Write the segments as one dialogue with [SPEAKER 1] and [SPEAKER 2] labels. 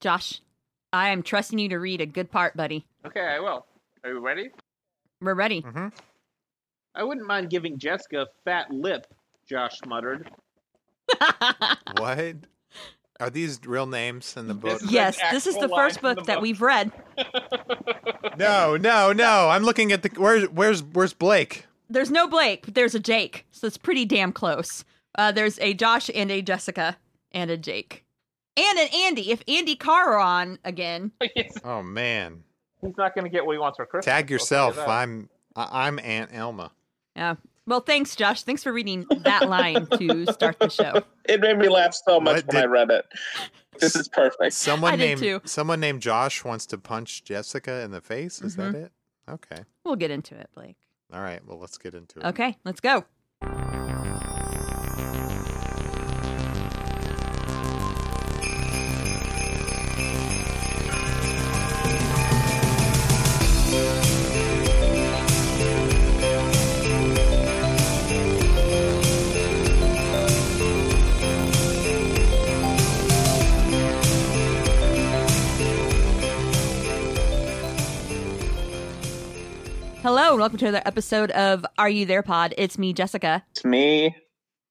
[SPEAKER 1] Josh, I am trusting you to read a good part, buddy.
[SPEAKER 2] Okay, I will. Are you ready?
[SPEAKER 1] We're ready.
[SPEAKER 3] Mm-hmm.
[SPEAKER 2] I wouldn't mind giving Jessica a fat lip, Josh muttered.
[SPEAKER 3] What? Are these real names in the book?
[SPEAKER 2] This is
[SPEAKER 1] yes,
[SPEAKER 2] an
[SPEAKER 1] this is the
[SPEAKER 2] actual
[SPEAKER 1] first
[SPEAKER 2] line
[SPEAKER 1] book,
[SPEAKER 2] from the
[SPEAKER 1] that
[SPEAKER 2] book.
[SPEAKER 1] we've read.
[SPEAKER 3] No, no, no. I'm looking at the where's where's where's Blake?
[SPEAKER 1] There's no Blake, but there's a Jake, so it's pretty damn close. Uh, there's a Josh and a Jessica and a Jake. And an Andy. If Andy Carr were on again,
[SPEAKER 2] He's
[SPEAKER 3] Oh man.
[SPEAKER 2] he's not going to get what he wants for Christmas. I'll
[SPEAKER 3] Tag
[SPEAKER 2] tell you
[SPEAKER 3] yourself.
[SPEAKER 2] that.
[SPEAKER 3] I'm I- I'm Aunt Elma.
[SPEAKER 1] Yeah. Well, thanks, Josh. Thanks for reading that line to start the show.
[SPEAKER 4] It made me laugh so much
[SPEAKER 3] What
[SPEAKER 4] when I
[SPEAKER 3] did-
[SPEAKER 4] read it. This is perfect.
[SPEAKER 3] Someone
[SPEAKER 1] I did
[SPEAKER 3] named
[SPEAKER 1] too.
[SPEAKER 3] someone named Josh wants to punch Jessica in the face. Is
[SPEAKER 1] Mm-hmm.
[SPEAKER 3] that it? Okay.
[SPEAKER 1] We'll get into it, Blake.
[SPEAKER 3] All right. Well, let's get into it.
[SPEAKER 1] Okay, let's go. Hello, and welcome to another episode of Are You There Pod. It's me, Jessica.
[SPEAKER 4] To me,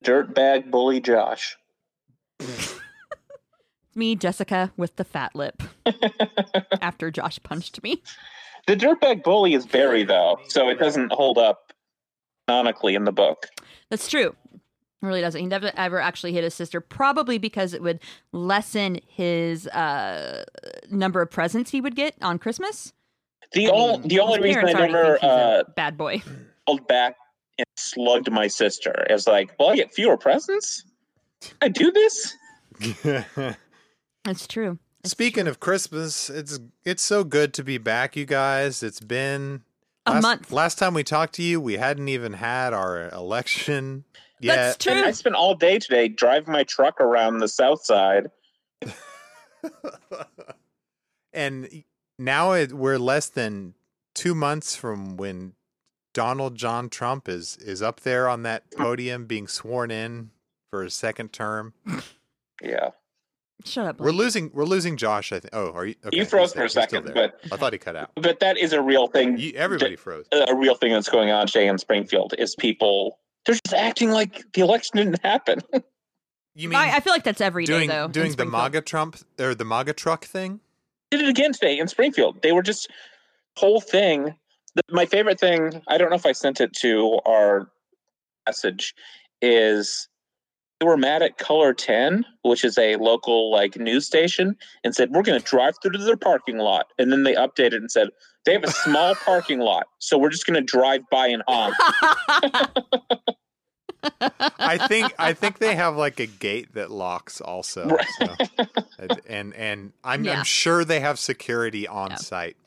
[SPEAKER 4] dirtbag bully Josh.
[SPEAKER 1] It's me, Jessica, with the fat lip. After Josh punched me.
[SPEAKER 4] The dirtbag bully is Barry, though, so it doesn't hold up canonically in the book.
[SPEAKER 1] That's true. It really doesn't. He never ever actually hit his sister, probably because it would lessen his uh, number of presents he would get on Christmas.
[SPEAKER 4] The,
[SPEAKER 1] I
[SPEAKER 4] ol-
[SPEAKER 1] mean,
[SPEAKER 4] the only
[SPEAKER 1] his
[SPEAKER 4] reason I
[SPEAKER 1] parents already
[SPEAKER 4] never
[SPEAKER 1] think he's
[SPEAKER 4] uh,
[SPEAKER 1] a bad boy.
[SPEAKER 4] held back and slugged my sister is like, well, I get fewer presents? I do this?
[SPEAKER 1] That's true.
[SPEAKER 3] Speaking of Christmas, it's it's so good to be back, you guys. It's been
[SPEAKER 1] A
[SPEAKER 3] last,
[SPEAKER 1] month.
[SPEAKER 3] Last time we talked to you, we hadn't even had our election yet.
[SPEAKER 1] That's
[SPEAKER 4] And I
[SPEAKER 1] true.
[SPEAKER 4] spent all day today driving my truck around the south side.
[SPEAKER 3] and now it, we're less than two months from when Donald John Trump is is up there on that
[SPEAKER 4] Oh.
[SPEAKER 3] podium being sworn in for his second term.
[SPEAKER 4] Yeah.
[SPEAKER 1] Shut up.
[SPEAKER 3] We're
[SPEAKER 1] Blake.
[SPEAKER 3] losing we're losing Josh. I think. Oh, are you? Okay,
[SPEAKER 4] you froze
[SPEAKER 3] he's
[SPEAKER 4] for
[SPEAKER 3] there.
[SPEAKER 4] a
[SPEAKER 3] He's still
[SPEAKER 4] second,
[SPEAKER 3] there.
[SPEAKER 4] but
[SPEAKER 3] I thought he cut out.
[SPEAKER 4] but that is a real thing.
[SPEAKER 3] You, everybody froze.
[SPEAKER 4] a real thing that's going on today in Springfield is people they're just acting like the election didn't happen.
[SPEAKER 3] You mean
[SPEAKER 1] I, I feel like that's every day
[SPEAKER 3] doing
[SPEAKER 1] though. in
[SPEAKER 3] doing the
[SPEAKER 1] Springfield.
[SPEAKER 3] MAGA Trump or the MAGA truck thing?
[SPEAKER 4] Did it again today in Springfield. They were just whole thing. The, my favorite thing, I don't know if I sent it to our message, is they were mad at Color 10, which is a local like news station, and said we're going to drive through to their parking lot. And then they updated and said they have a small parking lot, so we're just going to drive by and honk.
[SPEAKER 3] I think I think they have like a gate that locks also. so- and- and and I'm
[SPEAKER 1] Yeah.
[SPEAKER 3] I'm sure they have security on
[SPEAKER 1] Yeah.
[SPEAKER 3] site.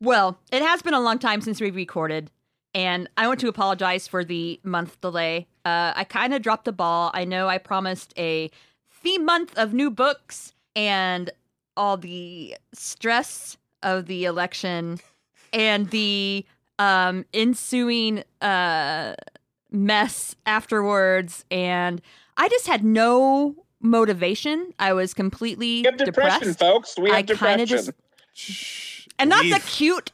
[SPEAKER 1] Well, it has been a long time since we recorded, and I want to apologize for the month delay. Uh, I kind of dropped the ball. I know I promised a theme month of new books, and all the stress of the election and the um, ensuing uh, mess afterwards, and I just had no motivation. I was completely
[SPEAKER 4] We have depression,
[SPEAKER 1] depressed.
[SPEAKER 4] folks. We have
[SPEAKER 1] I kind
[SPEAKER 4] depression.
[SPEAKER 1] of just and not the
[SPEAKER 3] We've-
[SPEAKER 1] cute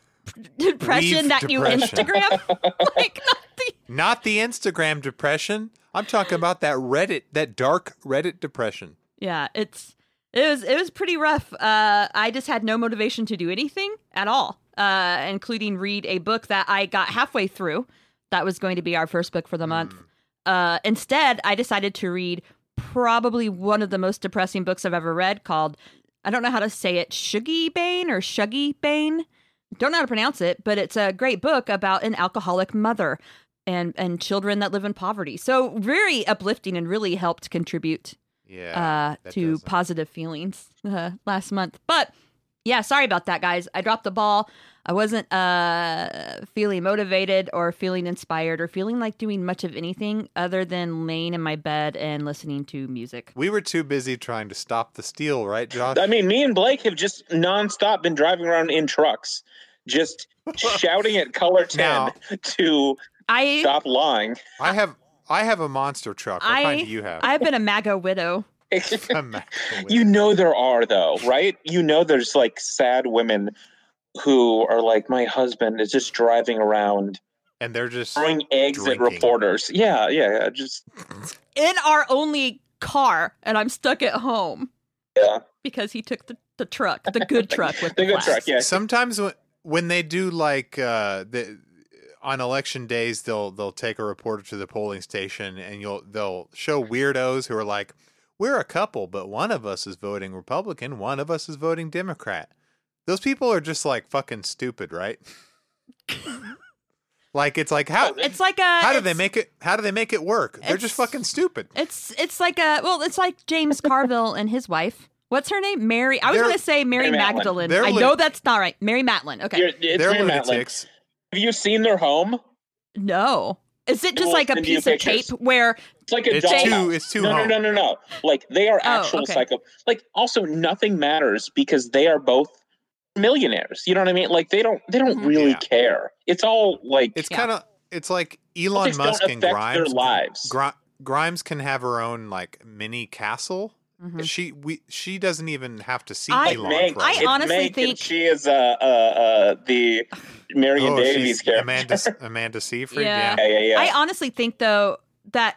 [SPEAKER 1] depression
[SPEAKER 3] Weave
[SPEAKER 1] that you
[SPEAKER 3] depression.
[SPEAKER 1] Instagram. like not the
[SPEAKER 3] not the Instagram depression. I'm talking about that Reddit, that dark Reddit depression.
[SPEAKER 1] yeah, it's it was it was pretty rough. Uh, I just had no motivation to do anything at all, uh, including read a book that I got halfway through. That was going to be our first book for the month. Uh, instead, I decided to read probably one of the most depressing books I've ever read, called I don't know how to say it, Shuggy Bane or Shuggy Bane. Don't know how to pronounce it, but it's a great book about an alcoholic mother and and children that live in poverty. So very uplifting and really helped contribute
[SPEAKER 3] Yeah.
[SPEAKER 1] uh,
[SPEAKER 3] that
[SPEAKER 1] to
[SPEAKER 3] doesn't-
[SPEAKER 1] positive feelings uh, last month. But yeah, sorry about that, guys. I dropped the ball. I wasn't uh, feeling motivated or feeling inspired or feeling like doing much of anything other than laying in my bed and listening to music.
[SPEAKER 3] we were too busy trying to stop the steal, right, Josh?
[SPEAKER 4] I mean, me and Blake have just nonstop been driving around in trucks, just shouting at color 10
[SPEAKER 3] Now-
[SPEAKER 4] to
[SPEAKER 1] I
[SPEAKER 4] stop lying.
[SPEAKER 3] I have I have a monster truck. What
[SPEAKER 1] I-
[SPEAKER 3] kind do you have?
[SPEAKER 1] I've been a MAGA widow
[SPEAKER 3] from Maxwell
[SPEAKER 4] you
[SPEAKER 3] Williams.
[SPEAKER 4] know there are though, right? You know there's like sad women who are like, my husband is just driving around
[SPEAKER 3] and they're just
[SPEAKER 4] throwing eggs
[SPEAKER 3] Drinking.
[SPEAKER 4] at reporters. Yeah, yeah, yeah. Just
[SPEAKER 1] in our only car, and I'm stuck at home
[SPEAKER 4] yeah,
[SPEAKER 1] because he took the, the truck, the good truck with
[SPEAKER 4] the good
[SPEAKER 1] flaps.
[SPEAKER 4] track. Yeah,
[SPEAKER 3] sometimes when, when they do like uh the on election days they'll they'll take a reporter to the polling station and you'll they'll show weirdos who are like we're a couple but one of us is voting republican one of us is voting democrat those people are just like fucking stupid right like it's like how
[SPEAKER 1] It's like a.
[SPEAKER 3] how do they
[SPEAKER 1] it's-
[SPEAKER 3] make it how do they make it work they're just
[SPEAKER 1] it's-
[SPEAKER 3] fucking stupid
[SPEAKER 1] It's it's like a well, it's like James Carville and his wife. What's her name? Mary. I was
[SPEAKER 3] They're-
[SPEAKER 1] going to say Mary
[SPEAKER 4] Mary Matlin.
[SPEAKER 1] Magdalene.
[SPEAKER 3] They're
[SPEAKER 1] I
[SPEAKER 3] lit-
[SPEAKER 1] know that's not right. Mary Matlin. Okay.
[SPEAKER 4] You're- it's
[SPEAKER 3] they're
[SPEAKER 4] Mary Matlin.
[SPEAKER 3] lunatics
[SPEAKER 4] Have you seen their home?
[SPEAKER 1] No. Is it just
[SPEAKER 4] We'll
[SPEAKER 1] like a
[SPEAKER 4] send you
[SPEAKER 1] piece of tape
[SPEAKER 4] pictures.
[SPEAKER 1] where
[SPEAKER 4] It's like a
[SPEAKER 3] it's
[SPEAKER 4] dollhouse.
[SPEAKER 3] too it's too
[SPEAKER 4] no,
[SPEAKER 3] home.
[SPEAKER 4] no, no, no, no. Like they are
[SPEAKER 1] Oh,
[SPEAKER 4] actual
[SPEAKER 1] okay.
[SPEAKER 4] psycho. Like also nothing matters because they are both millionaires. You know what I mean? Like they don't they don't
[SPEAKER 1] Mhm.
[SPEAKER 4] really
[SPEAKER 3] Yeah.
[SPEAKER 4] care. It's all like
[SPEAKER 3] It's
[SPEAKER 1] Yeah.
[SPEAKER 3] kind of it's like Elon
[SPEAKER 4] politics
[SPEAKER 3] Musk
[SPEAKER 4] don't
[SPEAKER 3] and
[SPEAKER 4] affect their
[SPEAKER 3] Grimes.
[SPEAKER 4] lives.
[SPEAKER 3] Gri- Grimes can have her own like mini castle.
[SPEAKER 1] Mhm.
[SPEAKER 3] She we she doesn't even have to see
[SPEAKER 1] I-
[SPEAKER 4] Like
[SPEAKER 3] Elon.
[SPEAKER 4] Meg,
[SPEAKER 3] for a
[SPEAKER 1] I
[SPEAKER 3] while.
[SPEAKER 4] It's
[SPEAKER 1] honestly
[SPEAKER 4] Meg and
[SPEAKER 1] think-
[SPEAKER 4] she is uh, uh, uh, the Marion
[SPEAKER 3] oh,
[SPEAKER 4] Davies
[SPEAKER 3] she's
[SPEAKER 4] character.
[SPEAKER 3] Amanda S- Amanda Seyfried.
[SPEAKER 1] Yeah.
[SPEAKER 3] Yeah.
[SPEAKER 4] yeah, yeah, yeah.
[SPEAKER 1] I honestly think though that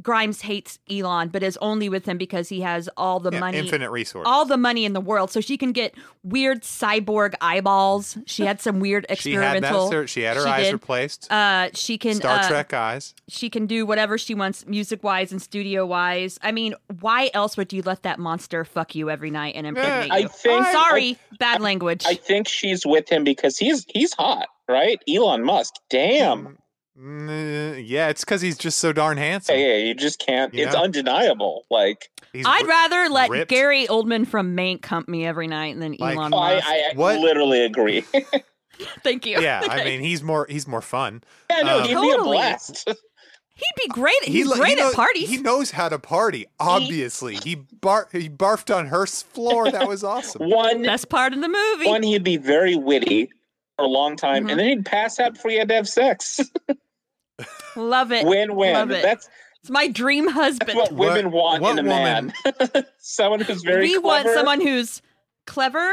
[SPEAKER 1] Grimes hates Elon, but is only with him because he has all the
[SPEAKER 3] Yeah,
[SPEAKER 1] money,
[SPEAKER 3] infinite resource.
[SPEAKER 1] all the money in the world, so she can get weird cyborg eyeballs. She had some weird
[SPEAKER 3] she had that.
[SPEAKER 1] experimental.
[SPEAKER 3] sur- She had her
[SPEAKER 1] She
[SPEAKER 3] eyes
[SPEAKER 1] did.
[SPEAKER 3] replaced.
[SPEAKER 1] uh, she can
[SPEAKER 3] Star
[SPEAKER 1] uh,
[SPEAKER 3] Trek eyes.
[SPEAKER 1] She can do whatever she wants, music wise and studio wise. I mean, why else would you let that monster fuck you every night and impregnate
[SPEAKER 3] Yeah,
[SPEAKER 1] you?
[SPEAKER 4] I think-
[SPEAKER 1] am sorry, bad language.
[SPEAKER 4] I think she's with him because he's he's hot, right? Elon Musk.
[SPEAKER 3] Mm-hmm.
[SPEAKER 4] Damn.
[SPEAKER 3] Mm, uh, yeah, it's because he's just so darn handsome.
[SPEAKER 4] Hey, hey, you just can't.
[SPEAKER 3] You
[SPEAKER 4] it's
[SPEAKER 3] know?
[SPEAKER 4] undeniable. Like
[SPEAKER 3] He's
[SPEAKER 1] I'd
[SPEAKER 3] ri-
[SPEAKER 1] rather let
[SPEAKER 3] ripped.
[SPEAKER 1] Gary Oldman from Mank hump me every night than
[SPEAKER 3] Like-
[SPEAKER 1] Elon
[SPEAKER 4] oh, I,
[SPEAKER 1] Musk.
[SPEAKER 4] I
[SPEAKER 3] What-
[SPEAKER 4] literally agree.
[SPEAKER 1] Thank you.
[SPEAKER 3] Yeah, I mean he's more he's more fun.
[SPEAKER 4] yeah, no,
[SPEAKER 3] Um,
[SPEAKER 4] he'd be a
[SPEAKER 1] Totally.
[SPEAKER 4] blast.
[SPEAKER 1] He'd be great. He's
[SPEAKER 3] lo-
[SPEAKER 1] great
[SPEAKER 3] knows,
[SPEAKER 1] at parties.
[SPEAKER 3] He knows how to party. Obviously, he bar he barfed on her s- floor. That was awesome.
[SPEAKER 4] One
[SPEAKER 1] Best part of the movie.
[SPEAKER 4] one he'd be very witty for a long time
[SPEAKER 1] Mhm.
[SPEAKER 4] and then he'd pass out before he had to have sex
[SPEAKER 1] Love it.
[SPEAKER 4] win win
[SPEAKER 1] Eh, Love it.
[SPEAKER 4] that's,
[SPEAKER 1] It's my dream husband.
[SPEAKER 4] that's what women want
[SPEAKER 3] what
[SPEAKER 4] in a
[SPEAKER 3] woman-
[SPEAKER 4] man someone who's very
[SPEAKER 1] we want
[SPEAKER 4] clever.
[SPEAKER 1] someone who's clever,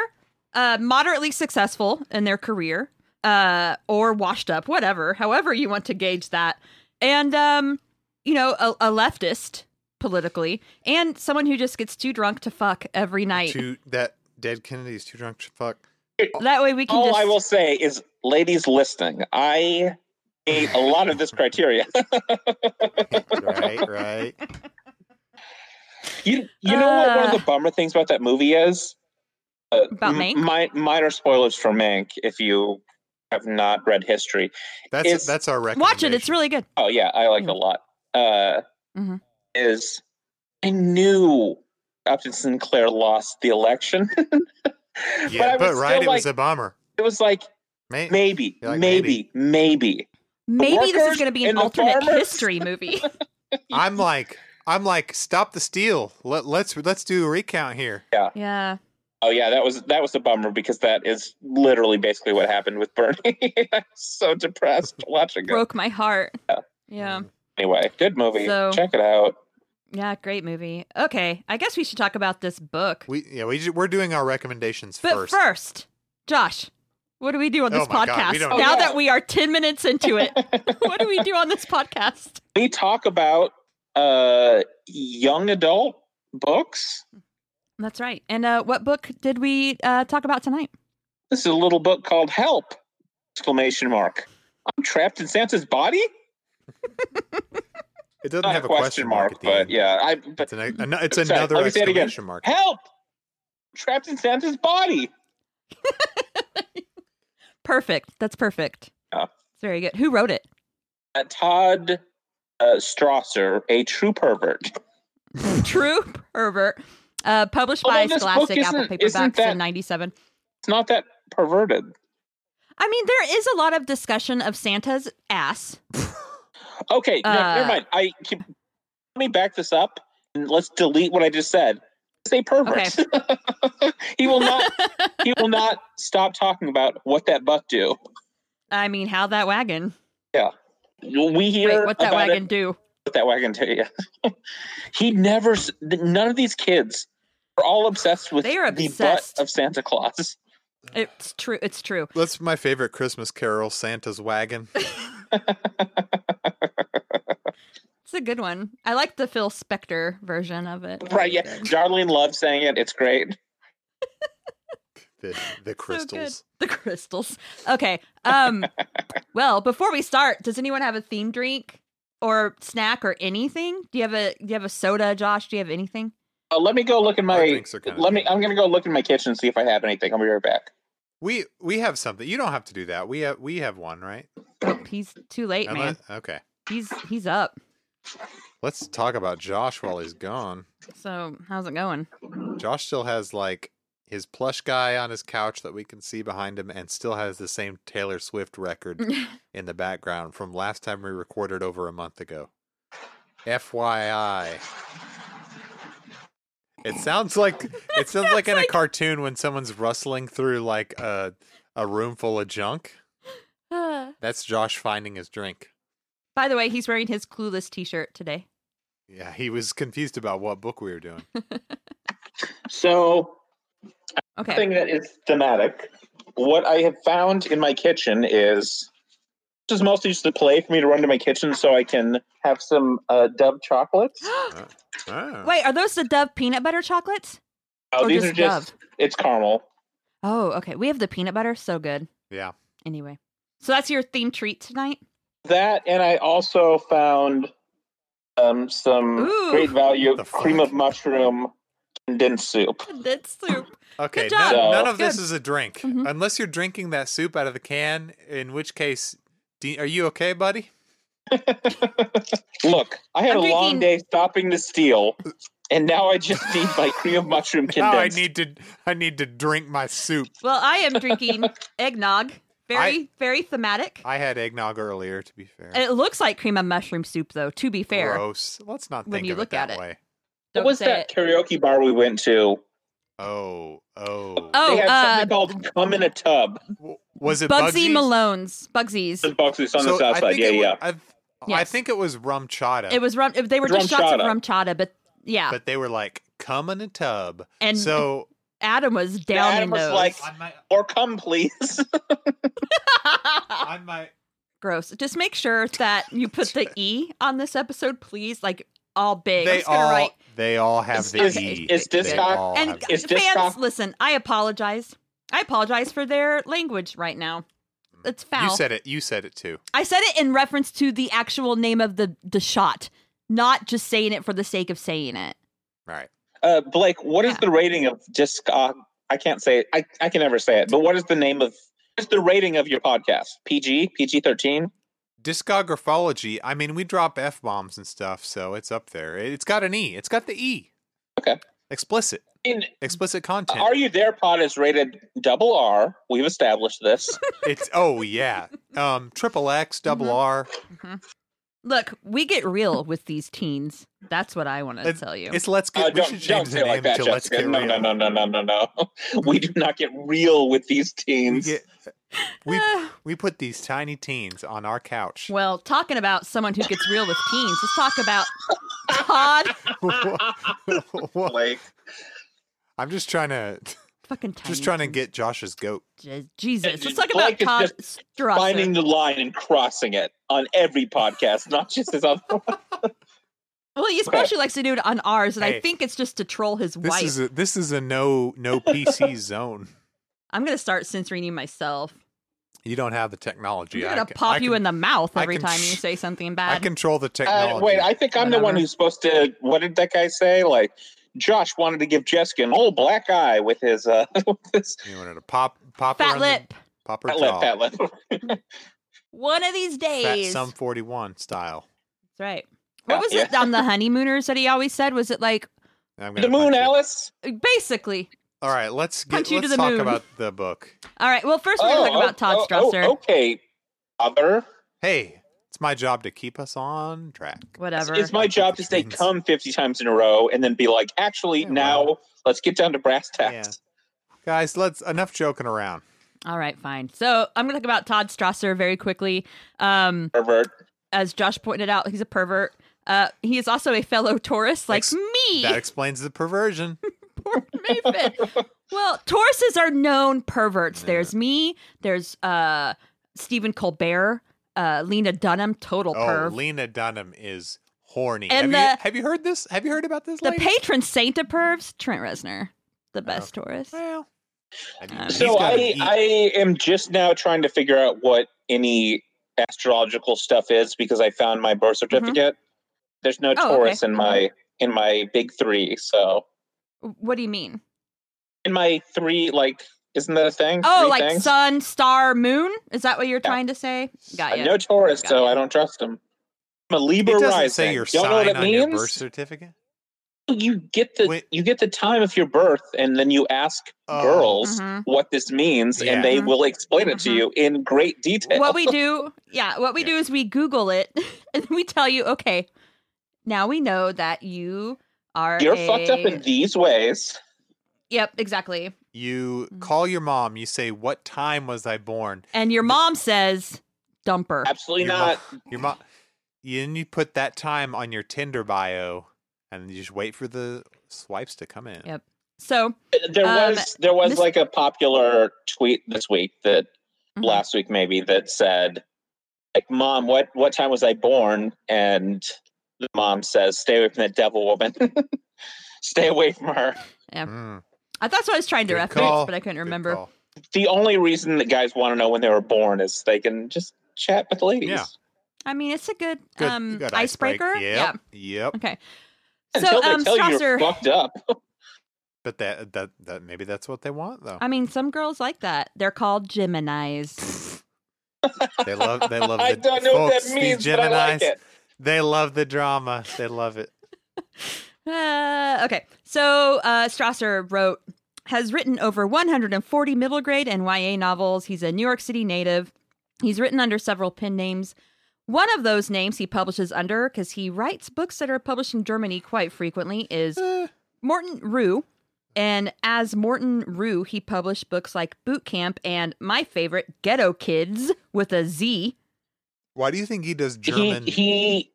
[SPEAKER 1] uh, moderately successful in their career, uh, or washed up, whatever, however you want to gauge that. And, um, you know, a, a leftist politically, and someone who just gets too drunk to fuck every night.
[SPEAKER 3] Too that dead Kennedy's too drunk to fuck.
[SPEAKER 1] that way we can
[SPEAKER 4] all
[SPEAKER 1] just.
[SPEAKER 4] Oh, i will say is ladies listening i ate a lot of this criteria
[SPEAKER 3] right, right.
[SPEAKER 4] you, you know what one of
[SPEAKER 1] Uh.
[SPEAKER 4] the bummer things about that movie is uh,
[SPEAKER 1] About
[SPEAKER 4] m-
[SPEAKER 1] Mank?
[SPEAKER 4] mi- minor spoilers for mank if you have not read history
[SPEAKER 3] That's
[SPEAKER 4] It's-
[SPEAKER 3] that's our record.
[SPEAKER 1] Watch it. It's really good.
[SPEAKER 4] Oh yeah, I like it
[SPEAKER 1] Yeah.
[SPEAKER 4] a lot. Uh,
[SPEAKER 1] Mhm.
[SPEAKER 4] Is I knew Upton Sinclair lost the election,
[SPEAKER 3] yeah,
[SPEAKER 4] I
[SPEAKER 3] but,
[SPEAKER 4] was
[SPEAKER 3] right,
[SPEAKER 4] still
[SPEAKER 3] it
[SPEAKER 4] like,
[SPEAKER 3] was a bomber.
[SPEAKER 4] it was like
[SPEAKER 3] Man,
[SPEAKER 4] maybe,
[SPEAKER 3] You're like,
[SPEAKER 4] maybe, maybe,
[SPEAKER 1] Maybe this
[SPEAKER 4] workers
[SPEAKER 1] is going to be an
[SPEAKER 4] and the
[SPEAKER 1] alternate
[SPEAKER 4] farmers.
[SPEAKER 1] history movie.
[SPEAKER 3] I'm like I'm like stop the steal. Let let's let's do a recount here.
[SPEAKER 1] yeah.
[SPEAKER 4] Oh yeah, that was that was a bummer because that is literally basically what happened with Bernie. I'm so depressed watching it.
[SPEAKER 1] broke my heart.
[SPEAKER 4] Yeah.
[SPEAKER 3] Mm.
[SPEAKER 1] Yeah.
[SPEAKER 4] Anyway, good movie.
[SPEAKER 1] So-
[SPEAKER 4] Check it out.
[SPEAKER 1] Yeah, great movie. Okay, I guess we should talk about this book.
[SPEAKER 3] We yeah we ju- we're doing our recommendations
[SPEAKER 1] but
[SPEAKER 3] first.
[SPEAKER 1] first. Josh, what do we do on
[SPEAKER 3] Oh
[SPEAKER 1] this
[SPEAKER 3] my
[SPEAKER 1] podcast?
[SPEAKER 3] God, we don't-
[SPEAKER 1] now
[SPEAKER 4] Oh, yeah.
[SPEAKER 1] that we are 10 minutes into it, what do we do on this podcast?
[SPEAKER 4] We talk about uh, young adult books.
[SPEAKER 1] That's right. And uh, what book did we uh, talk about tonight?
[SPEAKER 4] This is a little book called Help! Exclamation mark. I'm trapped in Santa's body?
[SPEAKER 3] It doesn't
[SPEAKER 4] Not
[SPEAKER 3] have a question mark, at the
[SPEAKER 4] but
[SPEAKER 3] end.
[SPEAKER 4] yeah, I
[SPEAKER 3] It's,
[SPEAKER 4] but
[SPEAKER 3] an, an, it's
[SPEAKER 4] Sorry,
[SPEAKER 3] another
[SPEAKER 4] let me say it again.
[SPEAKER 3] exclamation mark.
[SPEAKER 4] help! Trapped in Santa's body.
[SPEAKER 1] Perfect. That's perfect.
[SPEAKER 4] Yeah.
[SPEAKER 1] It's very good. Who wrote it?
[SPEAKER 4] Uh, Todd uh, Strasser, a true pervert.
[SPEAKER 1] True Pervert. Uh, published
[SPEAKER 4] Although
[SPEAKER 1] by
[SPEAKER 4] this book
[SPEAKER 1] Scholastic Apple
[SPEAKER 4] isn't- isn't
[SPEAKER 1] Paperbacks
[SPEAKER 4] that-
[SPEAKER 1] in 97.
[SPEAKER 4] It's not that perverted.
[SPEAKER 1] I mean, there is a lot of discussion of Santa's ass.
[SPEAKER 4] Okay, no,
[SPEAKER 1] Uh,
[SPEAKER 4] never mind. I keep, let me back this up and let's delete what I just said. It's a pervert. he will not. he will not stop talking about what that buck do.
[SPEAKER 1] I mean, how that wagon?
[SPEAKER 4] We hear
[SPEAKER 1] Wait, what that
[SPEAKER 4] about it
[SPEAKER 1] wagon do?
[SPEAKER 4] put that wagon to you. he never. s- th- None of these kids are all obsessed with
[SPEAKER 1] They are
[SPEAKER 4] the butt
[SPEAKER 1] obsessed.
[SPEAKER 4] of Santa Claus.
[SPEAKER 1] It's true. It's true.
[SPEAKER 3] That's my favorite Christmas carol, Santa's Wagon.
[SPEAKER 1] It's a good one. I like the Phil Spector version of it.
[SPEAKER 4] Right? Yeah. Darlene loves saying it. It's great.
[SPEAKER 3] The, the crystals.
[SPEAKER 1] The crystals. Okay. Um well, before we start, does anyone have a theme drink or snack or anything? Do you have a do you have a soda, Josh? Do you have anything?
[SPEAKER 4] Uh, let me go look in
[SPEAKER 3] Our
[SPEAKER 4] my.
[SPEAKER 3] drinks are kinda
[SPEAKER 4] Let me.
[SPEAKER 3] good.
[SPEAKER 4] I'm gonna go look in my kitchen and see if I have anything. I'll be right back.
[SPEAKER 3] we we have something. You don't have to do that. We have we have one, right?
[SPEAKER 1] Oh, he's too late, man.
[SPEAKER 3] Unless- okay.
[SPEAKER 1] He's he's up.
[SPEAKER 3] Let's talk about Josh while he's gone.
[SPEAKER 1] So, how's it going?
[SPEAKER 3] Josh still has like his plush guy on his couch that we can see behind him and still has the same Taylor Swift record in the background from last time we recorded over a month ago. FYI. It sounds like it sounds like in a cartoon when someone's rustling through like a a room full of junk.
[SPEAKER 1] By
[SPEAKER 3] That's Josh finding his drink.
[SPEAKER 1] the way, he's wearing his clueless t-shirt today.
[SPEAKER 3] Yeah, he was confused about what book we were doing.
[SPEAKER 4] So
[SPEAKER 1] Okay.
[SPEAKER 4] Something that is thematic. What I have found in my kitchen is this is mostly just a play for me to run to my kitchen so I can have some uh, Dove chocolates. Uh,
[SPEAKER 3] Oh.
[SPEAKER 1] Wait, are those the Dove peanut butter chocolates?
[SPEAKER 4] Oh,
[SPEAKER 1] Or
[SPEAKER 4] these
[SPEAKER 1] just
[SPEAKER 4] are just it's caramel.
[SPEAKER 1] Oh, okay. We have the peanut butter, so good.
[SPEAKER 3] Yeah.
[SPEAKER 1] Anyway. So that's your theme treat tonight?
[SPEAKER 4] That and I also found um, some
[SPEAKER 1] Ooh.
[SPEAKER 4] great value
[SPEAKER 3] What the
[SPEAKER 4] cream
[SPEAKER 3] fuck?
[SPEAKER 4] of mushroom condensed soup.
[SPEAKER 1] That's soup.
[SPEAKER 3] Okay,
[SPEAKER 1] Good
[SPEAKER 3] none,
[SPEAKER 4] job.
[SPEAKER 3] none of
[SPEAKER 1] Good.
[SPEAKER 3] this is a drink,
[SPEAKER 1] Mhm.
[SPEAKER 3] unless you're drinking that soup out of the can. In which case, do, are you okay, buddy?
[SPEAKER 4] Look, I had
[SPEAKER 1] I'm
[SPEAKER 4] a long
[SPEAKER 1] drinking-
[SPEAKER 4] day stopping to steal, and now I just need my cream of mushroom condensed.
[SPEAKER 3] Now Oh, I need to, I need to drink my soup.
[SPEAKER 1] Well, I am drinking eggnog. Very, very thematic.
[SPEAKER 3] I had eggnog earlier. To be fair,
[SPEAKER 1] it looks like cream of mushroom soup, though. To be fair,
[SPEAKER 3] gross. Let's not
[SPEAKER 1] When
[SPEAKER 3] think
[SPEAKER 1] you
[SPEAKER 3] of
[SPEAKER 1] look
[SPEAKER 3] it that
[SPEAKER 1] at it.
[SPEAKER 3] way.
[SPEAKER 1] don't
[SPEAKER 4] what was
[SPEAKER 1] say
[SPEAKER 4] that
[SPEAKER 1] it.
[SPEAKER 4] karaoke bar we went to?
[SPEAKER 3] Oh, oh.
[SPEAKER 1] Oh,
[SPEAKER 4] they have
[SPEAKER 1] uh,
[SPEAKER 4] something called "Come in a Tub."
[SPEAKER 3] W- was it
[SPEAKER 1] Bugsy
[SPEAKER 3] Bugsy's?
[SPEAKER 1] Malone's, Bugsy's.
[SPEAKER 4] The boxes on
[SPEAKER 3] So
[SPEAKER 4] the south
[SPEAKER 3] I think
[SPEAKER 4] side. Yeah,
[SPEAKER 3] it wa-
[SPEAKER 4] yeah.
[SPEAKER 3] I, I
[SPEAKER 1] Yes.
[SPEAKER 3] think it was rum chata.
[SPEAKER 1] It was rum. They were just shots of
[SPEAKER 4] Rumchata.
[SPEAKER 1] rum chata, but yeah.
[SPEAKER 3] but they were like, "Come in a tub."
[SPEAKER 1] and
[SPEAKER 3] so
[SPEAKER 1] Adam was down
[SPEAKER 4] Adam
[SPEAKER 1] in
[SPEAKER 4] was
[SPEAKER 1] those.
[SPEAKER 4] like-
[SPEAKER 3] might,
[SPEAKER 4] Or come, please.
[SPEAKER 3] I might.
[SPEAKER 1] Gross. Just make sure that you put the e on this episode, please. Like all big. I'm
[SPEAKER 3] They
[SPEAKER 1] just gonna
[SPEAKER 3] all,
[SPEAKER 1] write.
[SPEAKER 3] they all have the
[SPEAKER 4] Is-
[SPEAKER 3] e.
[SPEAKER 4] is
[SPEAKER 3] They
[SPEAKER 4] Discogs-
[SPEAKER 3] all
[SPEAKER 1] And
[SPEAKER 3] have E.
[SPEAKER 4] Is
[SPEAKER 1] fans,
[SPEAKER 4] this doc-
[SPEAKER 1] listen. I apologize. I apologize for their language right now. It's foul.
[SPEAKER 3] You said it. You said it too.
[SPEAKER 1] I said it in reference to the actual name of the the shot, not just saying it for the sake of saying it.
[SPEAKER 3] Right.
[SPEAKER 4] Uh, Blake, what is
[SPEAKER 1] Yeah.
[SPEAKER 4] the rating of disc? Uh, I can't say it. I, I can never say it. But what is the name of? What's the rating of your podcast? PG, PG thirteen.
[SPEAKER 3] Discography. I mean, we drop f bombs and stuff, so it's up there. It's got an e. It's got the e.
[SPEAKER 4] Okay.
[SPEAKER 3] Explicit.
[SPEAKER 4] In
[SPEAKER 3] Explicit content.
[SPEAKER 4] Are You There pod is rated double R. We've established this.
[SPEAKER 3] It's oh yeah. Um, triple X, double
[SPEAKER 1] Mhm.
[SPEAKER 3] R.
[SPEAKER 1] Look, we get real with these teens. That's what I want to
[SPEAKER 3] It's-
[SPEAKER 1] tell you.
[SPEAKER 3] It's let's
[SPEAKER 4] Uh,
[SPEAKER 3] get. we
[SPEAKER 4] don't
[SPEAKER 3] should
[SPEAKER 4] don't
[SPEAKER 3] change
[SPEAKER 4] say
[SPEAKER 3] the
[SPEAKER 4] it
[SPEAKER 3] name
[SPEAKER 4] like that,
[SPEAKER 3] to let's
[SPEAKER 4] Jessica.
[SPEAKER 3] get
[SPEAKER 4] No,
[SPEAKER 3] real.
[SPEAKER 4] no, no, no, no, no, no. We do not get real with these
[SPEAKER 3] We,
[SPEAKER 4] teens.
[SPEAKER 3] get, we we put these tiny teens on our couch.
[SPEAKER 1] Eh, well, talking about someone who gets real with teens, let's talk about Todd.
[SPEAKER 3] I'm
[SPEAKER 4] Blake.
[SPEAKER 3] just trying to
[SPEAKER 1] Fucking tiny
[SPEAKER 3] just trying to
[SPEAKER 1] teens.
[SPEAKER 3] get Josh's goat.
[SPEAKER 1] Je- Jesus. Let's talk
[SPEAKER 4] Blake
[SPEAKER 1] about
[SPEAKER 4] is
[SPEAKER 1] Todd Strasser.
[SPEAKER 4] finding the line and crossing it on every podcast, not just his other one. Uh,
[SPEAKER 1] well, he especially likes to do it on ours, and
[SPEAKER 3] Hey.
[SPEAKER 1] I think it's just to troll his
[SPEAKER 3] This
[SPEAKER 1] wife.
[SPEAKER 3] is a this is a no no PC zone.
[SPEAKER 1] I'm gonna start censoring you myself.
[SPEAKER 3] You don't have the technology.
[SPEAKER 1] I'm
[SPEAKER 3] I
[SPEAKER 1] gonna
[SPEAKER 3] can-
[SPEAKER 1] pop
[SPEAKER 3] I
[SPEAKER 1] you
[SPEAKER 3] can-
[SPEAKER 1] in the mouth
[SPEAKER 3] I
[SPEAKER 1] every
[SPEAKER 3] can
[SPEAKER 1] time
[SPEAKER 3] sh-
[SPEAKER 1] you say something
[SPEAKER 3] I
[SPEAKER 1] bad.
[SPEAKER 3] control the technology.
[SPEAKER 4] Uh, wait, I think I'm the one
[SPEAKER 1] Whatever.
[SPEAKER 4] who's supposed to. What did that guy say? Like, Josh wanted to give Jessica an old black eye with his uh, with his
[SPEAKER 3] you wanted to pop pop her
[SPEAKER 1] Fat
[SPEAKER 3] in
[SPEAKER 1] lip.
[SPEAKER 3] the, pop her
[SPEAKER 4] fat lip,
[SPEAKER 3] jaw,
[SPEAKER 4] fat lip.
[SPEAKER 1] One of these
[SPEAKER 3] fat
[SPEAKER 1] days.
[SPEAKER 3] sum forty one style.
[SPEAKER 1] That's right. What was
[SPEAKER 4] Yeah.
[SPEAKER 1] it on the honeymooners that he always said? Was it like
[SPEAKER 3] I'm gonna
[SPEAKER 4] The moon,
[SPEAKER 3] punch you.
[SPEAKER 4] Alice.
[SPEAKER 1] basically?
[SPEAKER 3] All right, let's
[SPEAKER 1] Punch
[SPEAKER 3] get,
[SPEAKER 1] you to the
[SPEAKER 3] let's talk
[SPEAKER 1] moon.
[SPEAKER 3] about the book.
[SPEAKER 1] All right. Well, first we're gonna talk about Todd
[SPEAKER 4] oh, oh,
[SPEAKER 1] Strasser.
[SPEAKER 4] okay, other.
[SPEAKER 3] Hey, it's my job to keep us on track.
[SPEAKER 1] Whatever.
[SPEAKER 4] It's my job to say
[SPEAKER 3] Jeez.
[SPEAKER 4] come 50 times in a row and then be like, actually,
[SPEAKER 3] Yeah,
[SPEAKER 4] now
[SPEAKER 3] well.
[SPEAKER 4] let's get down to brass
[SPEAKER 3] Yeah.
[SPEAKER 4] tacks.
[SPEAKER 3] Guys, let's enough joking around.
[SPEAKER 1] All right, fine. So I'm gonna talk about Todd Strasser very quickly. Um,
[SPEAKER 4] Pervert.
[SPEAKER 1] as Josh pointed out, he's a pervert. Uh, he is also a fellow Taurus, like
[SPEAKER 3] Ex-
[SPEAKER 1] me.
[SPEAKER 3] That explains the perversion.
[SPEAKER 1] Poor Mayfin. well, Tauruses are known perverts. There's me. There's uh, Stephen Colbert. Uh, Lena Dunham, total
[SPEAKER 3] Oh,
[SPEAKER 1] perv.
[SPEAKER 3] Lena Dunham is horny.
[SPEAKER 1] And the-
[SPEAKER 3] have, you, have you heard this? Have you heard about this?
[SPEAKER 1] the
[SPEAKER 3] lady?
[SPEAKER 1] patron saint of pervs, Trent Reznor, the best
[SPEAKER 3] Oh.
[SPEAKER 1] Taurus.
[SPEAKER 3] Well, I mean,
[SPEAKER 1] Uh,
[SPEAKER 3] he's
[SPEAKER 4] So
[SPEAKER 3] gotta
[SPEAKER 4] I,
[SPEAKER 3] eat.
[SPEAKER 4] I am just now trying to figure out what any astrological stuff is because I found my birth certificate. There's no
[SPEAKER 1] Mm-hmm. Oh,
[SPEAKER 4] Taurus
[SPEAKER 1] okay.
[SPEAKER 4] in my in my big three. So
[SPEAKER 1] What do you mean?
[SPEAKER 4] in my three, like, isn't that a thing?
[SPEAKER 1] Oh,
[SPEAKER 4] Three
[SPEAKER 1] like
[SPEAKER 4] things?
[SPEAKER 1] sun, star, moon? Is that what you're
[SPEAKER 4] Yeah.
[SPEAKER 1] trying to say? Got
[SPEAKER 4] I'm
[SPEAKER 1] you.
[SPEAKER 4] no Taurus,
[SPEAKER 1] Got
[SPEAKER 4] so
[SPEAKER 1] ya.
[SPEAKER 4] I don't trust him. I'm a Libra
[SPEAKER 3] it doesn't
[SPEAKER 4] rising.
[SPEAKER 3] say your
[SPEAKER 4] Y'all know what
[SPEAKER 3] sign
[SPEAKER 4] it
[SPEAKER 3] on your birth
[SPEAKER 4] means?
[SPEAKER 3] certificate.
[SPEAKER 4] You get the
[SPEAKER 3] Wait.
[SPEAKER 4] you get the time of your birth, and then you ask
[SPEAKER 3] Oh.
[SPEAKER 4] girls
[SPEAKER 1] Mhm.
[SPEAKER 4] what this means,
[SPEAKER 3] Yeah.
[SPEAKER 4] and they
[SPEAKER 1] Mhm.
[SPEAKER 4] will explain it to
[SPEAKER 1] Mhm.
[SPEAKER 4] you in great detail.
[SPEAKER 1] What we do, yeah, what we do is we Google it and we tell you, okay, now we know that you are.
[SPEAKER 4] You're
[SPEAKER 1] a-
[SPEAKER 4] fucked up in these ways.
[SPEAKER 1] Yep, exactly.
[SPEAKER 3] You
[SPEAKER 1] Mhm.
[SPEAKER 3] call your mom. You say, "What time was I born?"
[SPEAKER 1] And your mom says, dumper.
[SPEAKER 4] Absolutely
[SPEAKER 3] Your
[SPEAKER 4] not.
[SPEAKER 3] Mom, your mom. You, and you put that time on your Tinder bio, and you just wait for the swipes to come in.
[SPEAKER 1] Yep. So,
[SPEAKER 4] There
[SPEAKER 1] Um,
[SPEAKER 4] was there was
[SPEAKER 1] this-
[SPEAKER 4] like a popular tweet this week that
[SPEAKER 1] mhm.
[SPEAKER 4] last week maybe that said like mom what what time was I born and the mom says stay away from that devil woman stay away from her
[SPEAKER 3] Mm,
[SPEAKER 1] I, that's what I was trying to
[SPEAKER 3] Good
[SPEAKER 1] reference,
[SPEAKER 3] call.
[SPEAKER 1] but I couldn't
[SPEAKER 3] good
[SPEAKER 1] remember.
[SPEAKER 3] call.
[SPEAKER 4] the only reason that guys want to know when they were born is they can just chat with the ladies
[SPEAKER 3] Yeah.
[SPEAKER 1] I mean, it's a good,
[SPEAKER 3] Good,
[SPEAKER 1] um,
[SPEAKER 3] good
[SPEAKER 1] icebreaker. Yeah.
[SPEAKER 3] Yep, Yep.
[SPEAKER 1] Okay. So,
[SPEAKER 4] until they
[SPEAKER 1] um,
[SPEAKER 4] tell you
[SPEAKER 1] Strasser,
[SPEAKER 4] you're fucked up
[SPEAKER 3] But that that that maybe that's what they want though.
[SPEAKER 1] I mean, some girls like that. They're called Geminis.
[SPEAKER 3] they love they love the
[SPEAKER 4] I don't know what
[SPEAKER 3] folks,
[SPEAKER 4] that
[SPEAKER 3] the
[SPEAKER 4] means but I like
[SPEAKER 3] Geminis,
[SPEAKER 4] it
[SPEAKER 3] They love the drama. They love it.
[SPEAKER 1] Uh, okay. So uh, Strasser wrote, has written over 140 middle grade and YA novels. He's a New York City native. He's written under several pen names. One of those names he publishes under, because he writes books that are published in Germany quite frequently, is
[SPEAKER 3] Eh,
[SPEAKER 1] Morton Rue. And as Morton Rue, he published books like Boot Camp and my favorite, Ghetto Kids with a Z.
[SPEAKER 3] Why do you think he does
[SPEAKER 4] he
[SPEAKER 3] German?
[SPEAKER 4] he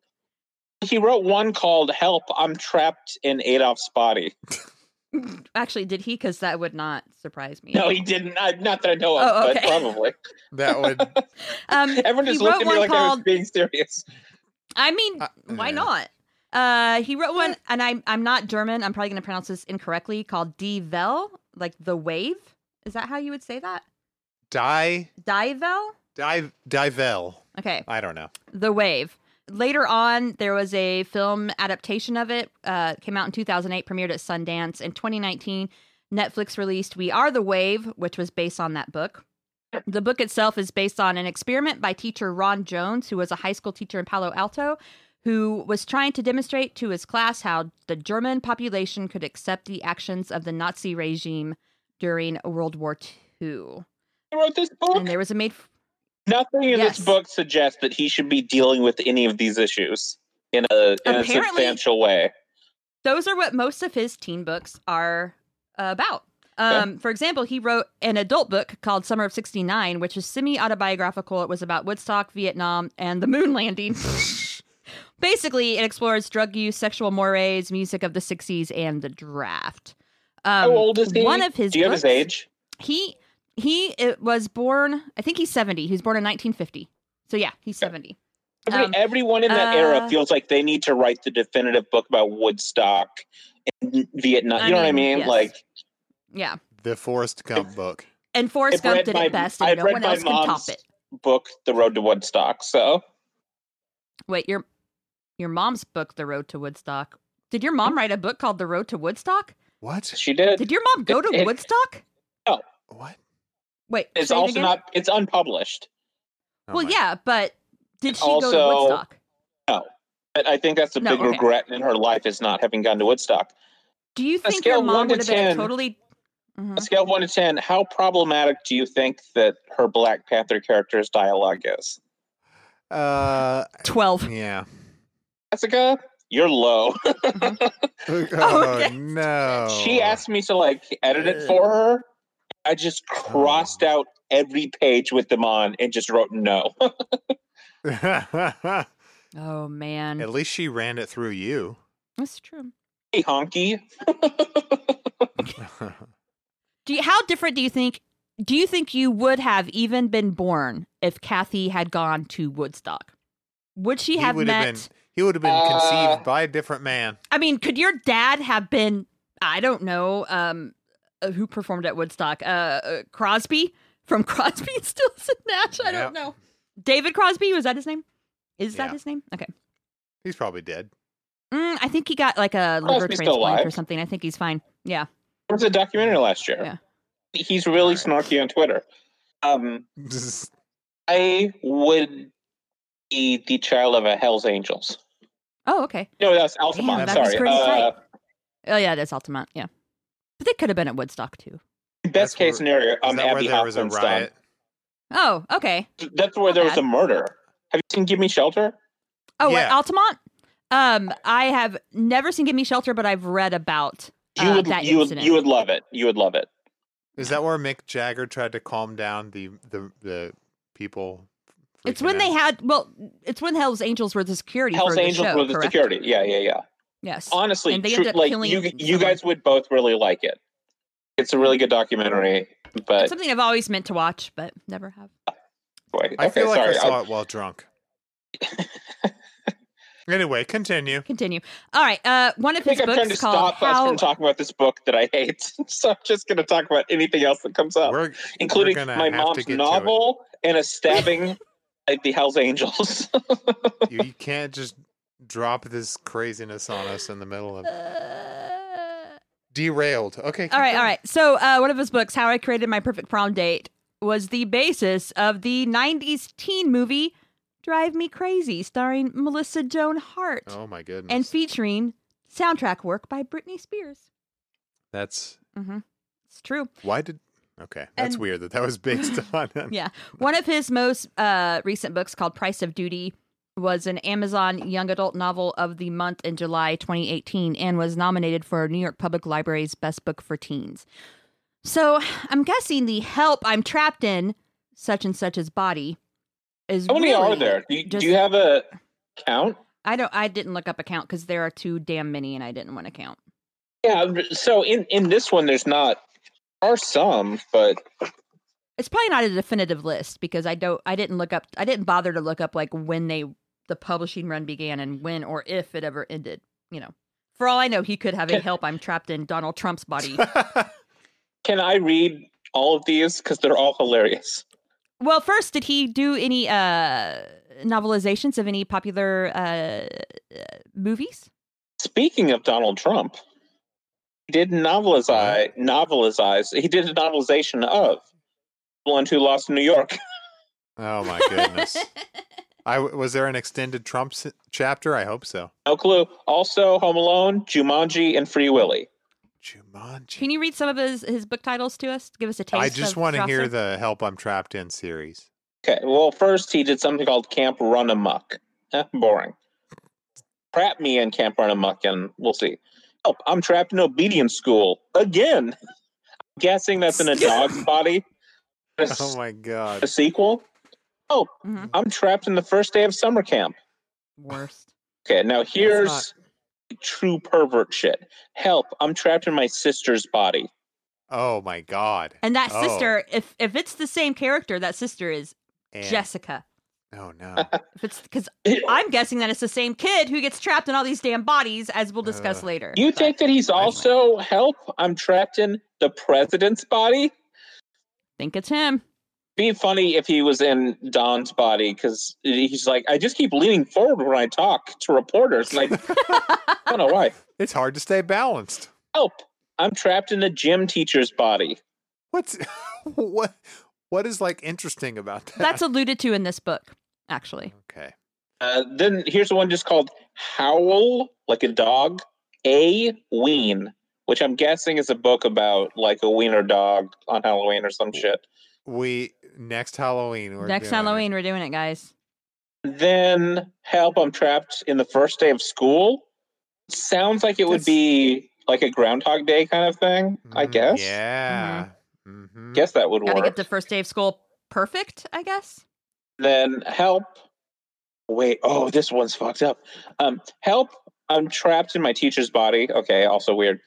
[SPEAKER 4] he wrote one called help I'm trapped in Adolf's body
[SPEAKER 1] Actually, did he? Because that would not surprise me.
[SPEAKER 4] No, he didn't. I, not that I know of,
[SPEAKER 1] Oh,
[SPEAKER 4] but
[SPEAKER 1] okay.
[SPEAKER 4] probably.
[SPEAKER 3] that would. uh,
[SPEAKER 1] um,
[SPEAKER 4] Everyone
[SPEAKER 1] he
[SPEAKER 4] just looked
[SPEAKER 1] wrote
[SPEAKER 4] at me
[SPEAKER 1] one
[SPEAKER 4] like I was
[SPEAKER 1] called
[SPEAKER 4] being serious.
[SPEAKER 1] I mean,
[SPEAKER 3] Uh,
[SPEAKER 1] why
[SPEAKER 3] yeah.
[SPEAKER 1] not? Uh, he wrote one, and I'm I'm not German. I'm probably going to pronounce this incorrectly. Called Die Vel, like the wave. Is that how you would say that?
[SPEAKER 3] Die,
[SPEAKER 1] Die Vel.
[SPEAKER 3] die, divel.
[SPEAKER 1] Okay,
[SPEAKER 3] I don't know.
[SPEAKER 1] the wave. Later on, there was a film adaptation of it. Uh, came out in 2008, premiered at Sundance in 2019. Netflix released "We Are the Wave," which was based on that book. The book itself is based on an experiment by teacher Ron Jones, who was a high school teacher in Palo Alto, who was trying to demonstrate to his class how the German population could accept the actions of the Nazi regime during World War II.
[SPEAKER 4] He wrote this book.
[SPEAKER 1] And there was a made
[SPEAKER 4] Nothing in
[SPEAKER 1] Yes.
[SPEAKER 4] this book suggests that he should be dealing with any of these issues in a in a
[SPEAKER 1] Apparently-
[SPEAKER 4] substantial way.
[SPEAKER 1] those are what most of his teen books are about. Um, For example, he wrote an adult book called Summer of 69, which is semi autobiographical. It was about Woodstock, Vietnam, and the moon landing. Basically, it explores drug use, sexual mores, music of the 60s, and the draft. Um,
[SPEAKER 4] How old is he?
[SPEAKER 1] One of his
[SPEAKER 4] Do you
[SPEAKER 1] books,
[SPEAKER 4] have his age?
[SPEAKER 1] He, he it was born, I think he's 70. He was born in 1950. So, yeah, he's 70.
[SPEAKER 4] Every,
[SPEAKER 1] Um,
[SPEAKER 4] everyone in that
[SPEAKER 1] uh,
[SPEAKER 4] era feels like they need to write the definitive book about Woodstock and Vietnam. You
[SPEAKER 1] I
[SPEAKER 4] know what I
[SPEAKER 1] mean,
[SPEAKER 4] mean?
[SPEAKER 1] yes.
[SPEAKER 4] Like
[SPEAKER 1] Yeah.
[SPEAKER 3] The Forrest Gump book.
[SPEAKER 1] And Forrest
[SPEAKER 4] I've
[SPEAKER 1] Gump
[SPEAKER 4] read
[SPEAKER 1] did
[SPEAKER 4] my-
[SPEAKER 1] it best, and
[SPEAKER 4] I've
[SPEAKER 1] no
[SPEAKER 4] read
[SPEAKER 1] one
[SPEAKER 4] my
[SPEAKER 1] else can top
[SPEAKER 4] mom's-
[SPEAKER 1] it.
[SPEAKER 4] book The Road to Woodstock. So
[SPEAKER 1] Wait, your your mom's book, The Road to Woodstock. Did your mom write a book called The Road to Woodstock?
[SPEAKER 3] What?
[SPEAKER 4] she did.
[SPEAKER 1] Did your mom go to
[SPEAKER 4] It- it-
[SPEAKER 1] Woodstock?
[SPEAKER 3] What?
[SPEAKER 1] Wait,
[SPEAKER 4] it's
[SPEAKER 1] say it
[SPEAKER 4] also
[SPEAKER 1] again?
[SPEAKER 4] not it's unpublished.
[SPEAKER 3] Oh
[SPEAKER 1] Well,
[SPEAKER 3] my-
[SPEAKER 1] yeah, but did she go to
[SPEAKER 4] Also-
[SPEAKER 1] Woodstock?
[SPEAKER 4] But I think that's a
[SPEAKER 1] No,
[SPEAKER 4] big
[SPEAKER 1] okay. Mm-hmm.
[SPEAKER 4] regret in her life is not having gone to Woodstock.
[SPEAKER 1] Do you
[SPEAKER 4] a
[SPEAKER 1] think your
[SPEAKER 4] scale of one
[SPEAKER 1] mom
[SPEAKER 4] to
[SPEAKER 1] would have been a
[SPEAKER 4] 10.
[SPEAKER 1] totally? Mhm.
[SPEAKER 4] On a scale of one to ten, how problematic do you think that her Black Panther character's dialogue is?
[SPEAKER 3] Uh,
[SPEAKER 1] Twelve.
[SPEAKER 3] yeah.
[SPEAKER 4] Jessica, you're low.
[SPEAKER 3] Oh,
[SPEAKER 1] yes.
[SPEAKER 3] no.
[SPEAKER 4] She asked me to like edit it for her. I just
[SPEAKER 3] Oh.
[SPEAKER 4] crossed out every page with them on and just wrote no.
[SPEAKER 3] asked.
[SPEAKER 1] Oh man,
[SPEAKER 3] At least she ran it through you.
[SPEAKER 1] that's true.
[SPEAKER 4] Hey, honky.
[SPEAKER 1] Do you, how different do you think? Do you think you would have even been born if Kathy had gone to Woodstock? Would she have
[SPEAKER 3] would
[SPEAKER 1] met?
[SPEAKER 3] have been he would have been
[SPEAKER 4] Uh,
[SPEAKER 3] conceived by a different man.
[SPEAKER 1] I mean, could your dad have been? I don't know. Um, uh, who performed at Woodstock? Uh, uh Crosby from Crosby, and Stills and Nash. I
[SPEAKER 3] Yep.
[SPEAKER 1] don't know. David Crosby was that his name? Is that
[SPEAKER 3] Yeah.
[SPEAKER 1] his name? Okay.
[SPEAKER 3] He's probably dead.
[SPEAKER 1] Mm, I think he got like a liver
[SPEAKER 4] Crosby's still
[SPEAKER 1] transplant or
[SPEAKER 4] alive.
[SPEAKER 1] something. I think he's fine. Yeah.
[SPEAKER 4] There was a documentary last year.
[SPEAKER 1] Yeah.
[SPEAKER 4] He's really
[SPEAKER 3] All
[SPEAKER 4] snarky on Twitter. Um, I would be the child of a Hell's Angels.
[SPEAKER 1] Oh, okay.
[SPEAKER 4] No, that's Altamont.
[SPEAKER 3] Damn, that was
[SPEAKER 4] sorry.
[SPEAKER 1] pretty
[SPEAKER 4] Uh,
[SPEAKER 1] tight. Oh, yeah. That's Altamont. Yeah. But they could have been at Woodstock too.
[SPEAKER 4] best
[SPEAKER 3] That's
[SPEAKER 4] case
[SPEAKER 3] where-
[SPEAKER 4] scenario,
[SPEAKER 3] Is
[SPEAKER 4] I'm
[SPEAKER 3] that
[SPEAKER 4] Um, Abby
[SPEAKER 3] where there was a
[SPEAKER 4] Hoffman's son.
[SPEAKER 3] riot?
[SPEAKER 1] Oh, okay.
[SPEAKER 4] That's where there was
[SPEAKER 1] Okay.
[SPEAKER 4] a murder. Have you seen Give Me Shelter?
[SPEAKER 1] Oh, at
[SPEAKER 3] Yeah.
[SPEAKER 1] Altamont. Um, I have never seen Give Me Shelter, but I've read about
[SPEAKER 4] You
[SPEAKER 1] Uh,
[SPEAKER 4] would,
[SPEAKER 1] that
[SPEAKER 4] you would,
[SPEAKER 1] incident.
[SPEAKER 4] you would love it. You would love it.
[SPEAKER 3] Is that where Mick Jagger tried to calm down the the, the people?
[SPEAKER 1] It's
[SPEAKER 3] freaking
[SPEAKER 1] when they
[SPEAKER 3] out?
[SPEAKER 1] had well, it's when Hell's Angels were the security
[SPEAKER 4] Hell's
[SPEAKER 1] for the
[SPEAKER 4] Angels
[SPEAKER 1] show,
[SPEAKER 4] were the
[SPEAKER 1] correct?
[SPEAKER 4] security. Yeah, yeah, yeah.
[SPEAKER 1] Yes.
[SPEAKER 4] Honestly,
[SPEAKER 1] And they
[SPEAKER 4] tru-
[SPEAKER 1] end up
[SPEAKER 4] like
[SPEAKER 1] killing
[SPEAKER 4] you, you
[SPEAKER 1] someone.
[SPEAKER 4] guys would both really like it. It's a really good documentary, but
[SPEAKER 1] Something I've always meant to watch, but never have.
[SPEAKER 4] boy,
[SPEAKER 3] I
[SPEAKER 4] okay,
[SPEAKER 3] feel like
[SPEAKER 4] sorry.
[SPEAKER 3] I
[SPEAKER 4] I-
[SPEAKER 3] saw it while drunk. anyway, continue.
[SPEAKER 1] Continue. All right. Uh, one of
[SPEAKER 4] I
[SPEAKER 1] his
[SPEAKER 4] think I'm trying
[SPEAKER 1] books
[SPEAKER 4] to
[SPEAKER 1] called
[SPEAKER 4] stop us
[SPEAKER 1] How.
[SPEAKER 4] from talking about this book that I hate. so I'm just going to talk about anything else that comes up,
[SPEAKER 3] we're
[SPEAKER 4] including
[SPEAKER 3] we're gonna
[SPEAKER 4] my
[SPEAKER 3] have to
[SPEAKER 4] mom's
[SPEAKER 3] get to it.
[SPEAKER 4] novel and a stabbing at the Hell's Angels.
[SPEAKER 3] You, you can't just drop this craziness on us in the middle of
[SPEAKER 1] Uh,
[SPEAKER 3] derailed. Okay.
[SPEAKER 1] All right, all right. So, uh, one of his books, How I Created My Perfect Prom Date, was the basis of the 90s teen movie Drive Me Crazy, starring Melissa Joan Hart
[SPEAKER 3] Oh my goodness.
[SPEAKER 1] and featuring soundtrack work by Britney Spears.
[SPEAKER 3] that's
[SPEAKER 1] hmm It's true.
[SPEAKER 3] why did. Okay, that's
[SPEAKER 1] And-
[SPEAKER 3] weird that that was based on.
[SPEAKER 1] Yeah. One of his most uh, recent books, called Price of Duty, was an Amazon Young Adult Novel of the Month in July 2018 and was nominated for New York Public Library's Best Book for Teens. So I'm guessing the help I'm trapped in such and such's body is
[SPEAKER 4] How many are
[SPEAKER 1] really
[SPEAKER 4] there? Do you,
[SPEAKER 1] just-
[SPEAKER 4] do you have a count?
[SPEAKER 1] I don't. I didn't look up a count because there are too damn many, and I didn't want to count.
[SPEAKER 4] Yeah. So in in this one, there's not. there Are some, but
[SPEAKER 1] It's probably not a definitive list because I don't. I didn't look up. I didn't bother to look up like when they the publishing run began and when or if it ever ended. You know, for all I know, he could have a help I'm trapped in Donald Trump's body.
[SPEAKER 4] can I read all of these because they're all hilarious?
[SPEAKER 1] Well, first, did he do any uh novelizations of any popular uh, uh movies?
[SPEAKER 4] Speaking of Donald Trump, he did novelize
[SPEAKER 3] Mm-hmm.
[SPEAKER 4] novelize. He did a novelization of the one who lost in New York.
[SPEAKER 3] oh my goodness. I w- was there an extended Trump s- chapter? I hope so.
[SPEAKER 4] No clue. Also, Home Alone, Jumanji, and Free Willy.
[SPEAKER 3] Jumanji.
[SPEAKER 1] Can you read some of his his book titles to us? Give us a taste.
[SPEAKER 3] I just
[SPEAKER 1] want to
[SPEAKER 3] hear the "Help I'm Trapped In" series.
[SPEAKER 4] Okay. Well, first he did something called Camp Run Amok. Eh, boring. Trap me in Camp Run Amok, and we'll see. Oh, I'm trapped in obedience school again. I'm guessing that's in a dog's body. A, s-
[SPEAKER 3] Oh my
[SPEAKER 4] a
[SPEAKER 3] god.
[SPEAKER 4] sequel.
[SPEAKER 1] Mhm.
[SPEAKER 4] I'm trapped in the first day of summer camp.
[SPEAKER 1] worst.
[SPEAKER 4] Okay, now here's
[SPEAKER 3] not-
[SPEAKER 4] true pervert shit. Help! I'm trapped in my sister's body.
[SPEAKER 3] Oh my god.
[SPEAKER 1] And that
[SPEAKER 3] Oh.
[SPEAKER 1] sister, if if it's the same character, that sister is
[SPEAKER 3] And-
[SPEAKER 1] Jessica.
[SPEAKER 3] Oh no.
[SPEAKER 1] If it's because I'm guessing that it's the same kid who gets trapped in all these damn bodies, as we'll discuss
[SPEAKER 3] Ugh.
[SPEAKER 1] later.
[SPEAKER 4] You think that he's also help? I'm trapped in the president's body.
[SPEAKER 1] think it's him?
[SPEAKER 4] Be funny if he was in Don's body because he's like, I just keep leaning forward when I talk to reporters, and I, I don't know why.
[SPEAKER 3] it's hard to stay balanced.
[SPEAKER 4] Help! I'm trapped in a gym teacher's body.
[SPEAKER 3] What's what? What is like interesting about that?
[SPEAKER 1] That's alluded to in this book, actually.
[SPEAKER 3] okay.
[SPEAKER 4] Uh, then here's one just called Howl Like a Dog, A Ween, which I'm guessing is a book about like a wiener dog on Halloween or some shit.
[SPEAKER 3] We next Halloween. We're
[SPEAKER 1] Next
[SPEAKER 3] doing it.
[SPEAKER 1] Halloween, we're doing it, guys.
[SPEAKER 4] Then Help, I'm Trapped in the First Day of School. Sounds like it would
[SPEAKER 3] That's-
[SPEAKER 4] be like a Groundhog Day kind of thing, I
[SPEAKER 3] Mm,
[SPEAKER 4] guess.
[SPEAKER 3] Yeah. Mm-hmm.
[SPEAKER 4] Guess that would
[SPEAKER 1] Gotta
[SPEAKER 4] work.
[SPEAKER 1] get the first day of school perfect, I guess.
[SPEAKER 4] then Help, Wait, oh, this one's fucked up. Um, help! I'm trapped in my teacher's body. Okay, also weird.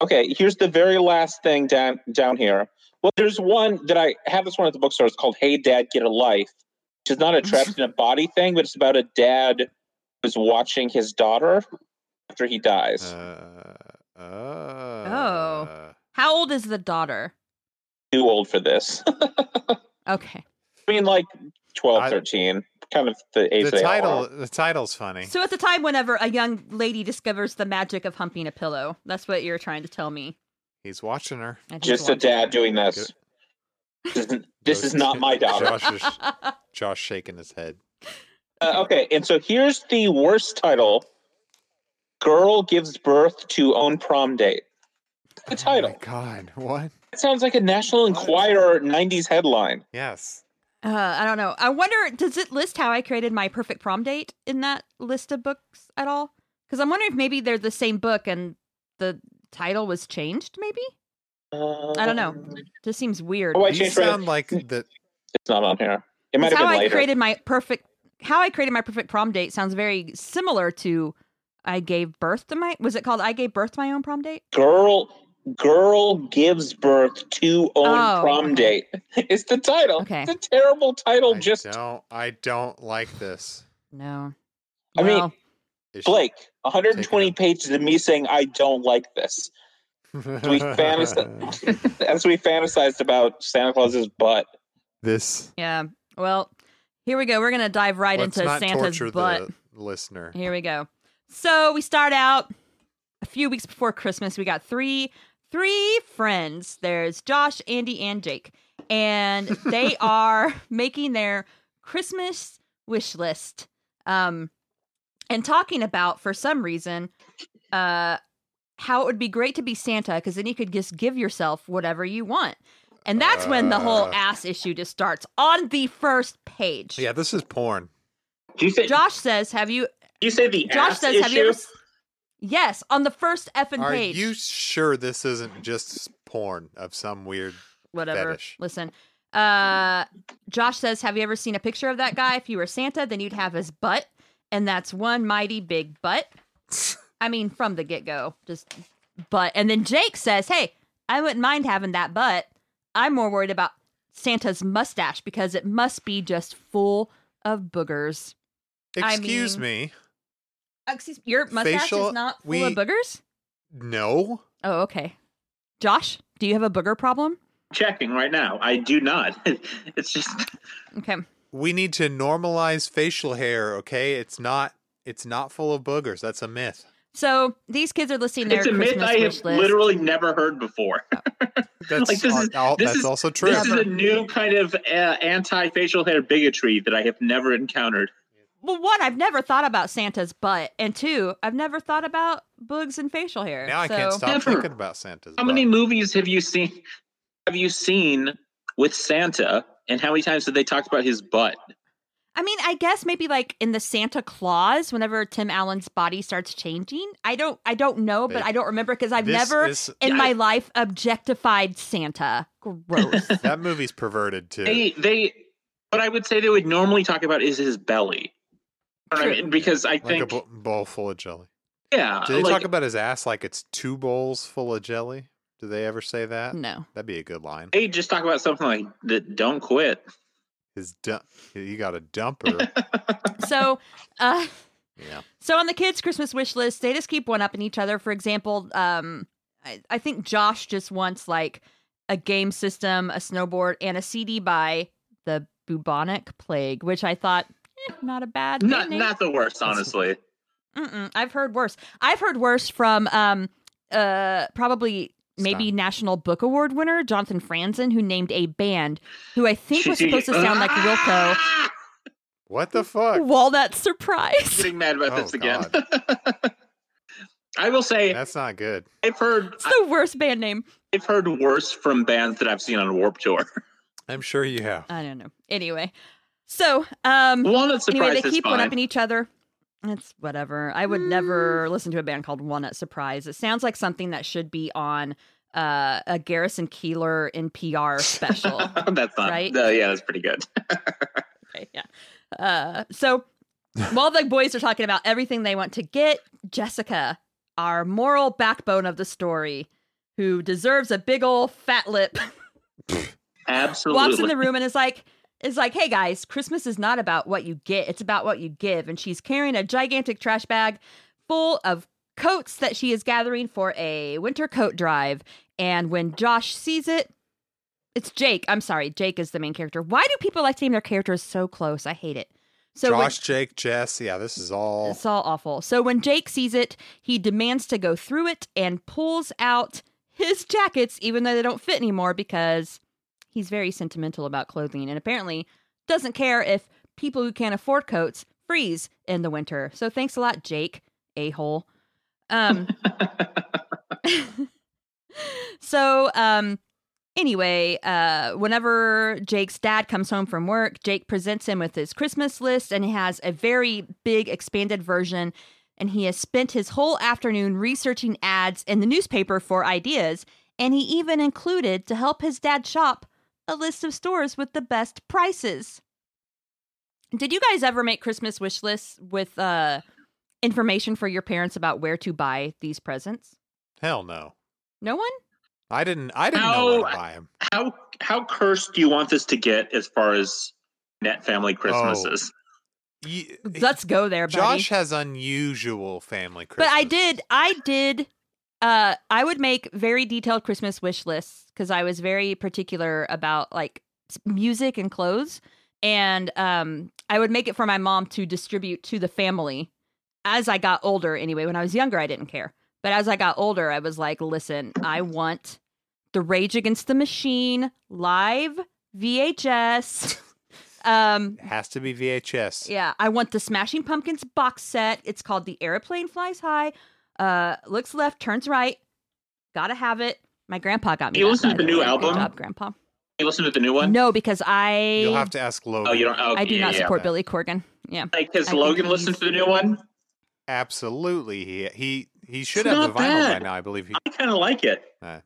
[SPEAKER 4] Okay, here's the very last thing down down here. Well, there's one that I have. This one at the bookstore. It's called "Hey Dad, Get a Life," which is not a trapped in a body thing, but it's about a dad who's watching his daughter after he dies.
[SPEAKER 3] Uh, uh,
[SPEAKER 1] Oh. How old is the daughter?
[SPEAKER 4] Too old for this.
[SPEAKER 1] Okay.
[SPEAKER 4] I mean, like 12,
[SPEAKER 3] I-
[SPEAKER 4] 13, kind of the age
[SPEAKER 3] The
[SPEAKER 4] they all
[SPEAKER 3] title.
[SPEAKER 4] are.
[SPEAKER 3] The title's funny.
[SPEAKER 1] So at the time whenever a young lady discovers the magic of humping a pillow, that's what you're trying to tell me.
[SPEAKER 3] He's watching her.
[SPEAKER 1] I think
[SPEAKER 4] Just
[SPEAKER 1] you
[SPEAKER 4] a
[SPEAKER 1] want to-
[SPEAKER 4] dad doing this. This is, this is not my daughter.
[SPEAKER 3] Josh, is, Josh shaking his head.
[SPEAKER 4] Uh, okay, and so here's the worst title: "Girl Gives Birth to Own Prom Date." The
[SPEAKER 3] Oh
[SPEAKER 4] title.
[SPEAKER 3] my God, what?
[SPEAKER 4] That sounds like a National Enquirer '90s headline.
[SPEAKER 3] Yes.
[SPEAKER 1] uh, I don't know. I wonder, does it list how I created my perfect prom date in that list of books at all? Because I'm wondering if maybe they're the same book and the title was changed, maybe? I don't know. Just seems weird.
[SPEAKER 4] Oh, I
[SPEAKER 3] You
[SPEAKER 4] changed my-
[SPEAKER 3] sound like the
[SPEAKER 4] It's not on here. It might
[SPEAKER 1] Because
[SPEAKER 4] have
[SPEAKER 1] how
[SPEAKER 4] been
[SPEAKER 1] I
[SPEAKER 4] later.
[SPEAKER 1] created my perfect how I created my perfect prom date sounds very similar to I gave birth to my was it called I gave birth to my own prom date?
[SPEAKER 4] "Girl." Girl gives birth to own
[SPEAKER 1] Oh,
[SPEAKER 4] prom
[SPEAKER 1] okay.
[SPEAKER 4] date. It's the title.
[SPEAKER 1] Okay.
[SPEAKER 4] It's a terrible title.
[SPEAKER 3] I
[SPEAKER 4] Just
[SPEAKER 3] don't I don't like this.
[SPEAKER 1] No.
[SPEAKER 4] I mean,
[SPEAKER 1] Well,
[SPEAKER 3] Is she-
[SPEAKER 4] Blake, 120
[SPEAKER 3] Taking
[SPEAKER 4] pages of me saying I don't like this. we fantasize as we fantasized about Santa Claus's butt.
[SPEAKER 3] this.
[SPEAKER 1] yeah. Well, here we go. We're gonna dive right
[SPEAKER 3] Let's
[SPEAKER 1] into
[SPEAKER 3] not
[SPEAKER 1] Santa's
[SPEAKER 3] torture
[SPEAKER 1] butt.
[SPEAKER 3] the listener.
[SPEAKER 1] Here we go. So we start out a few weeks before Christmas. We got three three friends. There's Josh, Andy, and Jake. And they are making their Christmas wish list. Um and talking about for some reason uh how it would be great to be Santa because then you could just give yourself whatever you want. And that's when the whole
[SPEAKER 3] Uh.
[SPEAKER 1] ass issue just starts on the first page.
[SPEAKER 3] Yeah, this is porn.
[SPEAKER 2] Do you say?
[SPEAKER 1] Josh says, "Have you
[SPEAKER 2] do you say the
[SPEAKER 1] Josh
[SPEAKER 2] ass
[SPEAKER 1] says,
[SPEAKER 2] issue?
[SPEAKER 1] "Have you ever?" s- Yes, on the first effing
[SPEAKER 3] Are
[SPEAKER 1] page.
[SPEAKER 3] you sure this isn't just porn of some weird?
[SPEAKER 1] Whatever.
[SPEAKER 3] fetish?
[SPEAKER 1] Listen, uh, Josh says, "Have you ever seen a picture of that guy? If you were Santa, then you'd have his butt, and that's one mighty big butt. I mean, from the get go, just butt." And then Jake says, "Hey, I wouldn't mind having that butt. I'm more worried about Santa's mustache because it must be just full of boogers. I
[SPEAKER 3] Excuse
[SPEAKER 1] mean-
[SPEAKER 3] me.
[SPEAKER 1] Uh, Excuse your mustache
[SPEAKER 3] Facial-
[SPEAKER 1] is not full
[SPEAKER 3] we-
[SPEAKER 1] of boogers."
[SPEAKER 3] No.
[SPEAKER 1] Oh, okay. Josh, do you have a booger problem?
[SPEAKER 2] Checking right now. I do not. it's just
[SPEAKER 1] Okay.
[SPEAKER 3] We need to normalize facial hair. Okay, it's not. It's not full of boogers. That's a myth.
[SPEAKER 1] So these kids are listing their
[SPEAKER 2] it's a
[SPEAKER 1] Christmas
[SPEAKER 2] myth I have
[SPEAKER 1] wish list.
[SPEAKER 2] literally never heard before.
[SPEAKER 3] That's
[SPEAKER 2] Like, this
[SPEAKER 3] al-
[SPEAKER 2] is-
[SPEAKER 3] al-
[SPEAKER 2] this
[SPEAKER 3] that's
[SPEAKER 2] is-
[SPEAKER 3] also true.
[SPEAKER 2] This is a new kind of uh, anti-facial hair bigotry that I have never encountered.
[SPEAKER 1] Well, one, I've never thought about Santa's butt, and two, I've never thought about boogs and facial hair.
[SPEAKER 3] now I
[SPEAKER 1] so,
[SPEAKER 3] can't stop
[SPEAKER 2] Never.
[SPEAKER 3] thinking about Santa's.
[SPEAKER 2] How many
[SPEAKER 3] butt.
[SPEAKER 2] movies have you seen? Have you seen with Santa? And how many times have they talked about his butt?
[SPEAKER 1] I mean, I guess maybe like in the Santa Claus, whenever Tim Allen's body starts changing. I don't, I don't know, but
[SPEAKER 3] Babe,
[SPEAKER 1] I don't remember because I've
[SPEAKER 3] This
[SPEAKER 1] never
[SPEAKER 3] is-
[SPEAKER 1] in
[SPEAKER 2] Yeah,
[SPEAKER 1] my
[SPEAKER 2] I-
[SPEAKER 1] life objectified Santa. Gross.
[SPEAKER 3] that movie's perverted too.
[SPEAKER 2] They they. What I would say they would normally talk about is his belly. You know what I
[SPEAKER 1] True.
[SPEAKER 2] mean? Because I
[SPEAKER 3] like a
[SPEAKER 2] think
[SPEAKER 3] bo- bowl full of jelly.
[SPEAKER 2] yeah,
[SPEAKER 3] Do they
[SPEAKER 2] Uh, like,
[SPEAKER 3] talk about his ass like it's two bowls full of jelly? Do they ever say that?
[SPEAKER 1] no.
[SPEAKER 3] That'd be a good line.
[SPEAKER 2] they just talk about something like that. Don't quit.
[SPEAKER 3] His dump. You got a dumper.
[SPEAKER 1] So, uh,
[SPEAKER 3] yeah.
[SPEAKER 1] So on the kids' Christmas wish list, they just keep one up in each other. For example, um, I, I think Josh just wants like a game system, a snowboard, and a CD by the bubonic plague, which I thought eh, not a bad band
[SPEAKER 2] Not
[SPEAKER 1] name.
[SPEAKER 2] not the worst, honestly.
[SPEAKER 1] Mm-mm, I've heard worse. I've heard worse from um, uh, probably maybe
[SPEAKER 3] Stop.
[SPEAKER 1] National Book Award winner Jonathan Franzen, who named a band who I think was
[SPEAKER 2] She's
[SPEAKER 1] supposed to sound like Wilco.
[SPEAKER 2] Ah!
[SPEAKER 3] What the fuck?
[SPEAKER 1] Walnut surprise.
[SPEAKER 2] Getting mad about
[SPEAKER 3] Oh,
[SPEAKER 2] this again. I will say
[SPEAKER 3] That's not good.
[SPEAKER 2] I've heard
[SPEAKER 1] It's the worst band name.
[SPEAKER 2] I've heard worse from bands that I've seen on Warp Tour.
[SPEAKER 3] I'm sure you have.
[SPEAKER 1] I don't know. Anyway, so um,
[SPEAKER 2] Walnut Surprise
[SPEAKER 1] anyway, they
[SPEAKER 2] is
[SPEAKER 1] keep
[SPEAKER 2] fine. Mm.
[SPEAKER 1] one up in each other. It's whatever. I would never listen to a band called Walnut Surprise. It sounds like something that should be on uh, a Garrison Keeler NPR special.
[SPEAKER 2] that's not.
[SPEAKER 1] right?
[SPEAKER 2] uh, yeah, that's pretty good.
[SPEAKER 1] okay, yeah. Uh, so While the boys are talking about everything they want to get, Jessica, our moral backbone of the story, who deserves a big old fat lip, walks in
[SPEAKER 2] Absolutely.
[SPEAKER 1] the room and is like, is like, hey guys, Christmas is not about what you get, it's about what you give. And she's carrying a gigantic trash bag full of coats that she is gathering for a winter coat drive. And when Josh sees it, it's Jake. I'm sorry, Jake is the main character. Why do people like to name their characters so close? I hate it. So when-
[SPEAKER 3] Josh, Jake, Jess. Yeah, this is all.
[SPEAKER 1] it's all awful. So when Jake sees it, he demands to go through it and pulls out his jackets, even though they don't fit anymore, because he's very sentimental about clothing and apparently doesn't care if people who can't afford coats freeze in the winter. So thanks a lot, Jake, a hole. Um, so um anyway uh whenever jake's dad comes home from work jake presents him with his christmas list and he has a very big expanded version and he has spent his whole afternoon researching ads in the newspaper for ideas and he even included to help his dad shop a list of stores with the best prices did you guys ever make christmas wish lists with uh information for your parents about where to buy these presents
[SPEAKER 3] Hell no.
[SPEAKER 1] no one
[SPEAKER 3] I didn't. I didn't know
[SPEAKER 2] No.
[SPEAKER 3] how to buy him.
[SPEAKER 2] how how cursed do you want this to get as far as net family
[SPEAKER 3] Oh.
[SPEAKER 2] Christmases?
[SPEAKER 3] Ye- eh,
[SPEAKER 1] Let's go there, buddy.
[SPEAKER 3] Josh has unusual family
[SPEAKER 1] but
[SPEAKER 3] Christmas.
[SPEAKER 1] I did, I did. Uh, I would make very detailed Christmas wish lists because I was very particular about like s- music and clothes, and um, I would make it for my mom to distribute to the family. As I got older, anyway, when I was younger, I didn't care, but as I got older, I was like, listen, I want the Rage Against the Machine live VHS. Um,
[SPEAKER 3] It has to be VHS.
[SPEAKER 1] Yeah, I want the Smashing Pumpkins box set. It's called The Airplane Flies High. Uh, looks left, turns right. Gotta have it. My grandpa got me.
[SPEAKER 2] You
[SPEAKER 1] that,
[SPEAKER 2] listen to
[SPEAKER 1] by
[SPEAKER 2] the new
[SPEAKER 1] way. Good
[SPEAKER 2] album?
[SPEAKER 1] job, Grandpa.
[SPEAKER 2] You listen to the new one?
[SPEAKER 1] No, because I
[SPEAKER 3] You'll have to ask Logan.
[SPEAKER 2] Oh, you don't. Oh,
[SPEAKER 1] I do
[SPEAKER 2] yeah,
[SPEAKER 1] not
[SPEAKER 2] yeah.
[SPEAKER 1] support Billy Corgan. Yeah,
[SPEAKER 2] Like, has
[SPEAKER 1] I think
[SPEAKER 2] Logan
[SPEAKER 1] he's-
[SPEAKER 2] listened to the new one?
[SPEAKER 3] Absolutely. He he he should
[SPEAKER 2] It's not
[SPEAKER 3] have the vinyl by
[SPEAKER 2] bad.
[SPEAKER 3] now. I believe he.
[SPEAKER 2] I kind of like it.
[SPEAKER 3] Uh,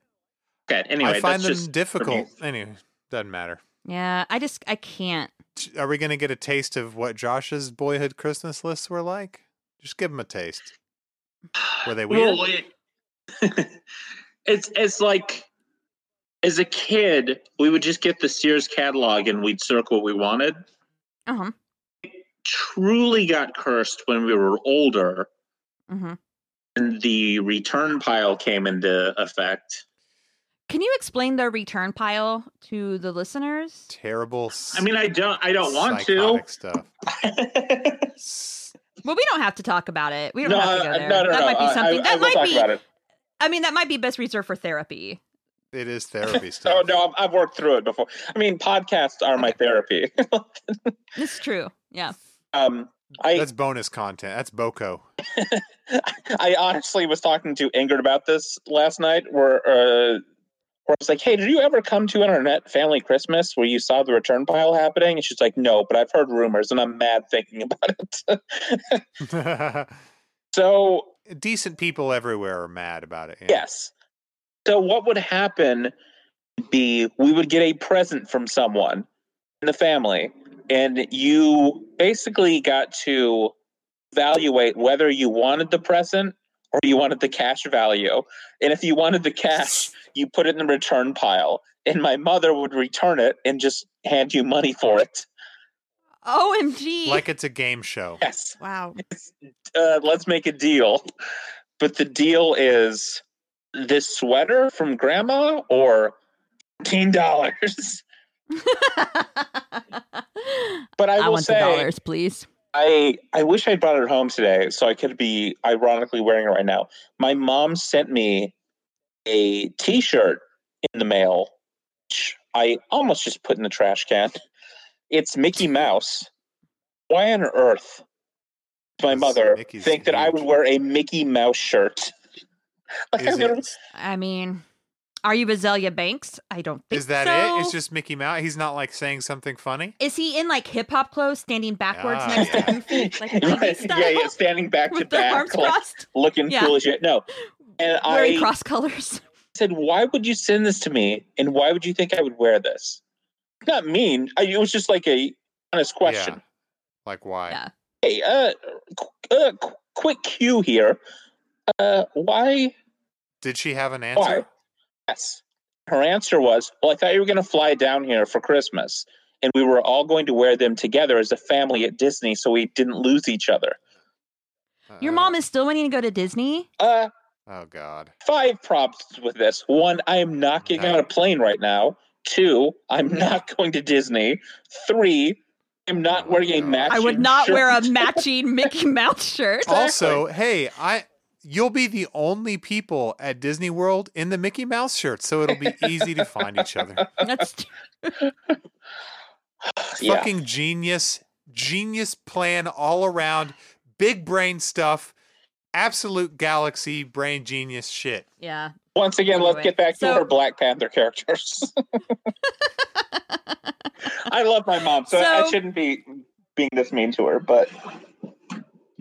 [SPEAKER 2] Okay. Anyway,
[SPEAKER 3] I find
[SPEAKER 2] that's
[SPEAKER 3] them
[SPEAKER 2] just
[SPEAKER 3] difficult.
[SPEAKER 2] for
[SPEAKER 3] Anyway, doesn't matter.
[SPEAKER 1] yeah. I just I can't.
[SPEAKER 3] T- Are we going to get a taste of what Josh's boyhood Christmas lists were like? Just give him a taste. Were they weird?
[SPEAKER 2] Well, it- it's it's like as a kid, we would just get the Sears catalog and we'd circle what we wanted.
[SPEAKER 1] Uh huh.
[SPEAKER 2] Truly got cursed when we were older
[SPEAKER 1] hmm
[SPEAKER 2] and the return pile came into effect.
[SPEAKER 1] Can you explain the return pile to the listeners?
[SPEAKER 3] Terrible.
[SPEAKER 2] I mean, I don't I don't want to.
[SPEAKER 3] psychotic stuff. S-
[SPEAKER 1] Well, we don't have to talk about it. We don't
[SPEAKER 4] no,
[SPEAKER 1] have to
[SPEAKER 4] I-
[SPEAKER 1] go
[SPEAKER 4] I-
[SPEAKER 1] there.
[SPEAKER 4] no, no,
[SPEAKER 1] that
[SPEAKER 4] no. uh,
[SPEAKER 1] might be
[SPEAKER 4] I-
[SPEAKER 1] something.
[SPEAKER 4] I, I,
[SPEAKER 1] that
[SPEAKER 4] will
[SPEAKER 1] might
[SPEAKER 4] talk
[SPEAKER 1] be.
[SPEAKER 4] about it.
[SPEAKER 1] I mean, that might be best reserved for therapy.
[SPEAKER 3] It is therapy stuff.
[SPEAKER 4] Oh no, I've- I've worked through it before. I mean, podcasts are my therapy.
[SPEAKER 1] It's true. Yeah.
[SPEAKER 4] um, I,
[SPEAKER 3] That's bonus content. That's Boko.
[SPEAKER 4] I honestly was talking to Ingrid about this last night, where uh, where I was like, "Hey, did you ever come to an internet family Christmas where you saw the return pile happening?" And she's like, "No, but I've heard rumors, and I'm mad thinking about it." so
[SPEAKER 3] Decent people everywhere are mad about it. yeah.
[SPEAKER 4] yes, so what would happen? would Be we would get a present from someone in the family, and you basically got to evaluate whether you wanted the present or you wanted the cash value. And if you wanted the cash, you put it in the return pile. And my mother would return it and just hand you money for it.
[SPEAKER 1] Omg.
[SPEAKER 3] Like it's a game show.
[SPEAKER 4] Yes.
[SPEAKER 1] wow.
[SPEAKER 4] Uh, let's make a deal. But the deal is this sweater from grandma or $15. But I,
[SPEAKER 1] I,
[SPEAKER 4] will
[SPEAKER 1] want the
[SPEAKER 4] say,
[SPEAKER 1] dollars, please.
[SPEAKER 4] I, I wish I brought it home today so I could be ironically wearing it right now. My mom sent me a t shirt in the mail, which I almost just put in the trash can. It's Mickey Mouse. Why on earth did my
[SPEAKER 3] Because
[SPEAKER 4] mother
[SPEAKER 3] Mickey's
[SPEAKER 4] think that I would
[SPEAKER 3] huge.
[SPEAKER 4] wear a Mickey Mouse shirt? like, I
[SPEAKER 3] Is,
[SPEAKER 4] literally-
[SPEAKER 3] it,
[SPEAKER 1] I mean, are you Azalea Banks? I don't think
[SPEAKER 3] is that
[SPEAKER 1] so.
[SPEAKER 3] it? It's just Mickey Mouse. He's not like saying something funny.
[SPEAKER 1] Is he in like hip hop clothes, standing backwards
[SPEAKER 3] Ah,
[SPEAKER 1] next
[SPEAKER 3] yeah.
[SPEAKER 1] to Goofy, like
[SPEAKER 4] Right,
[SPEAKER 1] Goofy style,
[SPEAKER 4] yeah, yeah, standing back to
[SPEAKER 1] with their arms
[SPEAKER 4] back, like,
[SPEAKER 1] crossed,
[SPEAKER 4] looking
[SPEAKER 1] Yeah.
[SPEAKER 4] cool as shit. No, and
[SPEAKER 1] wearing
[SPEAKER 4] I
[SPEAKER 1] cross colors?
[SPEAKER 4] said, "Why would you send this to me? And why would you think I would wear this?" Not mean. I, it was just like a honest question.
[SPEAKER 3] Yeah. Like why?
[SPEAKER 1] Yeah.
[SPEAKER 4] Hey, uh, qu- uh, qu- quick cue here. Uh, why?
[SPEAKER 3] Did she have an answer?
[SPEAKER 4] Why? Yes. Her answer was, "Well, I thought you were going to fly down here for Christmas, and we were all going to wear them together as a family at Disney, so we didn't lose each other."
[SPEAKER 1] Your
[SPEAKER 3] Uh,
[SPEAKER 1] mom is still wanting to go to Disney?
[SPEAKER 4] Uh,
[SPEAKER 3] Oh God.
[SPEAKER 4] five problems with this. One, I am not getting on a plane right now. Two, I'm
[SPEAKER 3] Mm-hmm.
[SPEAKER 4] not going to Disney. Three, I'm not
[SPEAKER 3] Oh,
[SPEAKER 4] wearing a
[SPEAKER 3] God.
[SPEAKER 4] match.
[SPEAKER 1] I would not wear a matching Mickey Mouse shirt.
[SPEAKER 3] Also, hey, I you'll be the only people at Disney World in the Mickey Mouse shirt, so it'll be easy to find each other.
[SPEAKER 1] That's
[SPEAKER 4] Yeah.
[SPEAKER 3] Fucking genius, genius plan all around, big brain stuff, absolute galaxy brain genius shit.
[SPEAKER 1] yeah.
[SPEAKER 4] Once again, let's
[SPEAKER 1] Anyway,
[SPEAKER 4] get back
[SPEAKER 1] so-
[SPEAKER 4] to our Black Panther characters. I love my mom, so, I
[SPEAKER 1] So-
[SPEAKER 4] shouldn't be being this mean to her, but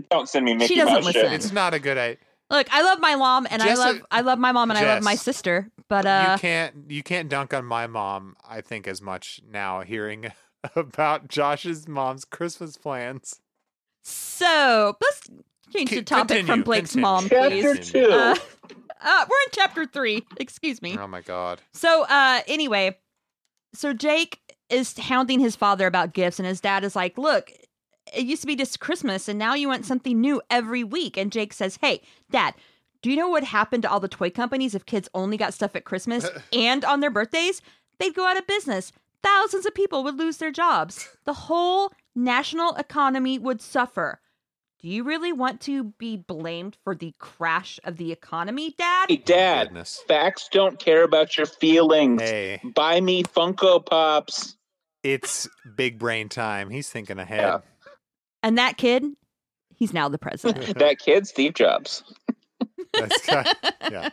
[SPEAKER 4] don't send me Mickey
[SPEAKER 1] doesn't
[SPEAKER 4] Mouse
[SPEAKER 1] listen.
[SPEAKER 4] shit.
[SPEAKER 3] It's not a good idea.
[SPEAKER 1] Look, I love my mom and
[SPEAKER 3] Jess-
[SPEAKER 1] I love I love my mom and I love my
[SPEAKER 3] Jess.
[SPEAKER 1] sister, but uh
[SPEAKER 3] you can't you can't dunk on my mom. I think as much now hearing about Josh's mom's Christmas plans.
[SPEAKER 1] so let's change the
[SPEAKER 3] Con-
[SPEAKER 1] topic from
[SPEAKER 3] continue,
[SPEAKER 1] Blake's
[SPEAKER 3] continue.
[SPEAKER 1] mom,
[SPEAKER 4] Chapter
[SPEAKER 1] please.
[SPEAKER 3] Please.
[SPEAKER 4] two.
[SPEAKER 1] Uh, uh, we're in chapter three. Excuse me.
[SPEAKER 3] Oh my god.
[SPEAKER 1] So uh anyway, so Jake is hounding his father about gifts and his dad is like, "Look, it used to be just Christmas and now you want something new every week." And Jake says, "Hey, dad, do you know what happened to all the toy companies if kids only got stuff at Christmas and on their birthdays? They'd go out of business. Thousands of people would lose their jobs. The whole national economy would suffer." Do you really want to be blamed for the crash of the economy, Dad?
[SPEAKER 4] hey, Dad,
[SPEAKER 3] Goodness.
[SPEAKER 4] facts don't care about your feelings.
[SPEAKER 3] Hey,
[SPEAKER 4] Buy me Funko Pops.
[SPEAKER 3] it's big brain time. He's thinking ahead.
[SPEAKER 4] Yeah.
[SPEAKER 1] And that kid, he's now the president.
[SPEAKER 4] That kid, Steve Jobs.
[SPEAKER 3] That's got- yeah.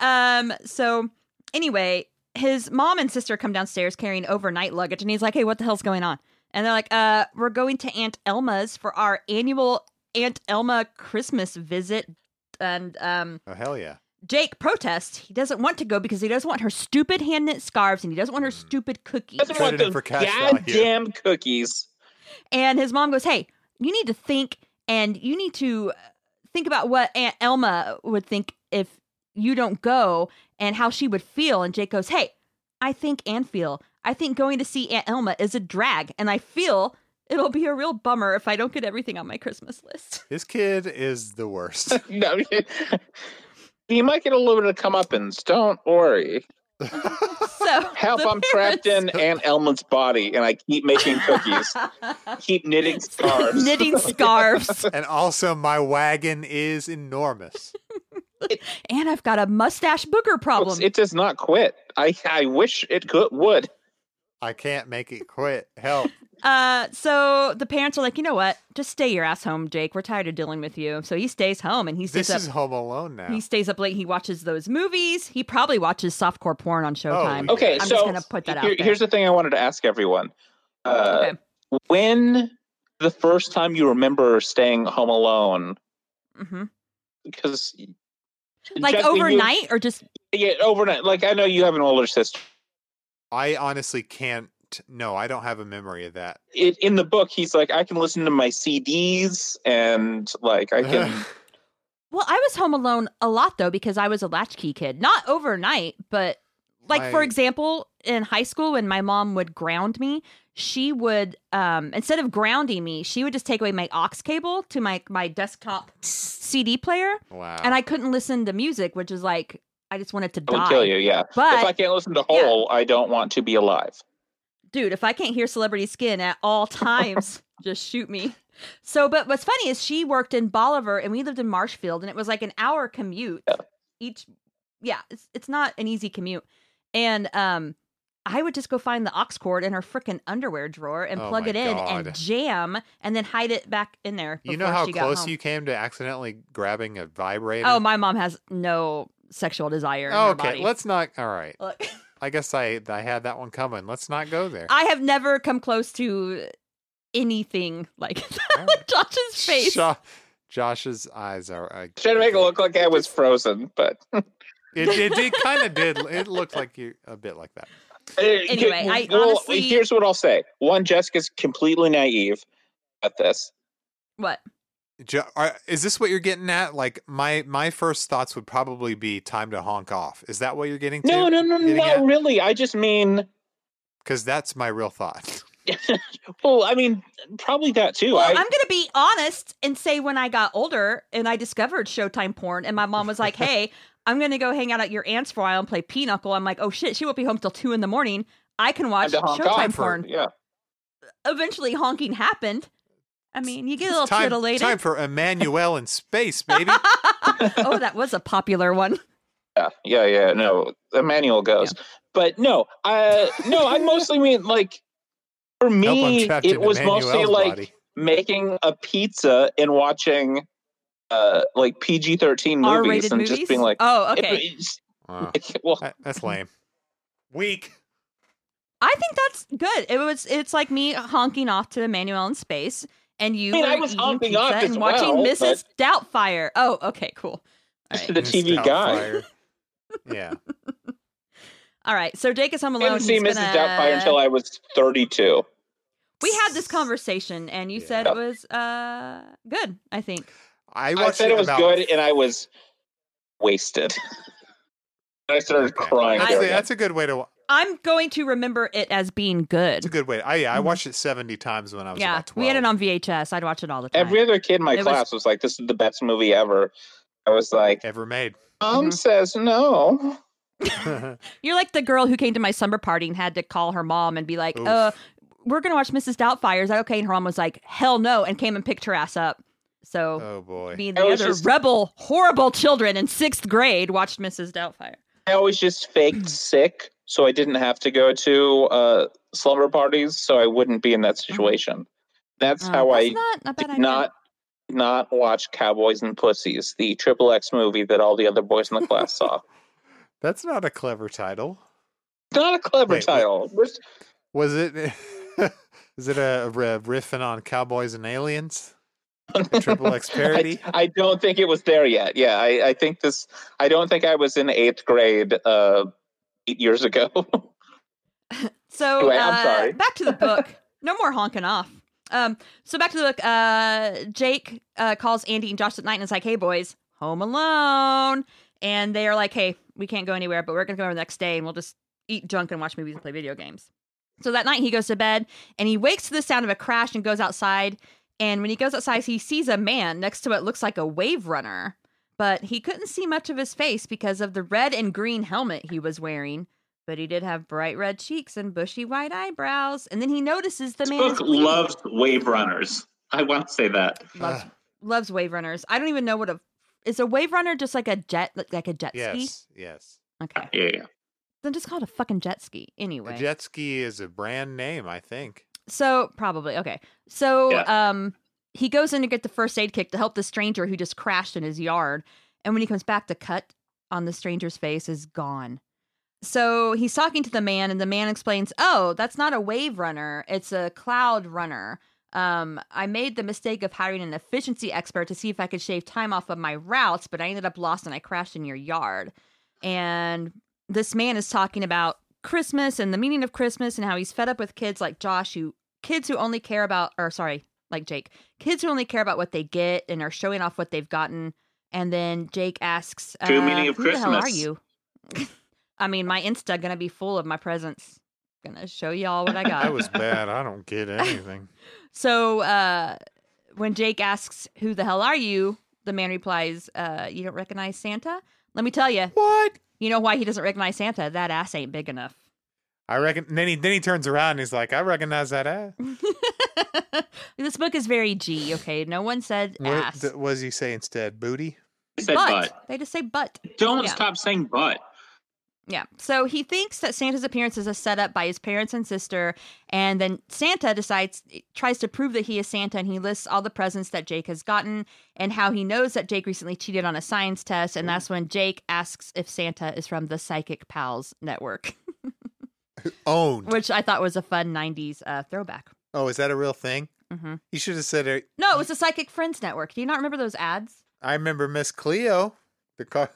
[SPEAKER 1] Um, so anyway, his mom and sister come downstairs carrying overnight luggage, and he's like, Hey, what the hell's going on? And they're like, uh, we're going to Aunt Elma's for our annual Aunt Elma Christmas visit. And um
[SPEAKER 3] Oh hell yeah.
[SPEAKER 1] Jake protests. He doesn't want to go because he doesn't want her stupid hand knit scarves and he doesn't want her
[SPEAKER 3] Mm.
[SPEAKER 1] stupid cookies.
[SPEAKER 4] Doesn't
[SPEAKER 3] Traded
[SPEAKER 4] want
[SPEAKER 3] in
[SPEAKER 4] those
[SPEAKER 3] for cash value.
[SPEAKER 4] goddamn cookies.
[SPEAKER 1] And his mom goes, Hey, you need to think and you need to uh, think about what Aunt Elma would think if you don't go and how she would feel. And Jake goes, Hey, I think and feel. I think going to see Aunt Elma is a drag. And I feel it'll be a real bummer if I don't get everything on my Christmas list.
[SPEAKER 3] This kid is the worst.
[SPEAKER 4] No, you might get a little bit of comeuppance. Don't worry.
[SPEAKER 1] So
[SPEAKER 4] Help!
[SPEAKER 1] the
[SPEAKER 4] I'm trapped in
[SPEAKER 1] parents-
[SPEAKER 4] Aunt Elma's body, and I keep making cookies. keep knitting scarves.
[SPEAKER 1] Knitting scarves.
[SPEAKER 3] and also my wagon is enormous.
[SPEAKER 1] And I've got a mustache booger problem.
[SPEAKER 4] It does not quit. I I wish it could would.
[SPEAKER 3] I can't make it quit. Help.
[SPEAKER 1] Uh, so the parents are like, you know what? Just stay your ass home, Jake. We're tired of dealing with you. So he stays home and he stays
[SPEAKER 3] This
[SPEAKER 1] up.
[SPEAKER 3] is home alone now.
[SPEAKER 1] He stays up late. He watches those movies. He probably watches softcore porn
[SPEAKER 3] Oh,
[SPEAKER 1] on Showtime.
[SPEAKER 3] yeah.
[SPEAKER 4] Okay,
[SPEAKER 1] I'm
[SPEAKER 4] so
[SPEAKER 1] just gonna put that out.
[SPEAKER 4] here-
[SPEAKER 1] there.
[SPEAKER 4] here's the thing I wanted to ask everyone: uh, When the first time you remember staying home alone?
[SPEAKER 1] okay. hmm
[SPEAKER 4] Because
[SPEAKER 1] Like overnight or just
[SPEAKER 4] yeah, overnight. Like I know you have an older sister.
[SPEAKER 3] I honestly can't. No, I don't have a memory of that.
[SPEAKER 4] it, in the book, he's like, I can listen to my CDs and like I can.
[SPEAKER 1] well, I was home alone a lot though because I was a latchkey kid. Not overnight, but like for
[SPEAKER 3] My-
[SPEAKER 1] example, in high school when my mom would ground me, she would um instead of grounding me, she would just take away my aux cable to my my desktop CD player.
[SPEAKER 3] wow.
[SPEAKER 1] and I couldn't listen to music, which is like I just wanted to
[SPEAKER 4] I
[SPEAKER 1] die.
[SPEAKER 4] will kill you. Yeah. if I
[SPEAKER 1] But
[SPEAKER 4] can't listen to
[SPEAKER 1] yeah.
[SPEAKER 4] whole, I don't want to be alive.
[SPEAKER 1] dude, if I can't hear Celebrity Skin at all times, just shoot me. So, but what's funny is she worked in Bolivar and we lived in Marshfield, and it was like an hour commute
[SPEAKER 4] Yeah.
[SPEAKER 1] each. Yeah, it's it's not an easy commute, and um. I would just go find the aux cord in her frickin' underwear drawer and
[SPEAKER 3] Oh
[SPEAKER 1] plug
[SPEAKER 3] my
[SPEAKER 1] it in
[SPEAKER 3] God.
[SPEAKER 1] and jam, and then hide it back in there.
[SPEAKER 3] you know
[SPEAKER 1] before
[SPEAKER 3] how
[SPEAKER 1] she got
[SPEAKER 3] close
[SPEAKER 1] home.
[SPEAKER 3] you came to accidentally grabbing a vibrator?
[SPEAKER 1] Oh, my mom has no sexual desire. in her
[SPEAKER 3] Oh, okay,
[SPEAKER 1] body.
[SPEAKER 3] let's not. All right.
[SPEAKER 1] Look.
[SPEAKER 3] I guess I I had that one coming. Let's not go there.
[SPEAKER 1] I have never come close to anything like
[SPEAKER 3] All
[SPEAKER 1] that.
[SPEAKER 3] right.
[SPEAKER 1] Josh's face.
[SPEAKER 3] Jo- Josh's eyes are. Uh,
[SPEAKER 4] Should make it look like I was frozen, but
[SPEAKER 3] It, it did kind of did. It looked like you a bit like that.
[SPEAKER 4] uh,
[SPEAKER 1] Anyway, I honestly-
[SPEAKER 4] here's what I'll say. One, Jessica's completely naive at this.
[SPEAKER 1] What?
[SPEAKER 3] Jo- are, is this what you're getting at? Like my my first thoughts would probably be time to honk off. Is that what you're getting to?
[SPEAKER 4] No, no, no,
[SPEAKER 3] getting
[SPEAKER 4] not
[SPEAKER 3] at-
[SPEAKER 4] really. I just mean,
[SPEAKER 3] Because that's my real thought.
[SPEAKER 4] well, I mean, probably that too.
[SPEAKER 1] Well,
[SPEAKER 4] I,
[SPEAKER 1] I'm going to be honest and say when I got older and I discovered Showtime porn, and my mom was like, hey, I'm going to go hang out at your aunt's for a while and play Pinochle. I'm like, oh shit, she won't be home till two in the morning. I can watch
[SPEAKER 4] had to honk
[SPEAKER 1] Showtime
[SPEAKER 4] off.
[SPEAKER 1] porn.
[SPEAKER 4] Yeah.
[SPEAKER 1] Eventually, honking happened. I mean, you get a little
[SPEAKER 3] time,
[SPEAKER 1] titillated.
[SPEAKER 3] time for Emmanuel in space, baby.
[SPEAKER 1] oh, that was a popular one.
[SPEAKER 4] Yeah, yeah, yeah. No, the manual goes. But no, uh, no, I mostly mean like for
[SPEAKER 3] Nope, I'm
[SPEAKER 4] me,
[SPEAKER 3] trapped
[SPEAKER 4] it
[SPEAKER 3] in
[SPEAKER 4] was mostly
[SPEAKER 3] Emmanuel's
[SPEAKER 4] like
[SPEAKER 3] body.
[SPEAKER 4] making a pizza and watching uh, like PG thirteen
[SPEAKER 1] R
[SPEAKER 4] movies
[SPEAKER 1] rated
[SPEAKER 4] and
[SPEAKER 1] movies.
[SPEAKER 4] just being like,
[SPEAKER 1] oh,
[SPEAKER 4] it-
[SPEAKER 1] okay.
[SPEAKER 4] it's-
[SPEAKER 3] Wow.
[SPEAKER 4] well,
[SPEAKER 3] That- that's lame. Weak.
[SPEAKER 1] I think that's good. It was. It's like me honking off to Emmanuel in space, and you
[SPEAKER 4] I mean,
[SPEAKER 1] were
[SPEAKER 4] I was
[SPEAKER 1] eating
[SPEAKER 4] honking
[SPEAKER 1] pizza
[SPEAKER 4] off as
[SPEAKER 1] and watching
[SPEAKER 4] well,
[SPEAKER 1] Mrs. Doubtfire. Oh, okay, cool. All right.
[SPEAKER 4] the TV guy.
[SPEAKER 3] Doubtfire. yeah.
[SPEAKER 1] All right. So Jake is home
[SPEAKER 4] I
[SPEAKER 1] alone.
[SPEAKER 4] didn't see
[SPEAKER 1] He's
[SPEAKER 4] Mrs.
[SPEAKER 1] gonna-
[SPEAKER 4] Doubtfire until I was thirty two.
[SPEAKER 1] we had this conversation, and you
[SPEAKER 3] Yeah.
[SPEAKER 1] said it was uh good. I think.
[SPEAKER 3] I
[SPEAKER 4] I
[SPEAKER 3] watched
[SPEAKER 4] said it was
[SPEAKER 3] about
[SPEAKER 4] good, and I was wasted. I started
[SPEAKER 3] Okay.
[SPEAKER 4] crying.
[SPEAKER 3] That's,
[SPEAKER 4] there
[SPEAKER 3] a,
[SPEAKER 4] again.
[SPEAKER 3] that's a good way to. wa-
[SPEAKER 1] I'm going to remember it as being
[SPEAKER 3] It's a
[SPEAKER 1] good.
[SPEAKER 3] good way. I yeah, I
[SPEAKER 1] Mhm.
[SPEAKER 3] watched it seventy times when I was
[SPEAKER 1] Yeah,
[SPEAKER 3] about twelve.
[SPEAKER 1] we had it on VHS. I'd watch it all the time.
[SPEAKER 4] Every other kid in my
[SPEAKER 1] It was-
[SPEAKER 4] class was, like, "This is the best movie ever." I was like,
[SPEAKER 3] ever made.
[SPEAKER 4] "Mom
[SPEAKER 1] Mhm.
[SPEAKER 4] says no."
[SPEAKER 1] You're like the girl who came to my summer party and had to call her mom and be like,
[SPEAKER 3] Oof.
[SPEAKER 1] "Uh, we're gonna watch Mrs. Doubtfire. Is that okay?" And her mom was like, "Hell no!" and came and picked her ass up. So
[SPEAKER 3] oh boy.
[SPEAKER 1] me and
[SPEAKER 4] I
[SPEAKER 1] the
[SPEAKER 4] was
[SPEAKER 1] other
[SPEAKER 4] just-
[SPEAKER 1] rebel, horrible children in sixth grade watched Mrs. Doubtfire.
[SPEAKER 4] I always just
[SPEAKER 1] Hmm.
[SPEAKER 4] faked sick, so I didn't have to go to uh, slumber parties, so I wouldn't be in that situation. That's
[SPEAKER 1] Uh,
[SPEAKER 4] how I
[SPEAKER 1] Mm-hmm. that's not a bad
[SPEAKER 4] did
[SPEAKER 1] idea.
[SPEAKER 4] not not watch Cowboys and Pussies, the triple X movie that all the other boys in the class saw.
[SPEAKER 3] That's not a clever title.
[SPEAKER 4] Not a clever
[SPEAKER 3] Wait, wait.
[SPEAKER 4] title. We're-
[SPEAKER 3] Was it? Is it a, r- riffing on cowboys and aliens? A triple X parody.
[SPEAKER 4] I, I don't think it was there yet. Yeah, I, I think this. I don't think I was in eighth grade uh, eight years ago.
[SPEAKER 1] So
[SPEAKER 4] Anyway, I'm
[SPEAKER 1] uh,
[SPEAKER 4] sorry.
[SPEAKER 1] back to the book. no more honking off. Um, so back to the book. Uh, Jake uh, calls Andy and Josh at night and is like, "Hey boys, home alone." And they are like, "Hey, we can't go anywhere, but we're gonna go over the next day and we'll just eat junk and watch movies and play video games." So that night he goes to bed and he wakes to the sound of a crash and goes outside. And when he goes outside, he sees a man next to what looks like a wave runner, but he couldn't see much of his face because of the red and green helmet he was wearing but he did have bright red cheeks and bushy white eyebrows. And then he notices the
[SPEAKER 2] This
[SPEAKER 1] man is
[SPEAKER 2] book
[SPEAKER 1] bleeding.
[SPEAKER 2] loves wave runners. I want to say that.
[SPEAKER 1] loves,
[SPEAKER 3] Ah.
[SPEAKER 1] loves wave runners. I don't even know what a is a wave runner. Just like a jet, like, like a jet ski.
[SPEAKER 3] Yes. Yes.
[SPEAKER 1] Okay,
[SPEAKER 2] Yeah, yeah.
[SPEAKER 1] then just call it a fucking jet ski
[SPEAKER 3] A
[SPEAKER 1] anyway.
[SPEAKER 3] jet ski is a brand name, I think.
[SPEAKER 1] so probably okay. So
[SPEAKER 2] Yeah.
[SPEAKER 1] um, he goes in to get the first aid kit to help the stranger who just crashed in his yard. And when he comes back, the cut on the stranger's face is gone. So he's talking to the man, and the man explains, "Oh, that's not a wave runner; it's a cloud runner. Um, I made the mistake of hiring an efficiency expert to see if I could shave time off of my routes, but I ended up lost and I crashed in your yard." And this man is talking about Christmas and the meaning of Christmas, and how he's fed up with kids like Josh, who kids who only care about, or sorry, like Jake, kids who only care about what they get and are showing off what they've gotten. And then Jake asks,
[SPEAKER 2] True
[SPEAKER 1] uh,
[SPEAKER 2] meaning of
[SPEAKER 1] "Who the hell are
[SPEAKER 2] Christmas."
[SPEAKER 1] you?" I mean, my Insta gonna be full of my presents. Gonna show y'all what I got.
[SPEAKER 3] I was bad. I don't get anything.
[SPEAKER 1] so uh, when Jake asks, "Who the hell are you?" the man replies, uh, "You don't recognize Santa." Let me tell you,
[SPEAKER 3] What?
[SPEAKER 1] you know why he doesn't recognize Santa? That ass ain't big enough.
[SPEAKER 3] I reckon. Then he then he turns around and he's like, "I recognize that ass."
[SPEAKER 1] this book is very G. Okay, no one said
[SPEAKER 3] What
[SPEAKER 1] ass,
[SPEAKER 3] th- what does he say instead? Booty.
[SPEAKER 2] I said
[SPEAKER 1] but,
[SPEAKER 2] but.
[SPEAKER 1] they just say butt.
[SPEAKER 2] Don't
[SPEAKER 1] Yeah.
[SPEAKER 2] stop saying but.
[SPEAKER 1] Yeah. So he thinks that Santa's appearance is a setup by his parents and sister, and then Santa decides tries to prove that he is Santa and he lists all the presents that Jake has gotten and how he knows that Jake recently cheated on a science test, and that's when Jake asks if Santa is from the Psychic Pals network,
[SPEAKER 3] Owned.
[SPEAKER 1] which I thought was a fun 90s uh, throwback.
[SPEAKER 3] Oh, is that a real thing?
[SPEAKER 4] Mm-hmm.
[SPEAKER 1] hmm
[SPEAKER 3] You should have said uh, it.
[SPEAKER 1] No, it was the Psychic Friends network. Do you not remember those ads?
[SPEAKER 3] I remember Miss Cleo. The car.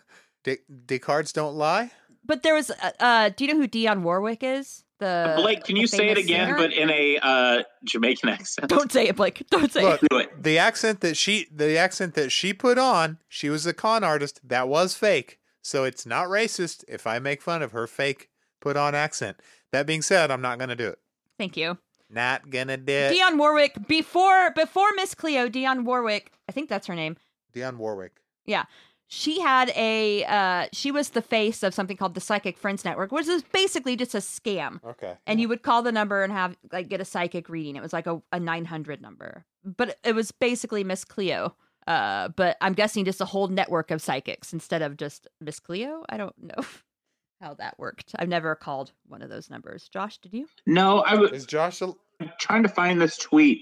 [SPEAKER 3] The, the cards don't lie.
[SPEAKER 1] But there was, uh, uh, do you know who Dionne Warwick is? The
[SPEAKER 4] Blake, can
[SPEAKER 1] the
[SPEAKER 4] you say it
[SPEAKER 1] famous
[SPEAKER 4] again,
[SPEAKER 1] singer?
[SPEAKER 4] but in a uh, Jamaican accent?
[SPEAKER 1] don't say it, Blake. Don't say
[SPEAKER 3] Look,
[SPEAKER 1] it.
[SPEAKER 4] do it.
[SPEAKER 3] the accent that she the accent that she put on she was a con artist that was fake so it's not racist if i make fun of her fake put on accent that being said i'm not gonna do it
[SPEAKER 1] Thank you,
[SPEAKER 3] not gonna do it
[SPEAKER 1] Dion Warwick. Before before Miss Cleo, Dion Warwick. I think that's her name.
[SPEAKER 3] dionne warwick
[SPEAKER 1] She had a uh, she was the face of something called the Psychic Friends Network, which is basically just a scam.
[SPEAKER 3] okay
[SPEAKER 1] and you would call the number and have like get a psychic reading. It was like a, a 900 number, but it was basically Miss Cleo. Uh, but I'm guessing just a whole network of psychics instead of just Miss Cleo. I don't know how that worked. I've never called one of those numbers. Josh, did you?
[SPEAKER 4] No, I was
[SPEAKER 3] is josh a,
[SPEAKER 4] trying to find this tweet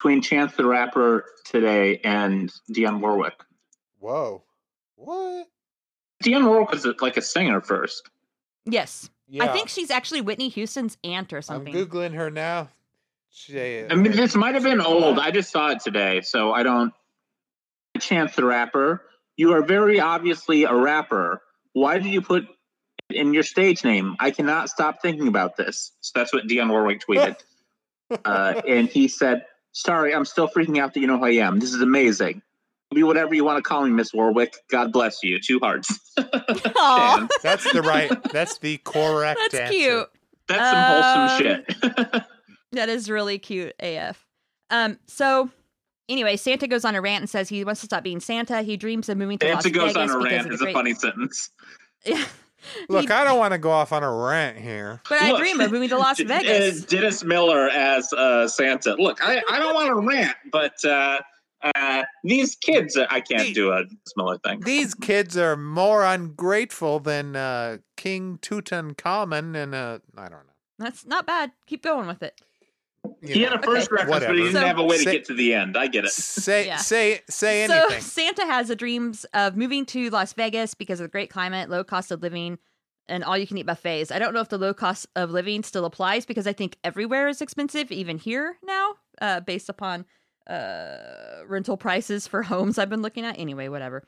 [SPEAKER 4] between Chance the Rapper today and Dionne Warwick.
[SPEAKER 3] whoa what
[SPEAKER 4] Dionne Warwick was like a singer first.
[SPEAKER 1] Yes.
[SPEAKER 3] yeah
[SPEAKER 1] I think she's actually Whitney Houston's aunt or
[SPEAKER 3] i'm
[SPEAKER 1] something.
[SPEAKER 3] googling her now she,
[SPEAKER 4] I mean, this might have been old. I just saw it today, so I don't. Chance the Rapper, you are very obviously a rapper. Why did you put it in your stage name? I cannot stop thinking about this. So that's what Dionne Warwick tweeted. uh, and he said, Sorry, I'm still freaking out that you know who I am. This is amazing. Be whatever you want to call me, Miss Warwick. God bless you. Two hearts.
[SPEAKER 1] Aw,
[SPEAKER 3] that's the right that's the correct
[SPEAKER 1] that's
[SPEAKER 3] answer.
[SPEAKER 1] cute.
[SPEAKER 4] That's some
[SPEAKER 1] Um,
[SPEAKER 4] wholesome shit.
[SPEAKER 1] That is really cute AF. Um, so anyway, Santa goes on a rant and says he wants to stop being Santa. He dreams of moving to Las
[SPEAKER 4] Santa goes
[SPEAKER 1] Vegas
[SPEAKER 4] on a
[SPEAKER 1] because
[SPEAKER 4] rant
[SPEAKER 1] of the
[SPEAKER 4] is a
[SPEAKER 1] great-
[SPEAKER 4] funny sentence.
[SPEAKER 1] Yeah.
[SPEAKER 3] look
[SPEAKER 1] He-
[SPEAKER 3] i don't want to go off on a rant here
[SPEAKER 1] But I
[SPEAKER 4] Look,
[SPEAKER 1] dream of moving to Las
[SPEAKER 4] D-
[SPEAKER 1] Vegas.
[SPEAKER 4] uh, Dennis Miller as uh, Santa. Look, I, I don't want to rant, but uh, uh, these kids, I can't do a Dennis Miller thing.
[SPEAKER 3] These kids are more ungrateful than uh, King Tutankhamun and uh, I don't know.
[SPEAKER 1] That's not bad. Keep going with it.
[SPEAKER 3] You
[SPEAKER 4] He
[SPEAKER 3] know.
[SPEAKER 4] had a first
[SPEAKER 3] Okay.
[SPEAKER 4] reference, but he
[SPEAKER 3] Whatever.
[SPEAKER 4] didn't
[SPEAKER 1] So-
[SPEAKER 4] have a way to
[SPEAKER 3] Say-
[SPEAKER 4] get to the end. I get it.
[SPEAKER 3] say
[SPEAKER 1] Yeah.
[SPEAKER 3] say say
[SPEAKER 1] so
[SPEAKER 3] anything.
[SPEAKER 1] Santa has a dreams of moving to Las Vegas because of the great climate, low cost of living, and all you can eat buffets. I don't know if the low cost of living still applies because I think everywhere is expensive, even here now, uh, based upon uh, rental prices for homes I've been looking at. Anyway, whatever.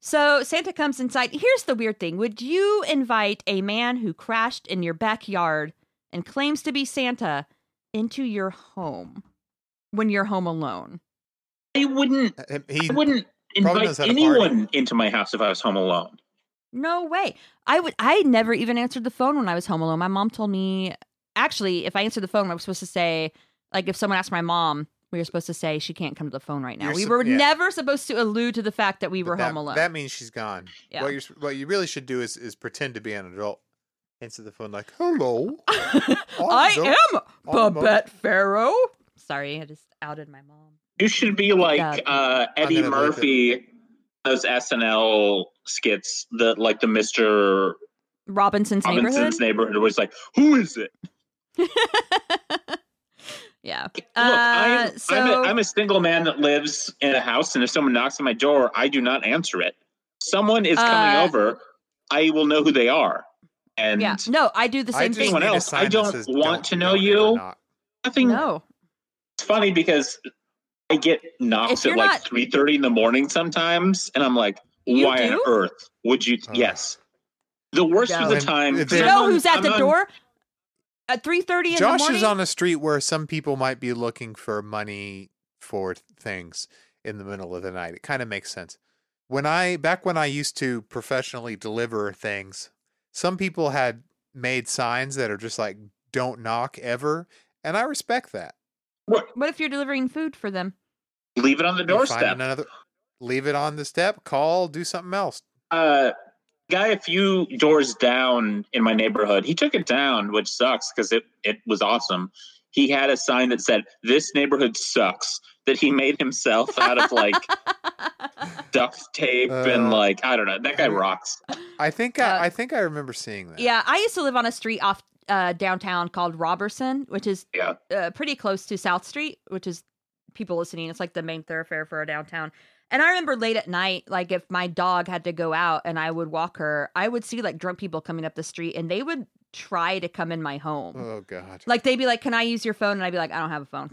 [SPEAKER 1] So Santa comes inside. Here's the weird thing: Would you invite a man who crashed in your backyard and claims to be Santa into your home when you're home alone?
[SPEAKER 4] I wouldn't.
[SPEAKER 3] Uh, He
[SPEAKER 4] I wouldn't invite
[SPEAKER 3] knows how to
[SPEAKER 4] anyone into my house if I was home alone.
[SPEAKER 1] No way. I would. I never even answered the phone when I was home alone. My mom told me, actually, if I answered the phone, I was supposed to say, like, if someone asked my mom, we were supposed to say she can't come to the phone right now.
[SPEAKER 3] You're
[SPEAKER 1] we
[SPEAKER 3] sup-
[SPEAKER 1] were
[SPEAKER 3] yeah.
[SPEAKER 1] never supposed to allude to the fact that we
[SPEAKER 3] but
[SPEAKER 1] were
[SPEAKER 3] that,
[SPEAKER 1] home alone.
[SPEAKER 3] That means she's gone.
[SPEAKER 1] Yeah.
[SPEAKER 3] What you what you really should do is is pretend to be an adult. Answer the phone like, "Hello."
[SPEAKER 1] I am
[SPEAKER 3] I'm not-
[SPEAKER 1] Babette Pharaoh. Sorry, I just outed my mom.
[SPEAKER 4] You should be like
[SPEAKER 1] Yeah.
[SPEAKER 4] uh, Eddie
[SPEAKER 3] gonna look
[SPEAKER 4] Murphy, those SNL skits, the like the Mister
[SPEAKER 1] Robinson's neighborhood.
[SPEAKER 4] Robinson's neighborhood, where it's like, "Who is it?"
[SPEAKER 1] yeah.
[SPEAKER 4] Look,
[SPEAKER 1] Uh,
[SPEAKER 4] I'm, I'm,
[SPEAKER 1] so-
[SPEAKER 4] a, I'm a single man that lives in a house, and if someone knocks on my door, I do not answer it. Someone is coming
[SPEAKER 1] Uh,
[SPEAKER 4] over. I will know who they are, and
[SPEAKER 1] Yeah. No, I do the
[SPEAKER 3] I
[SPEAKER 1] same
[SPEAKER 3] just
[SPEAKER 1] thing.
[SPEAKER 4] Anyone
[SPEAKER 3] need a
[SPEAKER 4] else, I
[SPEAKER 3] sign that
[SPEAKER 4] don't
[SPEAKER 3] says,
[SPEAKER 4] want to know
[SPEAKER 3] don't ever
[SPEAKER 4] you."
[SPEAKER 3] knock."
[SPEAKER 4] nothing.
[SPEAKER 1] No.
[SPEAKER 4] It's funny because I get knocks
[SPEAKER 1] If you're
[SPEAKER 4] at like
[SPEAKER 1] not-
[SPEAKER 4] three thirty in the morning sometimes, and I'm like,
[SPEAKER 1] You
[SPEAKER 4] "Why on
[SPEAKER 1] do?
[SPEAKER 4] earth would you?"
[SPEAKER 3] Ugh.
[SPEAKER 4] yes. The worst of the
[SPEAKER 3] No.
[SPEAKER 4] time.
[SPEAKER 3] If
[SPEAKER 1] Do you
[SPEAKER 3] they're-
[SPEAKER 1] know
[SPEAKER 4] someone-
[SPEAKER 1] who's at
[SPEAKER 4] I'm
[SPEAKER 1] the
[SPEAKER 4] on-
[SPEAKER 1] door at three thirty in the
[SPEAKER 3] Josh
[SPEAKER 1] morning?
[SPEAKER 3] is on a street where some people might be looking for money for things in the middle of the night. It kind of makes sense. When I back when I used to professionally deliver things, some people had made signs that are just like "Don't knock ever," and I respect that.
[SPEAKER 1] What if you're delivering food for them?
[SPEAKER 4] Leave it on the
[SPEAKER 3] You Find
[SPEAKER 4] doorstep.
[SPEAKER 3] another, leave it on the step. Call, do something else.
[SPEAKER 4] uh guy a few doors down in my neighborhood he took it down which sucks because it it was awesome he had a sign that said this neighborhood sucks that he made himself out of like duct tape and
[SPEAKER 3] Uh,
[SPEAKER 4] like i don't know that guy rocks
[SPEAKER 3] I think
[SPEAKER 1] Uh,
[SPEAKER 3] I, I think I remember seeing that.
[SPEAKER 1] yeah, I used to live on a street off uh, downtown called Robertson, which is
[SPEAKER 4] Yeah.
[SPEAKER 1] uh, pretty close to South Street, which is people listening. It's like the main thoroughfare for our downtown. And I remember late at night, like if my dog had to go out and I would walk her, I would see like drunk people coming up the street and they would try to come in my home.
[SPEAKER 3] Oh God.
[SPEAKER 1] Like they'd be like, "Can I use your phone?" And I'd be like, "I don't have a phone."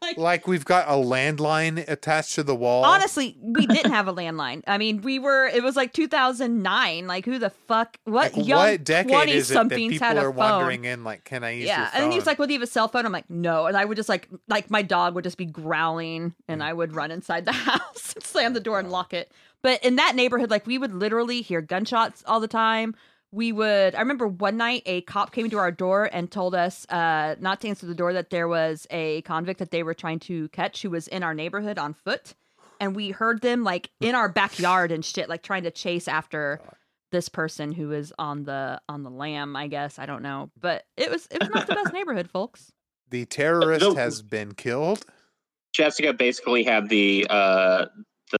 [SPEAKER 1] like,
[SPEAKER 3] Like we've got a landline attached to the wall.
[SPEAKER 1] honestly, we didn't have a landline. I mean, we were. It was like 2009. Like, who the fuck? What
[SPEAKER 3] like,
[SPEAKER 1] young
[SPEAKER 3] what decade
[SPEAKER 1] 20
[SPEAKER 3] is it that
[SPEAKER 1] somethings
[SPEAKER 3] people
[SPEAKER 1] had a
[SPEAKER 3] are
[SPEAKER 1] phone?
[SPEAKER 3] wandering in? Like, can I use your
[SPEAKER 1] yeah,
[SPEAKER 3] phone?
[SPEAKER 1] and then he was like, "Well, do you have a cell phone?" I'm like, "No," and I would just like, like my dog would just be growling, and
[SPEAKER 3] Mm.
[SPEAKER 1] I would run inside the house, and slam the door, and lock it. But in that neighborhood, like we would literally hear gunshots all the time. We would. I remember one night a cop came to our door and told us uh, not to answer the door that there was a convict that they were trying to catch who was in our neighborhood on foot, and we heard them like in our backyard and shit, like trying to chase after this person who is on the on the lamb i guess i don't know but it was it was not the best neighborhood folks
[SPEAKER 3] the terrorist
[SPEAKER 4] No.
[SPEAKER 3] has been killed.
[SPEAKER 4] Jessica basically had the uh,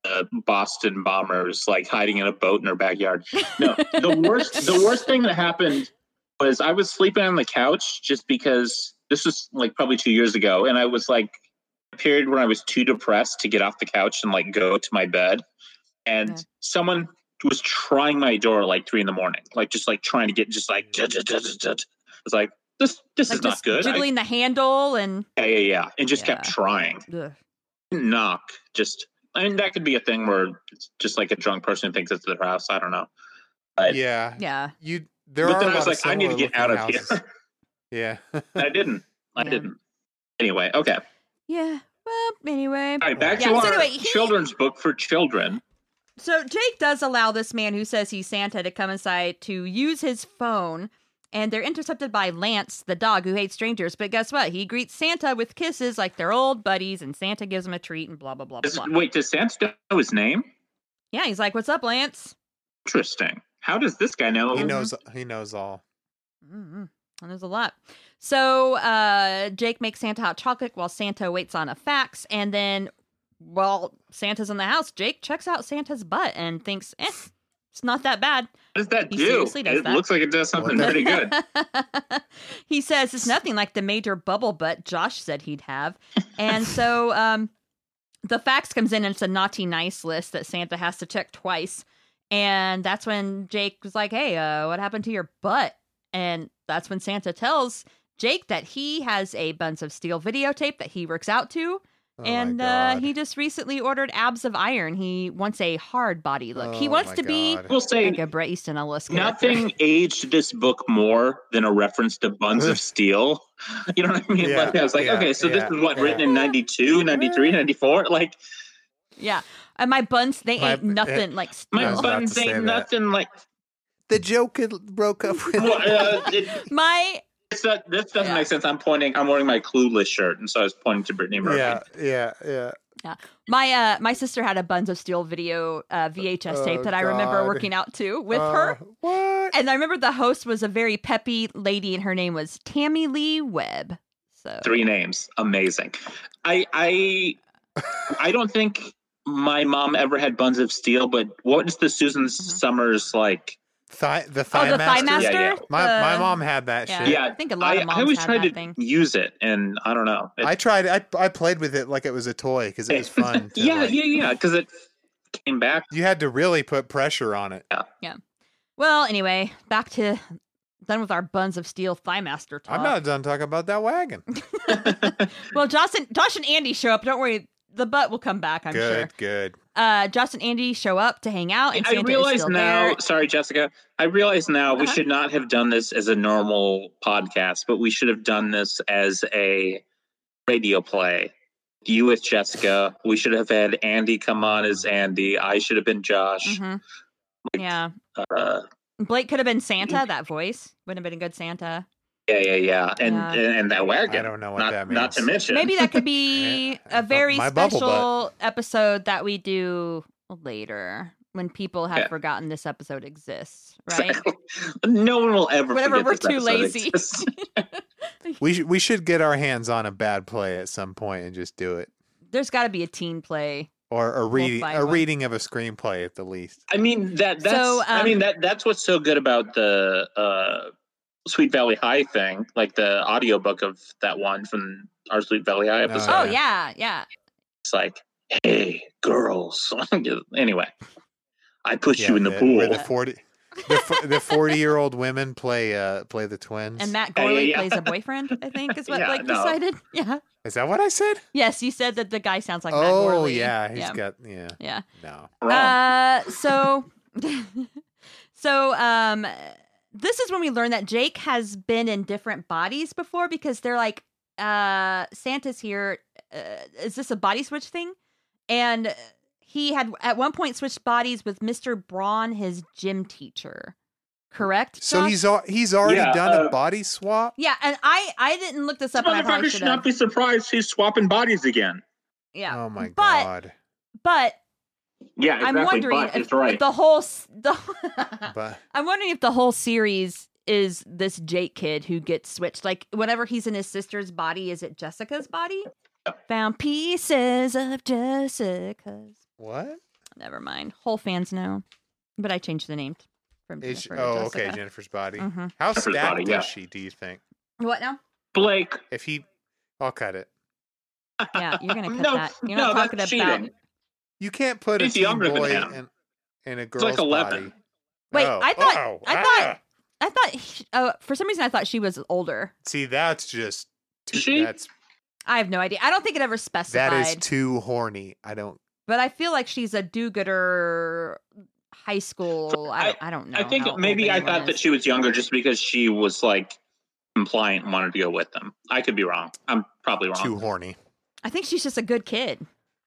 [SPEAKER 4] the Boston bombers like hiding in a boat in her backyard. No, the worst the worst thing that happened was I was sleeping on the couch just because this was like probably two years ago, and I was like a period where I was too depressed to get off the couch and like go to my bed, and
[SPEAKER 1] Yeah.
[SPEAKER 4] someone was trying my door at, like three in the morning, like just like trying to get just like "Duh, duh, duh, duh, duh." I was like this this
[SPEAKER 1] Mm. like
[SPEAKER 4] is not
[SPEAKER 1] just
[SPEAKER 4] good. I,
[SPEAKER 1] jiggling the handle and
[SPEAKER 4] yeah, yeah, yeah, and just kept
[SPEAKER 1] Yeah.
[SPEAKER 4] trying
[SPEAKER 1] ugh.
[SPEAKER 4] knock just i mean that could be a thing where it's just like a drunk person thinks it's their house i don't know But-
[SPEAKER 3] yeah.
[SPEAKER 1] yeah
[SPEAKER 3] You. There
[SPEAKER 4] but
[SPEAKER 3] are.
[SPEAKER 4] then
[SPEAKER 3] a
[SPEAKER 4] i was
[SPEAKER 3] lot
[SPEAKER 4] like
[SPEAKER 3] of
[SPEAKER 4] i need to get out of
[SPEAKER 3] similar-looking
[SPEAKER 4] here
[SPEAKER 3] houses. Yeah.
[SPEAKER 4] i didn't i
[SPEAKER 1] Yeah.
[SPEAKER 4] didn't anyway okay all
[SPEAKER 1] yeah well anyway
[SPEAKER 4] right back
[SPEAKER 1] Yeah, so
[SPEAKER 4] to our
[SPEAKER 1] anyway, he- Oh,
[SPEAKER 4] children's book for children
[SPEAKER 1] so jake does allow this man who says he's santa to come inside to use his phone and they're intercepted by lance the dog who hates strangers but guess what he greets santa with kisses like they're old buddies and santa gives him a treat and blah blah blah
[SPEAKER 4] Does-
[SPEAKER 1] blah
[SPEAKER 4] wait does santa know his name
[SPEAKER 1] yeah he's like what's up lance
[SPEAKER 4] interesting how does this guy know
[SPEAKER 3] he knows. He knows all.
[SPEAKER 1] Mm-hmm. And there's a lot. So uh, Jake makes Santa hot chocolate while Santa waits on a fax. And then while Santa's in the house, Jake checks out Santa's butt and thinks, eh, it's not that bad.
[SPEAKER 4] what does that
[SPEAKER 1] He
[SPEAKER 4] do
[SPEAKER 1] seriously does
[SPEAKER 4] it
[SPEAKER 1] that.
[SPEAKER 4] looks like it does something
[SPEAKER 3] What
[SPEAKER 4] pretty good
[SPEAKER 1] he says it's nothing like the major bubble butt Josh said he'd have. And so um, the fax comes in and it's a naughty nice list that Santa has to check twice. And that's when Jake was like, hey, uh, what happened to your butt? And that's when Santa tells Jake that he has a bunch of steel videotape that he works out to.
[SPEAKER 3] Oh my
[SPEAKER 1] and uh,
[SPEAKER 3] God.
[SPEAKER 1] he just recently ordered abs of iron. He wants a hard body look. he
[SPEAKER 3] Oh
[SPEAKER 1] wants
[SPEAKER 3] my
[SPEAKER 1] to be
[SPEAKER 3] God.
[SPEAKER 4] we'll say
[SPEAKER 1] like a Bret Easton Ellis. character.
[SPEAKER 4] nothing aged this book more than a reference to buns of steel you know what i mean
[SPEAKER 3] Yeah,
[SPEAKER 4] like i was like
[SPEAKER 3] yeah,
[SPEAKER 4] okay so this
[SPEAKER 3] yeah,
[SPEAKER 4] is what written
[SPEAKER 1] yeah.
[SPEAKER 4] in 92 93 94 like
[SPEAKER 1] Yeah, and my buns they
[SPEAKER 3] My- eh,
[SPEAKER 1] ain't nothing like steel.
[SPEAKER 4] my
[SPEAKER 3] I was about
[SPEAKER 4] buns
[SPEAKER 3] to say
[SPEAKER 4] ain't
[SPEAKER 3] that.
[SPEAKER 4] nothing like
[SPEAKER 3] The joke broke up with.
[SPEAKER 4] well, uh, it,
[SPEAKER 1] my
[SPEAKER 4] it's not, this doesn't
[SPEAKER 1] Yeah.
[SPEAKER 4] make sense i'm pointing i'm wearing my clueless shirt and so i was pointing to brittany murphy
[SPEAKER 3] yeah. Yeah. Yeah.
[SPEAKER 1] my uh my sister had a buns of steel video uh, VHS tape
[SPEAKER 3] Oh,
[SPEAKER 1] that I remember
[SPEAKER 3] God.
[SPEAKER 1] working out to with
[SPEAKER 3] Uh,
[SPEAKER 1] her.
[SPEAKER 3] What?
[SPEAKER 1] And I remember the host was a very peppy lady, and her name was Tammy Lee Webb. So
[SPEAKER 4] three names amazing i i i don't think my mom ever had buns of steel but what is the susan
[SPEAKER 1] Mm-hmm.
[SPEAKER 4] summers like
[SPEAKER 3] Thigh, the
[SPEAKER 1] oh,
[SPEAKER 3] thigh
[SPEAKER 1] the thigh
[SPEAKER 3] master.
[SPEAKER 1] master.
[SPEAKER 4] Yeah, yeah.
[SPEAKER 3] My my
[SPEAKER 1] The-
[SPEAKER 3] mom had that
[SPEAKER 1] yeah.
[SPEAKER 3] shit.
[SPEAKER 4] Yeah,
[SPEAKER 1] I think a lot
[SPEAKER 4] I,
[SPEAKER 1] of moms
[SPEAKER 4] I always
[SPEAKER 1] had
[SPEAKER 4] tried
[SPEAKER 1] that
[SPEAKER 4] to
[SPEAKER 1] thing.
[SPEAKER 4] use it and i don't know It-
[SPEAKER 3] I tried. I I played with it like it was a toy because it was fun. to,
[SPEAKER 4] yeah,
[SPEAKER 3] like-
[SPEAKER 4] yeah yeah because it came back
[SPEAKER 3] You had to really put pressure on it.
[SPEAKER 1] Well, anyway, back to done with our buns of steel thigh master talk.
[SPEAKER 3] I'm not done talking about that wagon.
[SPEAKER 1] well, Josh and Josh and Andy show up. Don't worry, the butt will come back. I'm
[SPEAKER 3] good.
[SPEAKER 1] sure.
[SPEAKER 3] Good.
[SPEAKER 1] Uh, Josh and Andy show up to hang out, and
[SPEAKER 4] I
[SPEAKER 1] Santa is
[SPEAKER 4] realize
[SPEAKER 1] still
[SPEAKER 4] now.
[SPEAKER 1] there.
[SPEAKER 4] Sorry, Jessica. I realize now we
[SPEAKER 1] Uh-huh.
[SPEAKER 4] should not have done this as a normal podcast, but we should have done this as a radio play. You with Jessica. We should have had Andy come on
[SPEAKER 1] Uh-huh.
[SPEAKER 4] as Andy. I should have been Josh.
[SPEAKER 1] Mhm. Yeah.
[SPEAKER 4] Uh,
[SPEAKER 1] Blake could have been Santa. That voice would not have been a good Santa.
[SPEAKER 4] yeah, yeah, yeah. And
[SPEAKER 1] Yeah.
[SPEAKER 4] And, and that wagon.
[SPEAKER 3] I don't know what
[SPEAKER 4] not,
[SPEAKER 3] that means.
[SPEAKER 4] Not to mention.
[SPEAKER 1] Maybe that could be
[SPEAKER 3] Yeah,
[SPEAKER 1] a very
[SPEAKER 3] my bubble
[SPEAKER 1] special episode that we do later when people have
[SPEAKER 4] Yeah.
[SPEAKER 1] forgotten this episode exists, right?
[SPEAKER 4] no one will ever.
[SPEAKER 1] Whenever
[SPEAKER 4] forget
[SPEAKER 1] we're
[SPEAKER 4] this
[SPEAKER 1] too
[SPEAKER 4] episode
[SPEAKER 1] lazy.
[SPEAKER 4] exists.
[SPEAKER 3] We sh- we should get our hands on a bad play at some point and just do it,
[SPEAKER 1] There's got to be a teen play.
[SPEAKER 3] or a reading
[SPEAKER 1] find
[SPEAKER 3] a
[SPEAKER 1] one.
[SPEAKER 3] reading of a screenplay at the least.
[SPEAKER 4] I mean that. That's.
[SPEAKER 1] So,
[SPEAKER 4] I
[SPEAKER 1] um,
[SPEAKER 4] mean that. That's what's so good about the uh, Sweet Valley High thing, like the audiobook of that one from our Sweet Valley High episode.
[SPEAKER 1] Oh
[SPEAKER 3] Yeah.
[SPEAKER 1] yeah, yeah.
[SPEAKER 4] It's like, hey, girls. anyway, I put you in the
[SPEAKER 3] where
[SPEAKER 4] pool.
[SPEAKER 1] Uh,
[SPEAKER 3] the forty The forty year old women play uh play the twins.
[SPEAKER 1] And Matt
[SPEAKER 4] Yeah, yeah,
[SPEAKER 1] Gorley
[SPEAKER 4] yeah.
[SPEAKER 1] plays a boyfriend, I think, is what
[SPEAKER 4] Yeah,
[SPEAKER 1] like
[SPEAKER 4] no.
[SPEAKER 1] decided. Yeah.
[SPEAKER 3] Is that what I said?
[SPEAKER 1] Yes, you said that the guy sounds like Matt
[SPEAKER 3] oh
[SPEAKER 1] Gorley.
[SPEAKER 3] yeah, he's
[SPEAKER 1] yeah.
[SPEAKER 3] got yeah.
[SPEAKER 1] yeah.
[SPEAKER 3] No,
[SPEAKER 4] Wrong.
[SPEAKER 1] Uh, so, so um, this is when we learn that Jake has been in different bodies before because they're like, uh, Santa's here. Uh, is this a body switch thing? And he had at one point switched bodies with Mr. Braun, his gym teacher. Correct.
[SPEAKER 3] so
[SPEAKER 1] Josh?
[SPEAKER 3] he's al- he's already
[SPEAKER 4] Yeah,
[SPEAKER 3] done
[SPEAKER 4] uh,
[SPEAKER 3] a body swap.
[SPEAKER 1] yeah, and I I didn't look this
[SPEAKER 4] this
[SPEAKER 1] up. And I probably
[SPEAKER 4] motherfucker
[SPEAKER 1] should
[SPEAKER 4] should
[SPEAKER 1] have.
[SPEAKER 4] not be surprised he's swapping bodies again.
[SPEAKER 1] yeah.
[SPEAKER 3] Oh my
[SPEAKER 1] But-
[SPEAKER 3] god!
[SPEAKER 1] But
[SPEAKER 4] Yeah, exactly.
[SPEAKER 1] I'm wondering
[SPEAKER 4] but
[SPEAKER 1] if,
[SPEAKER 4] it's right.
[SPEAKER 1] if the whole s- the uh,
[SPEAKER 3] But
[SPEAKER 1] I'm wondering if the whole series is this Jake kid who gets switched. Like whenever he's in his sister's body, is it Jessica's body? Found pieces of Jessica's.
[SPEAKER 3] what?
[SPEAKER 1] Never mind. Whole fans know, but I changed the name from
[SPEAKER 3] Is she-
[SPEAKER 1] Jennifer to
[SPEAKER 3] oh, okay,
[SPEAKER 1] Jessica.
[SPEAKER 3] Jennifer's body.
[SPEAKER 1] Mhm.
[SPEAKER 3] How
[SPEAKER 4] Jennifer's
[SPEAKER 3] stacked
[SPEAKER 4] body, yeah.
[SPEAKER 3] is she? Do you think?
[SPEAKER 1] What now?
[SPEAKER 4] Blake.
[SPEAKER 3] If he, I'll cut it.
[SPEAKER 1] Yeah, you're gonna cut
[SPEAKER 4] No,
[SPEAKER 1] that. You're
[SPEAKER 4] no,
[SPEAKER 1] not talking
[SPEAKER 4] that's
[SPEAKER 1] about.
[SPEAKER 4] cheating.
[SPEAKER 3] You can't put
[SPEAKER 4] He's
[SPEAKER 3] a teen
[SPEAKER 4] younger than
[SPEAKER 3] boy
[SPEAKER 4] him.
[SPEAKER 3] in, in a girl's
[SPEAKER 4] like 11.
[SPEAKER 3] body.
[SPEAKER 1] Wait,
[SPEAKER 3] Oh,
[SPEAKER 1] I thought.
[SPEAKER 3] oh,
[SPEAKER 1] I
[SPEAKER 3] ah.
[SPEAKER 1] thought. I thought. He, oh, for some reason, I thought she was older.
[SPEAKER 3] See, that's just too,
[SPEAKER 4] She-
[SPEAKER 3] that's
[SPEAKER 1] I have no idea. I don't think it ever specified.
[SPEAKER 3] that is too horny. I don't.
[SPEAKER 1] but I feel like she's a do-gooder high school. I, don't- I don't know.
[SPEAKER 4] I think
[SPEAKER 1] how old
[SPEAKER 4] maybe I
[SPEAKER 1] anyone
[SPEAKER 4] thought
[SPEAKER 1] is.
[SPEAKER 4] that she was younger just because she was like compliant and wanted to go with them. I could be wrong. I'm probably wrong.
[SPEAKER 3] Too horny.
[SPEAKER 1] I think she's just a good kid.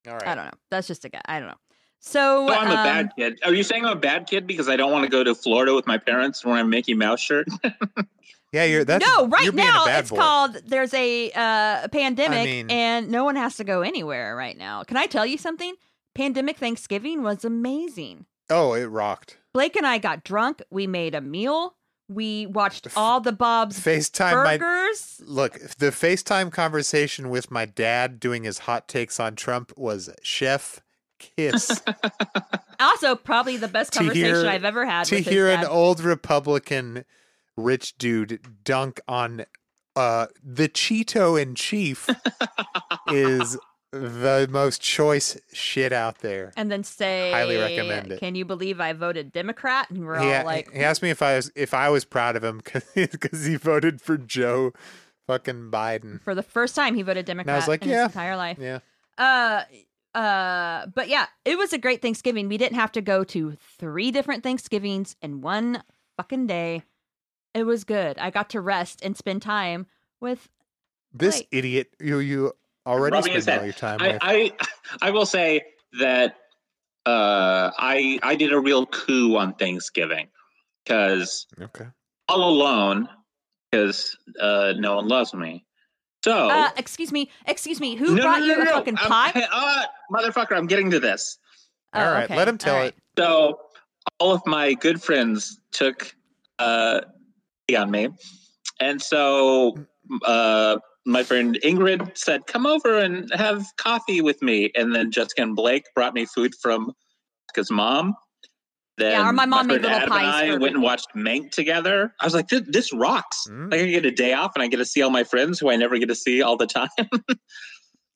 [SPEAKER 3] All right.
[SPEAKER 1] I don't know. That's just a guy. I don't know. So
[SPEAKER 4] So I'm
[SPEAKER 1] um,
[SPEAKER 4] a bad kid. Are you saying I'm a bad kid because I don't want to go to Florida with my parents wearing a Mickey Mouse shirt?
[SPEAKER 3] Yeah, you're that's
[SPEAKER 1] no, right
[SPEAKER 3] you're being
[SPEAKER 1] now
[SPEAKER 3] a bad
[SPEAKER 1] it's
[SPEAKER 3] boy.
[SPEAKER 1] called there's a uh, pandemic
[SPEAKER 3] I mean-
[SPEAKER 1] and no one has to go anywhere right now. Can I tell you something? Pandemic Thanksgiving was amazing.
[SPEAKER 3] Oh, it rocked.
[SPEAKER 1] Blake and I got drunk. We made a meal. We watched all the Bob's
[SPEAKER 3] FaceTime my
[SPEAKER 1] burgers.
[SPEAKER 3] Look, the FaceTime conversation with my dad doing his hot takes on Trump was chef kiss.
[SPEAKER 1] Also, probably the best
[SPEAKER 3] To
[SPEAKER 1] conversation
[SPEAKER 3] hear-
[SPEAKER 1] I've ever had.
[SPEAKER 3] to
[SPEAKER 1] with his
[SPEAKER 3] hear an
[SPEAKER 1] dad.
[SPEAKER 3] old Republican rich dude dunk on uh, the Cheeto in chief is the most choice shit out there.
[SPEAKER 1] and then say
[SPEAKER 3] Highly recommend it.
[SPEAKER 1] can you believe i voted democrat and we're
[SPEAKER 3] He,
[SPEAKER 1] all like
[SPEAKER 3] he asked me if I was if I was proud of him because he voted for Joe fucking Biden.
[SPEAKER 1] for the first time he voted democrat
[SPEAKER 3] like,
[SPEAKER 1] in
[SPEAKER 3] yeah.
[SPEAKER 1] his entire life
[SPEAKER 3] Yeah.
[SPEAKER 1] uh uh but yeah it was a great thanksgiving we didn't have to go to three different thanksgivings in one fucking day it was good i got to rest and spend time with
[SPEAKER 3] This
[SPEAKER 1] Right.
[SPEAKER 3] idiot you you already
[SPEAKER 4] Rubbing his
[SPEAKER 3] spend
[SPEAKER 4] head.
[SPEAKER 3] all your time with.
[SPEAKER 4] I, I I will say that uh, I I did a real coup on Thanksgiving because
[SPEAKER 3] okay.
[SPEAKER 4] all alone because uh, no one loves me. So
[SPEAKER 1] uh excuse me excuse me who brought you a fucking
[SPEAKER 4] I'm-
[SPEAKER 1] pie
[SPEAKER 4] uh, motherfucker, I'm getting to this.
[SPEAKER 1] Oh,
[SPEAKER 3] all right,
[SPEAKER 1] okay.
[SPEAKER 3] let him tell
[SPEAKER 1] All
[SPEAKER 3] it.
[SPEAKER 4] So all of my good friends took uh, pity on me, and so uh, my friend Ingrid said, "Come over and have coffee with me." And then Jessica and Blake brought me food from Jessica's mom. Then
[SPEAKER 1] Yeah, or my mom made
[SPEAKER 4] friend
[SPEAKER 1] little
[SPEAKER 4] Adam
[SPEAKER 1] pies
[SPEAKER 4] And I
[SPEAKER 1] for
[SPEAKER 4] went and watched Mank together. I was like, "This, this rocks!"
[SPEAKER 3] Mm.
[SPEAKER 4] Like I get a day off and I get to see all my friends who I never get to see all the time,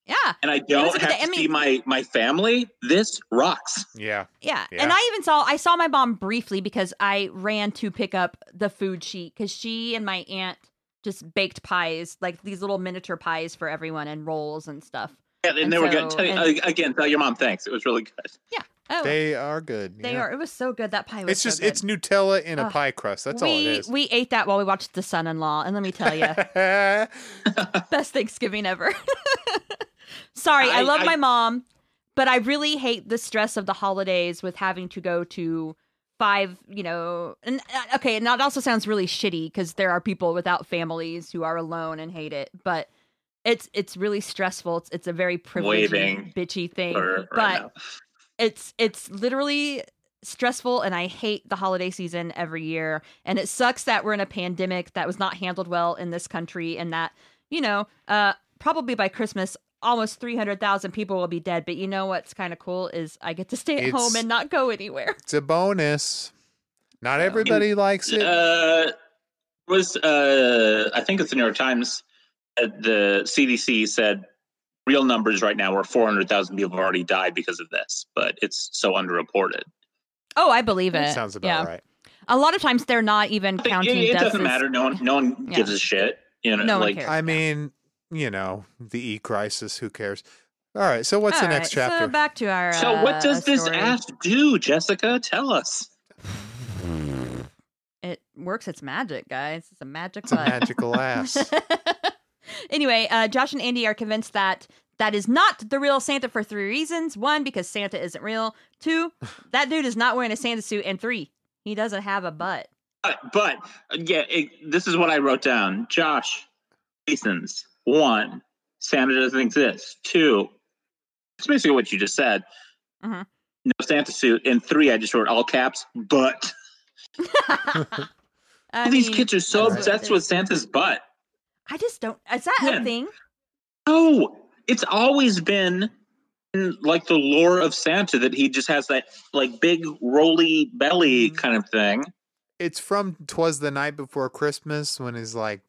[SPEAKER 1] yeah
[SPEAKER 4] and I
[SPEAKER 1] was a
[SPEAKER 4] don't
[SPEAKER 1] good
[SPEAKER 4] have
[SPEAKER 1] day. I
[SPEAKER 4] to see
[SPEAKER 1] mean-
[SPEAKER 4] my my family. This rocks.
[SPEAKER 3] Yeah.
[SPEAKER 1] Yeah.
[SPEAKER 3] Yeah.
[SPEAKER 1] And I even saw I saw my mom briefly because I ran to pick up the food sheet cuz she and my aunt just baked pies, like these little miniature pies for everyone and rolls and stuff.
[SPEAKER 4] And, and
[SPEAKER 1] And
[SPEAKER 4] they were good.
[SPEAKER 1] so-
[SPEAKER 4] Tell,
[SPEAKER 1] and-
[SPEAKER 4] uh, again, tell your mom thanks. It was really good.
[SPEAKER 1] Oh, they,
[SPEAKER 3] They are good. yeah.
[SPEAKER 1] are. It was so good that pie was.
[SPEAKER 3] It's
[SPEAKER 1] so
[SPEAKER 3] just
[SPEAKER 1] good.
[SPEAKER 3] it's Nutella in a
[SPEAKER 1] Ugh.
[SPEAKER 3] pie crust. That's
[SPEAKER 1] we,
[SPEAKER 3] all it is.
[SPEAKER 1] We ate that while we watched The Son-in-Law, and let me tell you, best Thanksgiving ever. Sorry, I,
[SPEAKER 4] I-
[SPEAKER 1] love
[SPEAKER 4] I-
[SPEAKER 1] my mom, but I really hate the stress of the holidays with having to go to five, you know, and uh, okay, and that also sounds really shitty because there are people without families who are alone and hate it, but it's it's really stressful. It's it's a very privileged
[SPEAKER 4] Waving
[SPEAKER 1] bitchy thing.
[SPEAKER 4] Or-
[SPEAKER 1] but
[SPEAKER 4] right now.
[SPEAKER 1] it's it's literally stressful and I hate the holiday season every year and it sucks that we're in a pandemic that was not handled well in this country and that you know uh probably by Christmas almost 300,000 people will be dead but you know what's kind of cool is I get to stay at home
[SPEAKER 3] It's-
[SPEAKER 1] and not go anywhere.
[SPEAKER 3] it's a bonus. Not everybody likes it.
[SPEAKER 4] Uh, was uh, I think it's the New York Times. Uh, the CDC said real numbers right now were 400,000 people have already died because of this, but it's so underreported.
[SPEAKER 1] Oh, I believe it.
[SPEAKER 3] Sounds about
[SPEAKER 1] yeah.
[SPEAKER 3] right.
[SPEAKER 1] A lot of times they're not even
[SPEAKER 2] But
[SPEAKER 1] counting
[SPEAKER 2] it, it
[SPEAKER 1] deaths.
[SPEAKER 2] doesn't
[SPEAKER 1] as-
[SPEAKER 2] matter. No one, no one
[SPEAKER 1] Yeah.
[SPEAKER 2] gives a shit. You know,
[SPEAKER 1] No one
[SPEAKER 2] like
[SPEAKER 1] cares.
[SPEAKER 3] I mean, you know, the e crisis. Who cares? All right. So what's
[SPEAKER 1] All
[SPEAKER 3] the next
[SPEAKER 1] right,
[SPEAKER 3] chapter?
[SPEAKER 1] So back to our.
[SPEAKER 2] So
[SPEAKER 1] uh,
[SPEAKER 2] what does this
[SPEAKER 1] story.
[SPEAKER 2] app do, Jessica? Tell us.
[SPEAKER 1] It works its magic, guys. It's a magic
[SPEAKER 3] it's a
[SPEAKER 1] button.
[SPEAKER 3] magical ass.
[SPEAKER 1] anyway, uh, Josh and Andy are convinced that that is not the real Santa for three reasons. One, because Santa isn't real. Two, that dude is not wearing a Santa suit. And three, he doesn't have a butt.
[SPEAKER 2] But, but uh, yeah, it, this is what I wrote down. Josh, reasons. One, Santa doesn't exist. Two, it's basically what you just said.
[SPEAKER 1] Mhm.
[SPEAKER 2] No Santa suit. And three, I just wrote all caps, but.
[SPEAKER 1] I
[SPEAKER 2] These
[SPEAKER 1] mean,
[SPEAKER 2] kids are so
[SPEAKER 1] that's what
[SPEAKER 2] obsessed
[SPEAKER 1] they-
[SPEAKER 2] with Santa's butt.
[SPEAKER 1] I just don't. Is that a
[SPEAKER 2] Yeah.
[SPEAKER 1] thing?
[SPEAKER 2] No, it's always been in like the lore of Santa that he just has that like big roly belly
[SPEAKER 1] Mm-hmm.
[SPEAKER 2] kind of thing.
[SPEAKER 3] it's from Twas the Night Before Christmas when he's like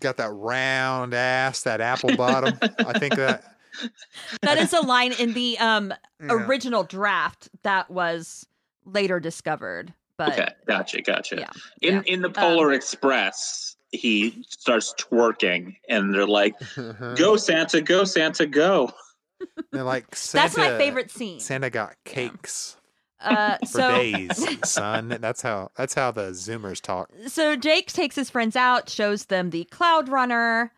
[SPEAKER 3] got that round ass, that apple bottom. I think that
[SPEAKER 1] That is a line in the um
[SPEAKER 3] yeah.
[SPEAKER 1] original draft that was later discovered. But
[SPEAKER 2] Okay, gotcha, gotcha.
[SPEAKER 1] Yeah,
[SPEAKER 2] in
[SPEAKER 1] yeah. Um,
[SPEAKER 2] in the Polar Express, he starts twerking, and they're like,
[SPEAKER 3] Uh-huh.
[SPEAKER 2] "Go Santa, go Santa, go!"
[SPEAKER 3] They're like Santa,
[SPEAKER 1] that's my favorite scene.
[SPEAKER 3] Santa got cakes
[SPEAKER 1] Uh,
[SPEAKER 3] for
[SPEAKER 1] so
[SPEAKER 3] days, son. That's how that's how the Zoomers talk.
[SPEAKER 1] so Jake takes his friends out, shows them the Cloud Runner,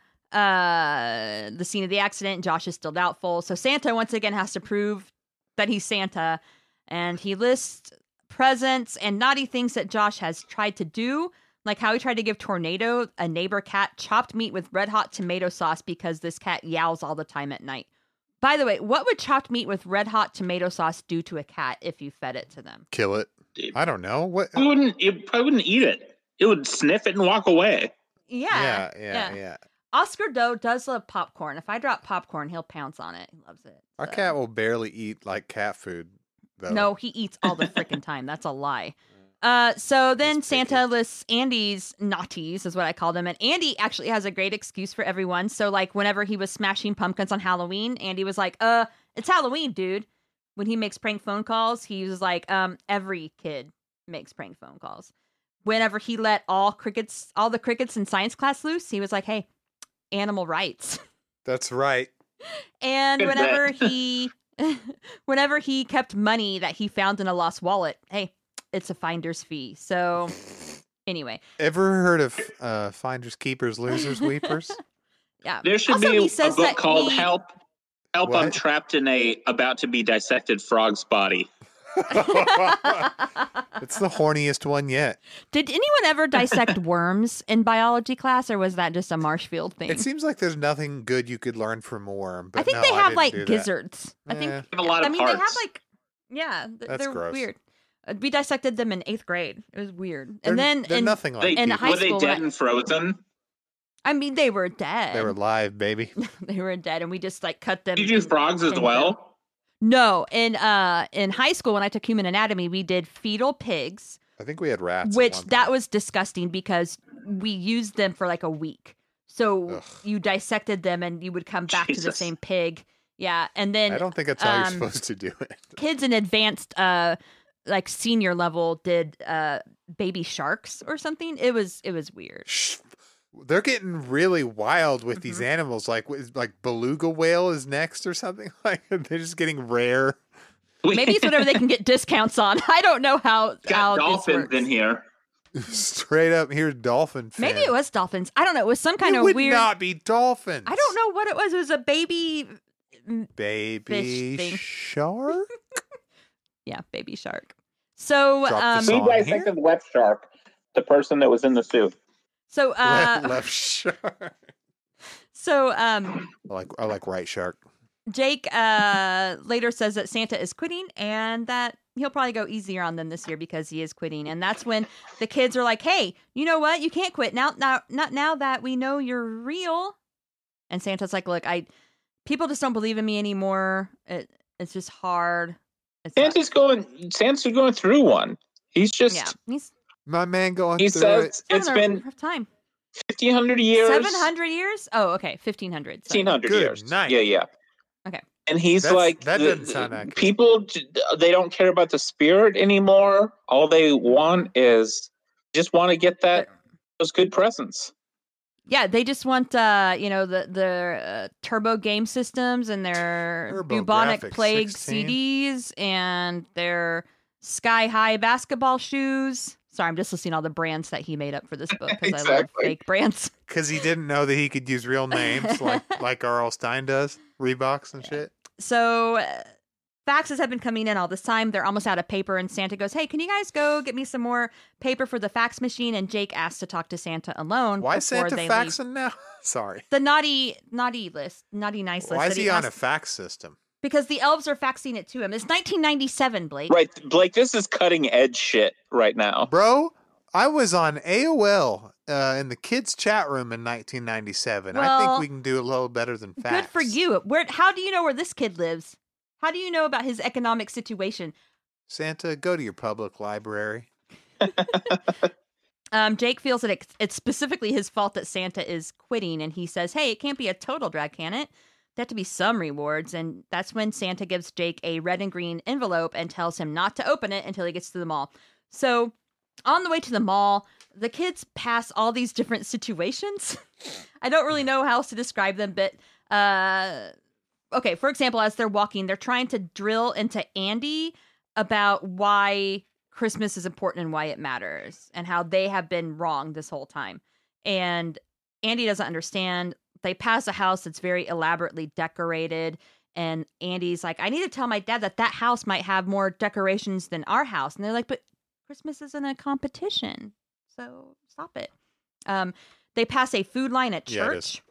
[SPEAKER 1] uh, the scene of the accident. Josh is still doubtful, so Santa once again has to prove that he's Santa, and he lists presents and naughty things that Josh has tried to do, like how he tried to give Tornado a neighbor cat chopped meat with red hot tomato sauce because this cat yowls all the time at night. By the way, what would chopped meat with red hot tomato sauce do to a cat if you fed it to them?
[SPEAKER 3] Kill it. I don't know what.
[SPEAKER 2] We wouldn't. It probably wouldn't eat it. It would sniff it and walk away.
[SPEAKER 3] Yeah, yeah, yeah.
[SPEAKER 1] Oscar Doe does love popcorn. If I drop popcorn, he'll pounce on it. He loves it.
[SPEAKER 3] Our
[SPEAKER 1] So-
[SPEAKER 3] cat will barely eat like cat food, though. Mm.
[SPEAKER 1] No, he eats all the freaking time. That's a lie. Uh, so then
[SPEAKER 3] He's
[SPEAKER 1] Santa lists Andy's naughties, is what I call them. And Andy actually has a great excuse for everyone. So, like, whenever he was smashing pumpkins on Halloween, Andy was like, uh, it's Halloween, dude. When he makes prank phone calls, he was like, um, every kid makes prank phone calls. Whenever he let all crickets, all the crickets in science class loose, he was like, hey, animal rights.
[SPEAKER 3] that's right.
[SPEAKER 1] And
[SPEAKER 2] Good
[SPEAKER 1] whenever
[SPEAKER 2] bet.
[SPEAKER 1] he whenever he kept money that he found in a lost wallet, hey, it's a finder's fee. So anyway.
[SPEAKER 3] Ever heard of uh, finders, keepers, losers, weepers?
[SPEAKER 1] Yeah.
[SPEAKER 2] There should
[SPEAKER 1] Also,
[SPEAKER 2] be
[SPEAKER 1] he
[SPEAKER 2] a
[SPEAKER 1] says
[SPEAKER 2] book
[SPEAKER 1] that
[SPEAKER 2] called
[SPEAKER 1] he-
[SPEAKER 2] "Help." Help! I'm
[SPEAKER 3] What?
[SPEAKER 2] trapped in a about to be dissected frog's body.
[SPEAKER 3] it's the horniest one yet.
[SPEAKER 1] Did anyone ever dissect worms in biology class or was that just a Marshfield thing?
[SPEAKER 3] It seems like there's nothing good you could learn from a worm. But
[SPEAKER 1] I think
[SPEAKER 3] no,
[SPEAKER 1] they have
[SPEAKER 3] didn't do
[SPEAKER 1] like
[SPEAKER 3] that.
[SPEAKER 1] gizzards. I think
[SPEAKER 3] Eh,
[SPEAKER 2] They have a lot of
[SPEAKER 1] I mean,
[SPEAKER 2] parts.
[SPEAKER 1] they have like, yeah, th-
[SPEAKER 3] That's
[SPEAKER 1] they're
[SPEAKER 3] gross.
[SPEAKER 1] weird. Uh, We dissected them in eighth grade. It was weird.
[SPEAKER 3] they're-
[SPEAKER 1] and then,
[SPEAKER 3] they're
[SPEAKER 1] and
[SPEAKER 3] nothing like
[SPEAKER 2] They-
[SPEAKER 1] in
[SPEAKER 3] people.
[SPEAKER 1] high
[SPEAKER 2] were they
[SPEAKER 1] school,
[SPEAKER 2] dead
[SPEAKER 1] I-
[SPEAKER 2] and frozen?
[SPEAKER 1] I mean, they were dead.
[SPEAKER 3] They were live, baby.
[SPEAKER 1] they were dead, and we just like cut them.
[SPEAKER 2] Did you do
[SPEAKER 1] and
[SPEAKER 2] frogs as
[SPEAKER 1] pinned them.
[SPEAKER 2] well?
[SPEAKER 1] No, in uh in high school when I took human anatomy, we did fetal pigs,
[SPEAKER 3] I think we had rats. at
[SPEAKER 1] which
[SPEAKER 3] one
[SPEAKER 1] that
[SPEAKER 3] point.
[SPEAKER 1] was disgusting because we used them for like a week. So
[SPEAKER 3] Ugh.
[SPEAKER 1] you dissected them and you would come back to the
[SPEAKER 2] Jesus.
[SPEAKER 1] same pig. Yeah, and then
[SPEAKER 3] I don't think that's how you're
[SPEAKER 1] um,
[SPEAKER 3] supposed to do it.
[SPEAKER 1] kids in advanced uh like senior level did uh baby sharks or something. It was it was weird.
[SPEAKER 3] Shh. They're getting really wild with
[SPEAKER 1] Mm-hmm.
[SPEAKER 3] these animals. Like, wh- like beluga whale is next or something. Like they're just getting rare.
[SPEAKER 2] We
[SPEAKER 1] Maybe it's whatever they can get discounts on. I don't know how
[SPEAKER 2] got
[SPEAKER 1] how this
[SPEAKER 2] dolphins
[SPEAKER 1] works.
[SPEAKER 2] in here.
[SPEAKER 3] Straight up, here's dolphin. Fan.
[SPEAKER 1] Maybe it was dolphins. I don't know. It was some kind
[SPEAKER 3] it
[SPEAKER 1] of
[SPEAKER 3] would
[SPEAKER 1] weird
[SPEAKER 3] not be dolphins.
[SPEAKER 1] I don't know what it was. It was a baby.
[SPEAKER 3] Baby
[SPEAKER 1] thing.
[SPEAKER 3] shark.
[SPEAKER 1] Yeah, baby shark. So,
[SPEAKER 3] Drop the
[SPEAKER 1] um,
[SPEAKER 3] salt.
[SPEAKER 4] Who
[SPEAKER 3] Song here?
[SPEAKER 4] dissected Left Shark? The person that was in the suit.
[SPEAKER 1] so,
[SPEAKER 3] left,
[SPEAKER 1] uh,
[SPEAKER 3] left shark.
[SPEAKER 1] so, um,
[SPEAKER 3] I like I like right shark.
[SPEAKER 1] Jake, uh, later says that Santa is quitting and that he'll probably go easier on them this year because he is quitting. And that's when the kids are like, Hey, you know what? You can't quit now. Now, not now that we know you're real. And Santa's like, look, I, people just don't believe in me anymore. It, it's just hard. It's
[SPEAKER 4] Santa's going. Santa's going through one. He's just.
[SPEAKER 1] yeah. He's
[SPEAKER 3] My man going
[SPEAKER 4] He
[SPEAKER 3] through it.
[SPEAKER 4] says it's
[SPEAKER 1] having a
[SPEAKER 4] been
[SPEAKER 1] rough time.
[SPEAKER 4] fifteen hundred years.
[SPEAKER 1] Seven hundred years? Oh, okay, fifteen hundred.
[SPEAKER 4] Fifteen hundred
[SPEAKER 3] Good
[SPEAKER 4] years.
[SPEAKER 3] night.
[SPEAKER 4] Yeah, yeah.
[SPEAKER 1] Okay.
[SPEAKER 4] and he's
[SPEAKER 3] That's-
[SPEAKER 4] like
[SPEAKER 3] that
[SPEAKER 4] the-
[SPEAKER 3] doesn't sound accurate.
[SPEAKER 4] people j- they don't care about the spirit anymore all they want is just want to get that those good presents
[SPEAKER 1] Yeah, they just want uh, you know the the uh, turbo game systems and their bubonic
[SPEAKER 3] TurboGrafx
[SPEAKER 1] plague
[SPEAKER 3] 16.
[SPEAKER 1] CDs and their sky high basketball shoes. Sorry, I'm just listing all the brands that he made up for this book because I love
[SPEAKER 4] Exactly.
[SPEAKER 1] fake brands.
[SPEAKER 3] because he didn't know that he could use real names like like R.L. Stein does, Reeboks and shit.
[SPEAKER 1] So uh, faxes have been coming in all this time. They're almost out of paper, and Santa goes, "Hey, can you guys go get me some more paper for the fax machine?" And Jake asks to talk to Santa alone.
[SPEAKER 3] Why
[SPEAKER 1] before
[SPEAKER 3] Santa
[SPEAKER 1] they leave.
[SPEAKER 3] faxing now? Sorry.
[SPEAKER 1] The naughty, naughty list, naughty nice list.
[SPEAKER 3] Why
[SPEAKER 1] that
[SPEAKER 3] is he on a
[SPEAKER 1] asked-
[SPEAKER 3] fax system?
[SPEAKER 1] because the elves are faxing it to him. It's 1997, Blake.
[SPEAKER 4] right blake this is cutting edge shit right now
[SPEAKER 3] Bro, I was on AOL uh, in the kids' chat room in 1997. I
[SPEAKER 1] Well,
[SPEAKER 3] think we can do a little better than fax.
[SPEAKER 1] Good for you. Where? How do you know where this kid lives? How do you know about his economic situation?
[SPEAKER 3] Santa, go to your public library.
[SPEAKER 1] Um, Jake feels that it's, it's specifically his fault that Santa is quitting, and he says, "Hey, it can't be a total drag, can it? There have to be some rewards." And that's when Santa gives Jake a red and green envelope and tells him not to open it until he gets to the mall. So, on the way to the mall, the kids pass all these different situations. I don't really know how else to describe them, but uh, okay. For example, as they're walking, they're trying to drill into Andy about why Christmas is important and why it matters and how they have been wrong this whole time. And Andy doesn't understand. They pass a house that's very elaborately decorated. And Andy's like, I need to tell my dad that that house might have more decorations than our house. And they're like, but Christmas isn't a competition. So stop it. Um, they pass a food line at
[SPEAKER 3] Yeah, it
[SPEAKER 1] church.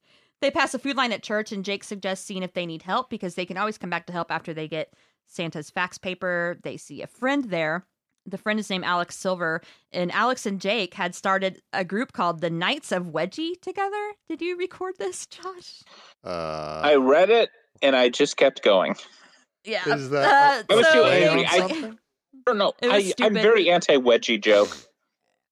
[SPEAKER 1] they pass a food line at church, and Jake suggests seeing if they need help because they can always come back to help after they get Santa's fax paper. They see a friend there. The friend is named Alex Silver, and Alex and Jake had started a group called the Knights of Wedgie together. Did you record this, Josh?
[SPEAKER 3] Uh,
[SPEAKER 4] i read it and i just kept going
[SPEAKER 1] Yeah. uh,
[SPEAKER 3] Is that-
[SPEAKER 4] I was too
[SPEAKER 1] so
[SPEAKER 4] angry.
[SPEAKER 1] it's-
[SPEAKER 4] I- i don't know
[SPEAKER 1] It was
[SPEAKER 4] I, i'm
[SPEAKER 1] stupid.
[SPEAKER 4] very anti-wedgie joke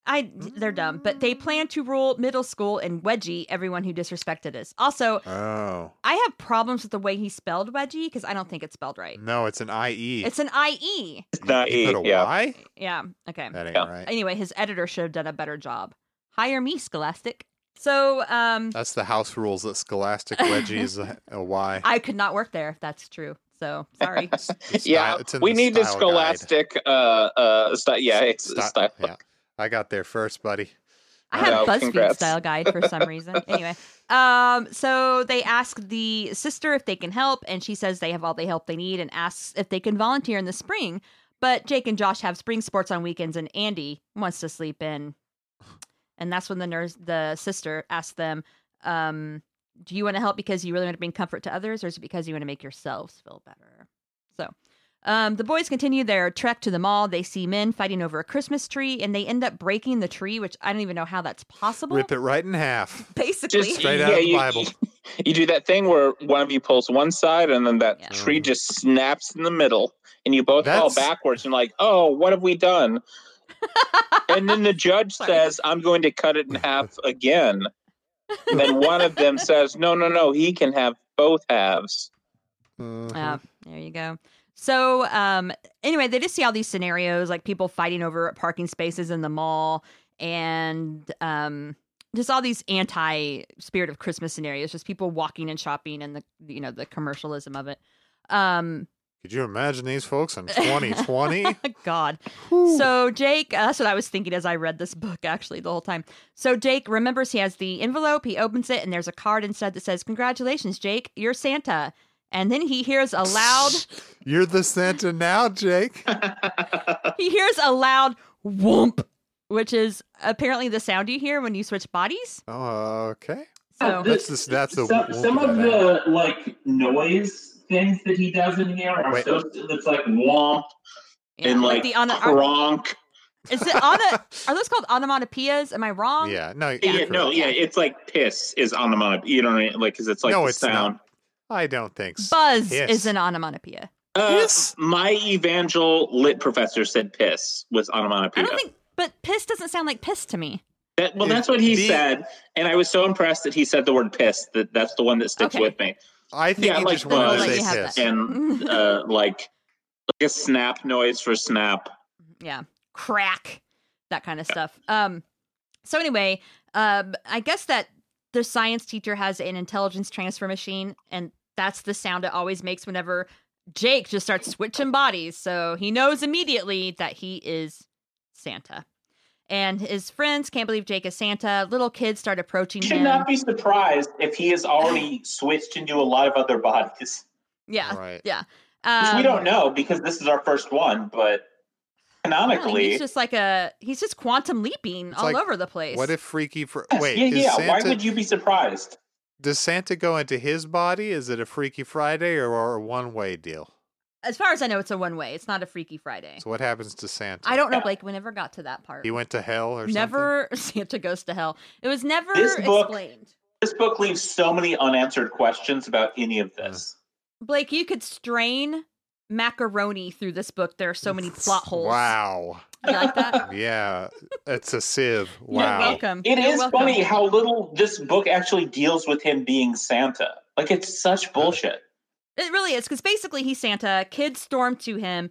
[SPEAKER 1] I they're dumb, but they plan to rule middle school and wedgie everyone who disrespected us. Also,
[SPEAKER 3] oh.
[SPEAKER 1] I have problems with the way he spelled wedgie because I don't think it's spelled right.
[SPEAKER 3] No, it's an IE.
[SPEAKER 1] It's an I E.
[SPEAKER 4] It's not
[SPEAKER 3] you put
[SPEAKER 4] E,
[SPEAKER 3] a
[SPEAKER 4] yeah.
[SPEAKER 3] Y?
[SPEAKER 1] Yeah. Okay.
[SPEAKER 3] That ain't
[SPEAKER 4] Yeah.
[SPEAKER 3] right.
[SPEAKER 1] Anyway, his editor should have done a better job. Hire me, Scholastic. So, um,
[SPEAKER 3] That's the house rules that Scholastic Wedgie is a, a Y.
[SPEAKER 1] I could not work there if that's true. So sorry.
[SPEAKER 3] It's
[SPEAKER 4] yeah
[SPEAKER 3] style- it's in
[SPEAKER 4] we
[SPEAKER 3] the
[SPEAKER 4] need a
[SPEAKER 3] style guide.
[SPEAKER 4] scholastic uh uh sti- yeah it's
[SPEAKER 3] Sti-
[SPEAKER 4] style.
[SPEAKER 3] yeah. I got there first, buddy.
[SPEAKER 1] I had
[SPEAKER 4] Wow,
[SPEAKER 1] a BuzzFeed
[SPEAKER 4] congrats.
[SPEAKER 1] style guide for some reason. anyway, um, so they ask the sister if they can help, and she says they have all the help they need, and asks if they can volunteer in the spring. But Jake and Josh have spring sports on weekends, and Andy wants to sleep in, and that's when the nurse, the sister, asks them, um, "Do you want to help because you really want to bring comfort to others, or is it because you want to make yourselves feel better?" So. Um, the boys continue their trek to the mall. They see men fighting over a Christmas tree, and they end up breaking the tree, which I don't even know how that's possible.
[SPEAKER 3] Rip it right in half.
[SPEAKER 1] Basically,
[SPEAKER 4] just
[SPEAKER 3] Straight
[SPEAKER 4] yeah,
[SPEAKER 3] out of the
[SPEAKER 4] you,
[SPEAKER 3] Bible.
[SPEAKER 4] you do that thing where one of you pulls one side and then that
[SPEAKER 1] Yeah.
[SPEAKER 4] tree just snaps in the middle and you both fall
[SPEAKER 3] That's-
[SPEAKER 4] backwards and like, oh, what have we done? and then the judge
[SPEAKER 1] Sorry.
[SPEAKER 4] says, I'm going to cut it in half again. And then one of them says, No, no, no, he can have both halves.
[SPEAKER 3] Mhm.
[SPEAKER 1] Yeah, there you go. So, um, anyway, they just see all these scenarios like people fighting over parking spaces in the mall and um, just all these anti spirit of Christmas scenarios, just people walking and shopping and the, you know, the commercialism of it. Um,
[SPEAKER 3] Could you imagine these folks in 2020?
[SPEAKER 1] God.
[SPEAKER 3] Whew.
[SPEAKER 1] So Jake, uh, that's what I was thinking as I read this book actually the whole time. So Jake remembers he has the envelope, he opens it, and there's a card inside that says, Congratulations, Jake, you're Santa. And then he hears a loud,
[SPEAKER 3] You're the Santa now, Jake.
[SPEAKER 1] he hears a loud whoomp, which is apparently the sound you hear when you switch bodies.
[SPEAKER 3] Oh, okay.
[SPEAKER 1] So
[SPEAKER 3] That's the that's the
[SPEAKER 2] some,
[SPEAKER 3] we'll
[SPEAKER 2] some
[SPEAKER 3] put
[SPEAKER 2] of
[SPEAKER 3] that out.
[SPEAKER 2] the like noise things that he does in here are
[SPEAKER 3] Wait.
[SPEAKER 2] so it's like womp
[SPEAKER 1] yeah,
[SPEAKER 2] and like,
[SPEAKER 1] the on are,
[SPEAKER 2] cronk.
[SPEAKER 1] is it on are those called onomatopoeias? Am I wrong?
[SPEAKER 3] Yeah, no,
[SPEAKER 2] Yeah,
[SPEAKER 3] you're
[SPEAKER 2] no,
[SPEAKER 3] correct.
[SPEAKER 2] yeah, it's like piss is on the monop. You know what I mean? Like, because it's like
[SPEAKER 3] No,
[SPEAKER 2] the
[SPEAKER 3] it's not.
[SPEAKER 2] sound.
[SPEAKER 3] I don't think so.
[SPEAKER 1] Buzz
[SPEAKER 3] Yes.
[SPEAKER 1] is an onomatopoeia.
[SPEAKER 4] Uh,
[SPEAKER 3] Piss?
[SPEAKER 4] My evangel lit professor said piss was
[SPEAKER 1] I
[SPEAKER 4] onomatopoeia.
[SPEAKER 1] don't think, but piss doesn't sound like piss to me.
[SPEAKER 4] That, well,
[SPEAKER 3] It-
[SPEAKER 4] that's what he
[SPEAKER 3] the-
[SPEAKER 4] said, and I was so impressed that he said the word "piss." That that's the one that sticks
[SPEAKER 1] Okay.
[SPEAKER 4] with me.
[SPEAKER 3] I think
[SPEAKER 4] Yeah,
[SPEAKER 3] you
[SPEAKER 4] like
[SPEAKER 3] just wanted
[SPEAKER 1] I'll
[SPEAKER 3] to
[SPEAKER 1] let
[SPEAKER 3] say
[SPEAKER 1] you have
[SPEAKER 3] piss.
[SPEAKER 1] that.
[SPEAKER 2] and
[SPEAKER 1] Mm-hmm.
[SPEAKER 2] uh, like like a snap noise for snap.
[SPEAKER 1] yeah crack that kind of stuff um so anyway um i guess that the science teacher has an intelligence transfer machine and that's the sound it always makes whenever jake just starts switching bodies so he knows immediately that he is santa and his friends can't believe jake is santa little kids start approaching
[SPEAKER 5] You should
[SPEAKER 1] him
[SPEAKER 5] not be surprised if he has already switched into a lot of other bodies.
[SPEAKER 1] yeah
[SPEAKER 3] Right.
[SPEAKER 5] Which
[SPEAKER 1] um,
[SPEAKER 5] we don't know because this is our first one, but
[SPEAKER 1] yeah,
[SPEAKER 5] canonically,
[SPEAKER 1] he's just like a he's just quantum leaping all
[SPEAKER 3] like,
[SPEAKER 1] over the place
[SPEAKER 3] What if Freaky? Fr-
[SPEAKER 5] Yes,
[SPEAKER 3] Wait,
[SPEAKER 5] yeah,
[SPEAKER 3] is
[SPEAKER 5] yeah.
[SPEAKER 3] Santa,
[SPEAKER 5] Why would you be surprised?
[SPEAKER 3] does Santa go into his body? Is it a Freaky Friday or, or a one way deal?
[SPEAKER 1] as far as i know it's a one way it's not a freaky friday
[SPEAKER 3] So what happens to Santa?
[SPEAKER 1] Eh. I don't know,
[SPEAKER 5] Yeah.
[SPEAKER 1] Blake. We never got to that part.
[SPEAKER 3] He went to hell or something.
[SPEAKER 1] never Santa goes to hell. It was never
[SPEAKER 5] This book-
[SPEAKER 1] explained.
[SPEAKER 5] This book leaves so many unanswered questions about any of this.
[SPEAKER 1] Blake, you could strain macaroni through this book. There are so many plot holes.
[SPEAKER 3] Wow.
[SPEAKER 1] You like that?
[SPEAKER 3] Yeah, it's a sieve.
[SPEAKER 1] You're
[SPEAKER 3] Wow.
[SPEAKER 1] welcome.
[SPEAKER 5] It
[SPEAKER 1] Mm-hmm. You're
[SPEAKER 5] is
[SPEAKER 1] welcome.
[SPEAKER 5] funny how little this book actually deals with him being Santa. Like it's such bullshit.
[SPEAKER 1] It really is because basically he's Santa. Kids storm to him.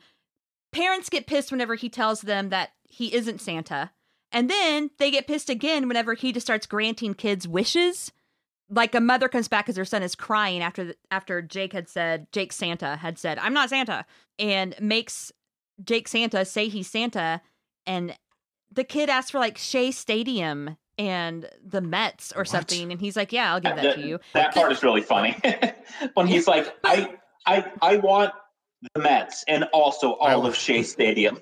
[SPEAKER 1] Parents get pissed whenever he tells them that he isn't Santa, and then they get pissed again whenever he just starts granting kids wishes. Like a mother comes back because her son is crying after the, after Jake had said Jake Santa had said I'm not Santa and makes Jake Santa say he's Santa, and the kid asks for like Shea Stadium and the Mets or
[SPEAKER 3] What?
[SPEAKER 1] something, and he's like, Yeah, I'll give that to you.
[SPEAKER 5] that part is really funny. when he's like, I, I, I want the Mets and also
[SPEAKER 3] I
[SPEAKER 5] all
[SPEAKER 3] want-
[SPEAKER 5] of Shea Stadium.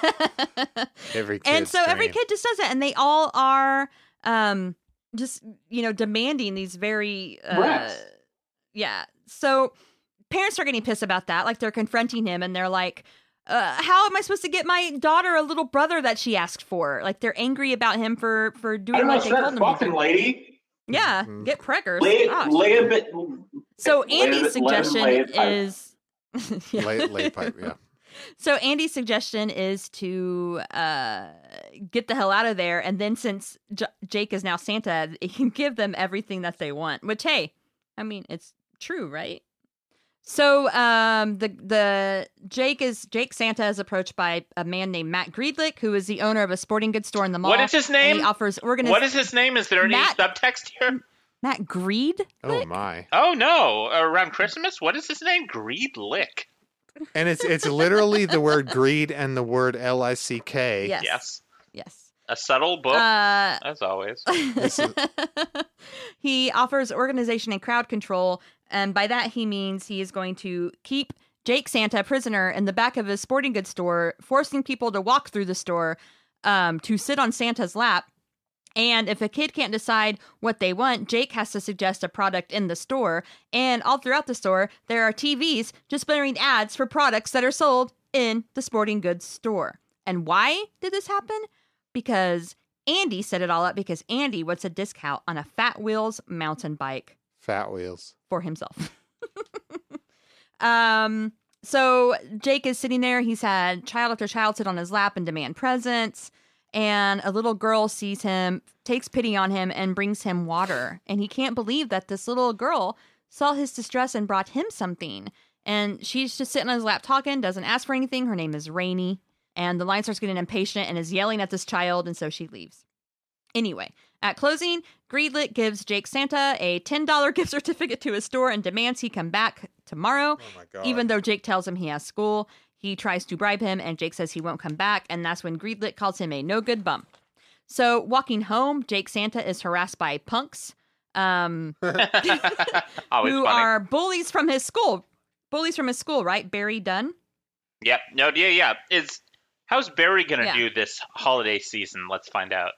[SPEAKER 3] Every kid's
[SPEAKER 1] and so every
[SPEAKER 3] dream.
[SPEAKER 1] kid just does it and they all are um just you know demanding these very uh,
[SPEAKER 5] Brats.
[SPEAKER 1] yeah so parents are getting pissed about that like they're confronting him and they're like uh, how am I supposed to get my daughter a little brother that she asked for? Like they're angry about him for for doing
[SPEAKER 5] I'm
[SPEAKER 1] what
[SPEAKER 5] not
[SPEAKER 1] they
[SPEAKER 5] sure
[SPEAKER 1] told
[SPEAKER 5] that
[SPEAKER 1] him. oh, to
[SPEAKER 5] fucking
[SPEAKER 1] do.
[SPEAKER 5] lady.
[SPEAKER 1] Yeah,
[SPEAKER 3] Mhm.
[SPEAKER 1] get preggers.
[SPEAKER 5] Lay,
[SPEAKER 1] Gosh.
[SPEAKER 5] lay a bit.
[SPEAKER 1] so
[SPEAKER 5] lay it- lay
[SPEAKER 1] Andy's
[SPEAKER 5] it- lay it-
[SPEAKER 1] suggestion
[SPEAKER 5] lay it pipe.
[SPEAKER 1] is Yeah.
[SPEAKER 3] lay, lay pipe. Yeah.
[SPEAKER 1] So Andy's suggestion is to uh, get the hell out of there, and then since J- Jake is now Santa, he can give them everything that they want. Which, hey, I mean, it's true, right? So um, the the Jake is Jake Santa is approached by a man named Matt Greedlick, who is the owner of a sporting goods store in the mall.
[SPEAKER 6] What is his
[SPEAKER 1] And
[SPEAKER 6] name?
[SPEAKER 1] he offers organiz-
[SPEAKER 6] What is his name? Is there any
[SPEAKER 1] Matt- Mm.
[SPEAKER 6] subtext here?
[SPEAKER 1] Matt Greed?
[SPEAKER 3] Oh my.
[SPEAKER 6] Oh no! Around Christmas, what is his name? Greed Lick.
[SPEAKER 3] And it's it's literally the word greed and the word L I C K.
[SPEAKER 1] Yes.
[SPEAKER 6] Yes,
[SPEAKER 1] Yes.
[SPEAKER 6] a subtle book,
[SPEAKER 1] Uh,
[SPEAKER 6] as always.
[SPEAKER 3] is-
[SPEAKER 1] he offers organization and crowd control, and by that he means he is going to keep Jake Santa prisoner in the back of his sporting goods store, forcing people to walk through the store um, to sit on Santa's lap. And if a kid can't decide what they want, Jake has to suggest a product in the store. And all throughout the store, there are TVs just blaring ads for products that are sold in the sporting goods store. And why did this happen? Because Andy set it all up because Andy wants a discount on a Fat Wheels mountain bike
[SPEAKER 3] Fat wheels.
[SPEAKER 1] for himself. um, so Jake is sitting there. He's had child after child sit on his lap and demand presents. And a little girl sees him, takes pity on him, and brings him water. And he can't believe that this little girl saw his distress and brought him something. And she's just sitting on his lap talking, doesn't ask for anything. Her name is Rainy. And the lion starts getting impatient and is yelling at this child, and so she leaves. Anyway, at closing, Greedlit gives Jake Santa a $10 gift certificate to his store and demands he come back tomorrow.
[SPEAKER 3] Oh my god.
[SPEAKER 1] Even though Jake tells him he has school, he tries to bribe him, and Jake says he won't come back. And that's when Greedlit calls him a no good bum. So, walking home, Jake Santa is harassed by punks um,
[SPEAKER 6] always
[SPEAKER 1] who
[SPEAKER 6] funny.
[SPEAKER 1] are bullies from his school. Bullies from his school, right? Barry Dunn.
[SPEAKER 6] Yep. No. Yeah. Yeah. Is how's Barry gonna
[SPEAKER 1] Yeah.
[SPEAKER 6] do this holiday season? Let's find out.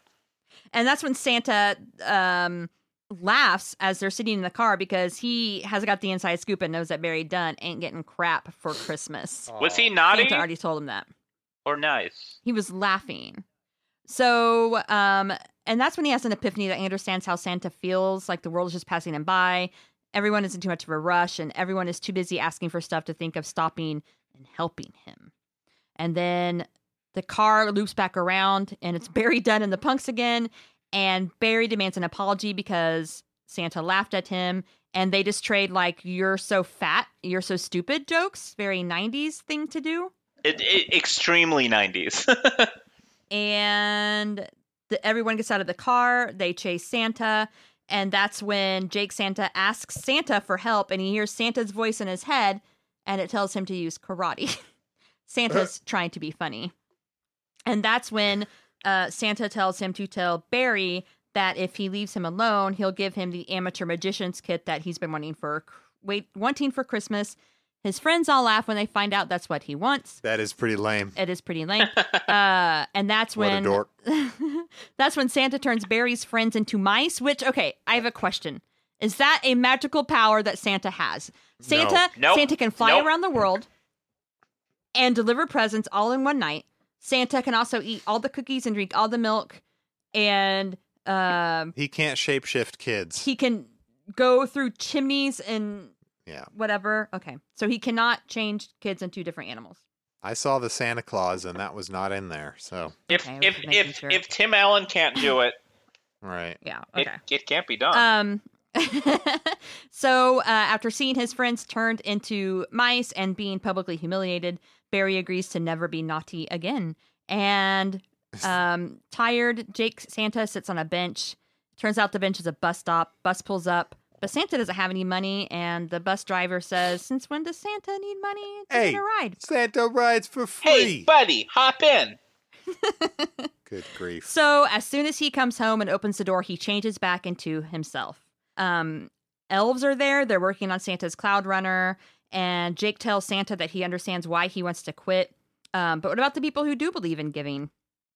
[SPEAKER 1] And that's when Santa um, laughs as they're sitting in the car because he has got the inside scoop and knows that Barry Dunn ain't getting crap for Christmas.
[SPEAKER 6] Was he
[SPEAKER 3] Aw.
[SPEAKER 6] naughty
[SPEAKER 1] Santa already told him that.
[SPEAKER 6] or nice?
[SPEAKER 1] He was laughing. So, um, and that's when he has an epiphany that he understands how Santa feels like the world is just passing him by. Everyone isn't too much of a rush, and everyone is too busy asking for stuff to think of stopping and helping him. And then the car loops back around, and it's Barry Dunn and the punks again. And Barry demands an apology because Santa laughed at him, and they just trade like "you're so fat, you're so stupid" jokes. Very '90s thing to do.
[SPEAKER 4] It, it, extremely 90s.
[SPEAKER 1] And the, everyone gets out of the car. They chase Santa, and that's when Jake Santa asks Santa for help, and he hears Santa's voice in his head, and it tells him to use karate. Santa's
[SPEAKER 3] Uh-huh.
[SPEAKER 1] trying to be funny, and that's when uh, Santa tells him to tell Barry that if he leaves him alone, he'll give him the amateur magician's kit that he's been wanting for wait wanting for Christmas. His friends all laugh when they find out that's what he wants.
[SPEAKER 3] That is pretty lame.
[SPEAKER 1] It is pretty lame, uh, and that's
[SPEAKER 3] What a
[SPEAKER 1] when
[SPEAKER 3] dork.
[SPEAKER 1] that's when Santa turns Barry's friends into mice. Which okay, I have a question: Is that a magical power that Santa has? Santa
[SPEAKER 4] Nope.
[SPEAKER 1] Santa can fly
[SPEAKER 4] Nope.
[SPEAKER 1] around the world and deliver presents all in one night. Santa can also eat all the cookies and drink all the milk, and um,
[SPEAKER 3] He can't shapeshift kids.
[SPEAKER 1] he can go through chimneys and
[SPEAKER 3] Yeah.
[SPEAKER 1] whatever. Okay, so he cannot change kids into different animals.
[SPEAKER 3] I saw the Santa Claus and that was not in there. So,
[SPEAKER 4] if
[SPEAKER 1] Okay, I was
[SPEAKER 4] if
[SPEAKER 1] just making
[SPEAKER 4] if,
[SPEAKER 1] sure.
[SPEAKER 4] if Tim Allen can't do it,
[SPEAKER 3] right.
[SPEAKER 1] Yeah. Okay.
[SPEAKER 4] it, it can't be done.
[SPEAKER 1] Um, so uh, after seeing his friends turned into mice and being publicly humiliated, Barry agrees to never be naughty again. And um, tired, Jake Santa sits on a bench. Turns out the bench is a bus stop. Bus pulls up, but Santa doesn't have any money, and the bus driver says, "Since when does Santa need money to
[SPEAKER 3] Hey.
[SPEAKER 1] get a ride?"
[SPEAKER 3] Santa rides for
[SPEAKER 4] hey,
[SPEAKER 3] free.
[SPEAKER 4] buddy, hop in.
[SPEAKER 3] Good grief.
[SPEAKER 1] So as soon as he comes home and opens the door, he changes back into himself. Um, elves are there. They're working on Santa's Cloud Runner, and Jake tells Santa that he understands why he wants to quit. Um, but what about the people who do believe in giving?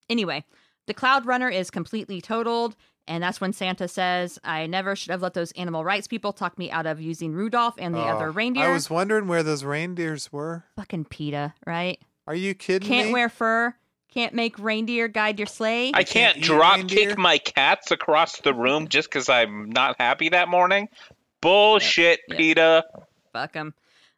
[SPEAKER 1] Anyway, the Cloud Runner is completely totaled, and that's when Santa says, "I never should have let those animal rights people talk me out of using Rudolph and the
[SPEAKER 3] Oh,
[SPEAKER 1] other reindeer."
[SPEAKER 3] I was wondering where those reindeers were.
[SPEAKER 1] Fucking PETA, right?
[SPEAKER 3] Are you kidding
[SPEAKER 1] Can't
[SPEAKER 3] me?
[SPEAKER 1] wear fur. Can't make reindeer guide your sleigh.
[SPEAKER 4] I
[SPEAKER 3] can't
[SPEAKER 4] can't
[SPEAKER 3] eat
[SPEAKER 4] drop
[SPEAKER 3] reindeer?
[SPEAKER 4] kick my cats across the room just because I'm not happy that morning. Bullshit,
[SPEAKER 1] Yep.
[SPEAKER 4] PETA.
[SPEAKER 1] Fuck him.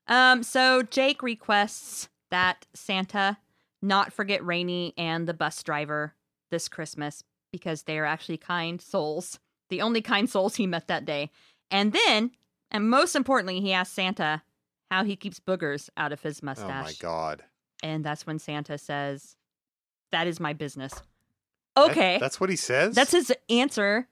[SPEAKER 1] Um, so Jake requests that Santa not forget Rainy and the bus driver this Christmas because they are actually kind souls, the only kind souls he met that day. And then, and most importantly, he asks Santa how he keeps boogers out of his
[SPEAKER 3] oh my
[SPEAKER 1] mustache.
[SPEAKER 3] god.
[SPEAKER 1] And that's when Santa says, "That is my business."
[SPEAKER 3] That-
[SPEAKER 1] Okay, that's,
[SPEAKER 3] that's what he says?
[SPEAKER 1] his answer.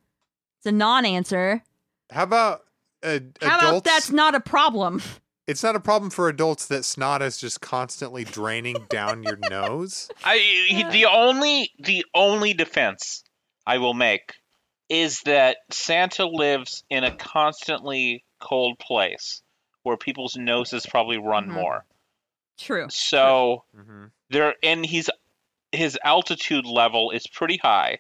[SPEAKER 1] It's a non-answer.
[SPEAKER 3] How about uh,
[SPEAKER 1] How
[SPEAKER 3] adults?
[SPEAKER 1] about that's not a problem?
[SPEAKER 3] It's not a problem for adults that snot is just constantly draining down your nose.
[SPEAKER 4] I he- the only the only defense I will make is that Santa lives in a constantly cold place where people's noses probably run
[SPEAKER 1] Mhm.
[SPEAKER 4] more.
[SPEAKER 1] True.
[SPEAKER 4] So
[SPEAKER 3] Mm-hmm.
[SPEAKER 4] there and he's his altitude level is pretty high.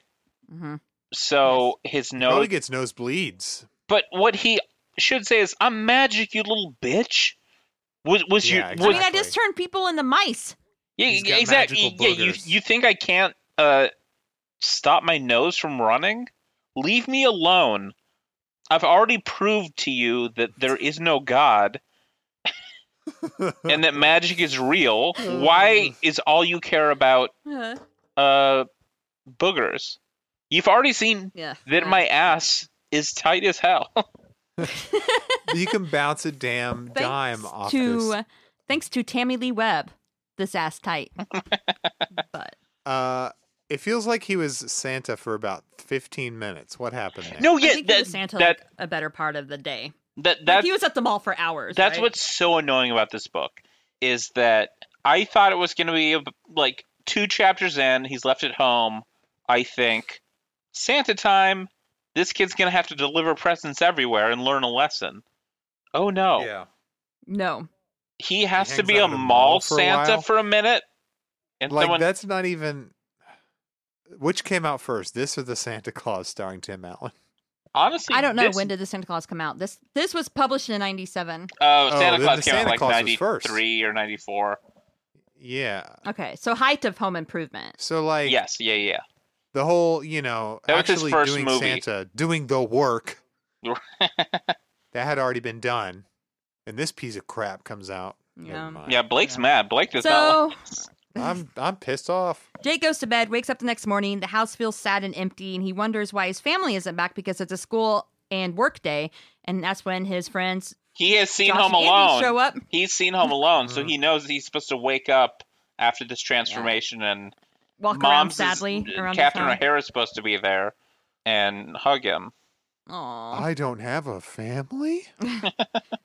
[SPEAKER 1] hmm
[SPEAKER 4] So his nose
[SPEAKER 3] Probably gets nosebleeds.
[SPEAKER 4] But what he should say is, "I'm magic, you little bitch." Was was
[SPEAKER 3] Yeah,
[SPEAKER 4] you?
[SPEAKER 1] I
[SPEAKER 4] Was,
[SPEAKER 1] mean, I just
[SPEAKER 3] Exactly.
[SPEAKER 1] turned people into mice.
[SPEAKER 4] yeah, e,
[SPEAKER 3] He's got
[SPEAKER 4] exactly.
[SPEAKER 3] magical
[SPEAKER 4] Yeah, you
[SPEAKER 3] boogers.
[SPEAKER 4] you think I can't uh stop my nose from running? Leave me alone. I've already proved to you that there is no god and that magic is real.
[SPEAKER 3] Hmm.
[SPEAKER 4] Why is all you care about uh boogers? You've already seen
[SPEAKER 1] yeah.
[SPEAKER 4] that my ass is tight as hell.
[SPEAKER 3] you can bounce a damn dime off
[SPEAKER 1] to uh,
[SPEAKER 3] this.
[SPEAKER 1] thanks to Tammy Lee Webb, this ass tight. but
[SPEAKER 3] Uh, it feels like he was Santa for about 15 minutes. What happened there?
[SPEAKER 4] no,
[SPEAKER 1] I
[SPEAKER 4] yeah,
[SPEAKER 1] think he
[SPEAKER 4] that,
[SPEAKER 1] was Santa
[SPEAKER 4] that
[SPEAKER 1] like, a better part of the day.
[SPEAKER 4] that
[SPEAKER 1] Like,
[SPEAKER 4] that
[SPEAKER 1] he was at the mall for hours.
[SPEAKER 4] That's
[SPEAKER 1] right?
[SPEAKER 4] what's so annoying about this book is that I thought it was going to be ab- like two chapters in. He's left at home. I think Santa time. This kid's going to have to deliver presents everywhere and learn a lesson. Oh no,
[SPEAKER 3] Yeah.
[SPEAKER 1] no.
[SPEAKER 4] he has to
[SPEAKER 3] hangs
[SPEAKER 4] be a
[SPEAKER 3] out at a
[SPEAKER 4] mall,
[SPEAKER 3] mall for a
[SPEAKER 4] Santa
[SPEAKER 3] while.
[SPEAKER 4] for a minute. And
[SPEAKER 3] like,
[SPEAKER 4] someone,
[SPEAKER 3] that's not even. Which came out first, this or the Santa Claus starring Tim Allen?
[SPEAKER 4] honestly,
[SPEAKER 1] I don't know
[SPEAKER 4] this-
[SPEAKER 1] when did the Santa Claus come out. This this was published in '97.
[SPEAKER 4] Oh,
[SPEAKER 3] Oh,
[SPEAKER 4] Santa
[SPEAKER 3] then the
[SPEAKER 4] Claus came
[SPEAKER 3] Santa
[SPEAKER 4] out like
[SPEAKER 3] Claus was
[SPEAKER 4] ninety
[SPEAKER 3] first.
[SPEAKER 4] three or ninety four.
[SPEAKER 3] Yeah.
[SPEAKER 1] Okay, so height of Home Improvement.
[SPEAKER 3] So like
[SPEAKER 4] Yes, yeah, yeah.
[SPEAKER 3] the whole, you know,
[SPEAKER 4] That was his
[SPEAKER 3] actually
[SPEAKER 4] first
[SPEAKER 3] doing
[SPEAKER 4] movie.
[SPEAKER 3] Santa, doing the work that had already been done, and this piece of crap comes out. Never
[SPEAKER 1] Yeah.
[SPEAKER 3] mind.
[SPEAKER 4] yeah, Blake's
[SPEAKER 1] Yeah.
[SPEAKER 4] mad. Blake does not.
[SPEAKER 1] So
[SPEAKER 4] Like this.
[SPEAKER 3] I'm I'm pissed off.
[SPEAKER 1] Jake goes to bed, wakes up the next morning. The house feels sad and empty, and he wonders why his family isn't back because it's a school and Workday, and that's when his friends
[SPEAKER 4] He has seen
[SPEAKER 1] Josh
[SPEAKER 4] Home
[SPEAKER 1] and Andy
[SPEAKER 4] Alone.
[SPEAKER 1] show up.
[SPEAKER 4] He's seen Home Alone, so
[SPEAKER 1] Mm-hmm.
[SPEAKER 3] Mhm.
[SPEAKER 4] he knows he's supposed to wake up after this transformation and
[SPEAKER 1] Walk around
[SPEAKER 4] mom's is-
[SPEAKER 1] sadly around the
[SPEAKER 4] Catherine
[SPEAKER 1] town.
[SPEAKER 4] O'Hara is supposed to be there and hug him.
[SPEAKER 1] Aw.
[SPEAKER 3] I don't have a family.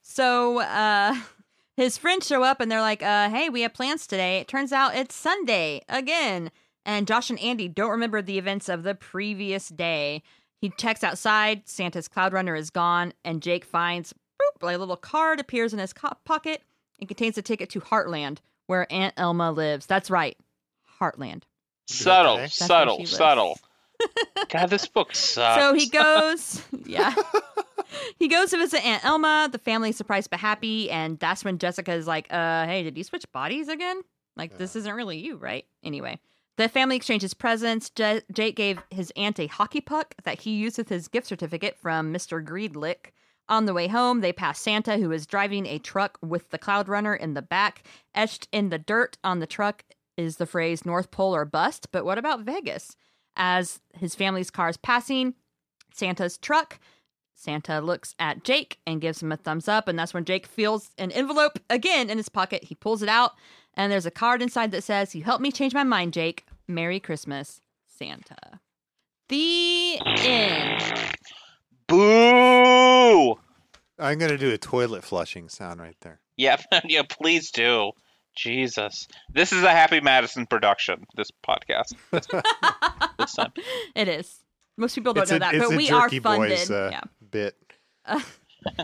[SPEAKER 1] So uh, his friends show up and they're like, uh, "Hey, we have plans today." It turns out it's Sunday again, and Josh and Andy don't remember the events of the previous day. He checks outside. Santa's Cloud Runner is gone, and Jake finds boop, a little card appears in his co- pocket. It contains a ticket to Heartland, where Aunt Elma lives. That's right, Heartland.
[SPEAKER 4] Subtle,
[SPEAKER 3] Okay.
[SPEAKER 1] That's where she
[SPEAKER 4] subtle,
[SPEAKER 1] lives.
[SPEAKER 4] subtle. God, this book sucks.
[SPEAKER 1] So he goes, yeah. he goes to visit Aunt Elma. The family's surprised but happy, and that's when Jessica is like, "Uh, hey, did you switch bodies again? Like, this
[SPEAKER 3] Yeah.
[SPEAKER 1] isn't really you, right?" Anyway, the family exchanges presents. J- Jake gave his aunt a hockey puck that he used with his gift certificate from Mister Greedlick. On the way home, they pass Santa, who is driving a truck with the Cloud Runner in the back. Etched in the dirt on the truck is the phrase North Pole or bust, but what about Vegas? As his family's car is passing Santa's truck, Santa looks at Jake and gives him a thumbs up. And that's when Jake feels an envelope again in his pocket. He pulls it out, and there's a card inside that says, You helped me change my mind, Jake. Merry Christmas, Santa. The end.
[SPEAKER 4] Boo!
[SPEAKER 3] I'm gonna do a toilet flushing sound right there.
[SPEAKER 4] Yeah, yeah, please do. Jesus. This is a Happy Madison production, this podcast. This, this time.
[SPEAKER 1] It is. Most people don't
[SPEAKER 3] It's
[SPEAKER 1] know
[SPEAKER 3] a-
[SPEAKER 1] that,
[SPEAKER 3] it's
[SPEAKER 1] but
[SPEAKER 3] a
[SPEAKER 1] we are
[SPEAKER 3] Jerky
[SPEAKER 1] funded.
[SPEAKER 3] Boys, uh,
[SPEAKER 1] yeah.
[SPEAKER 3] Bit.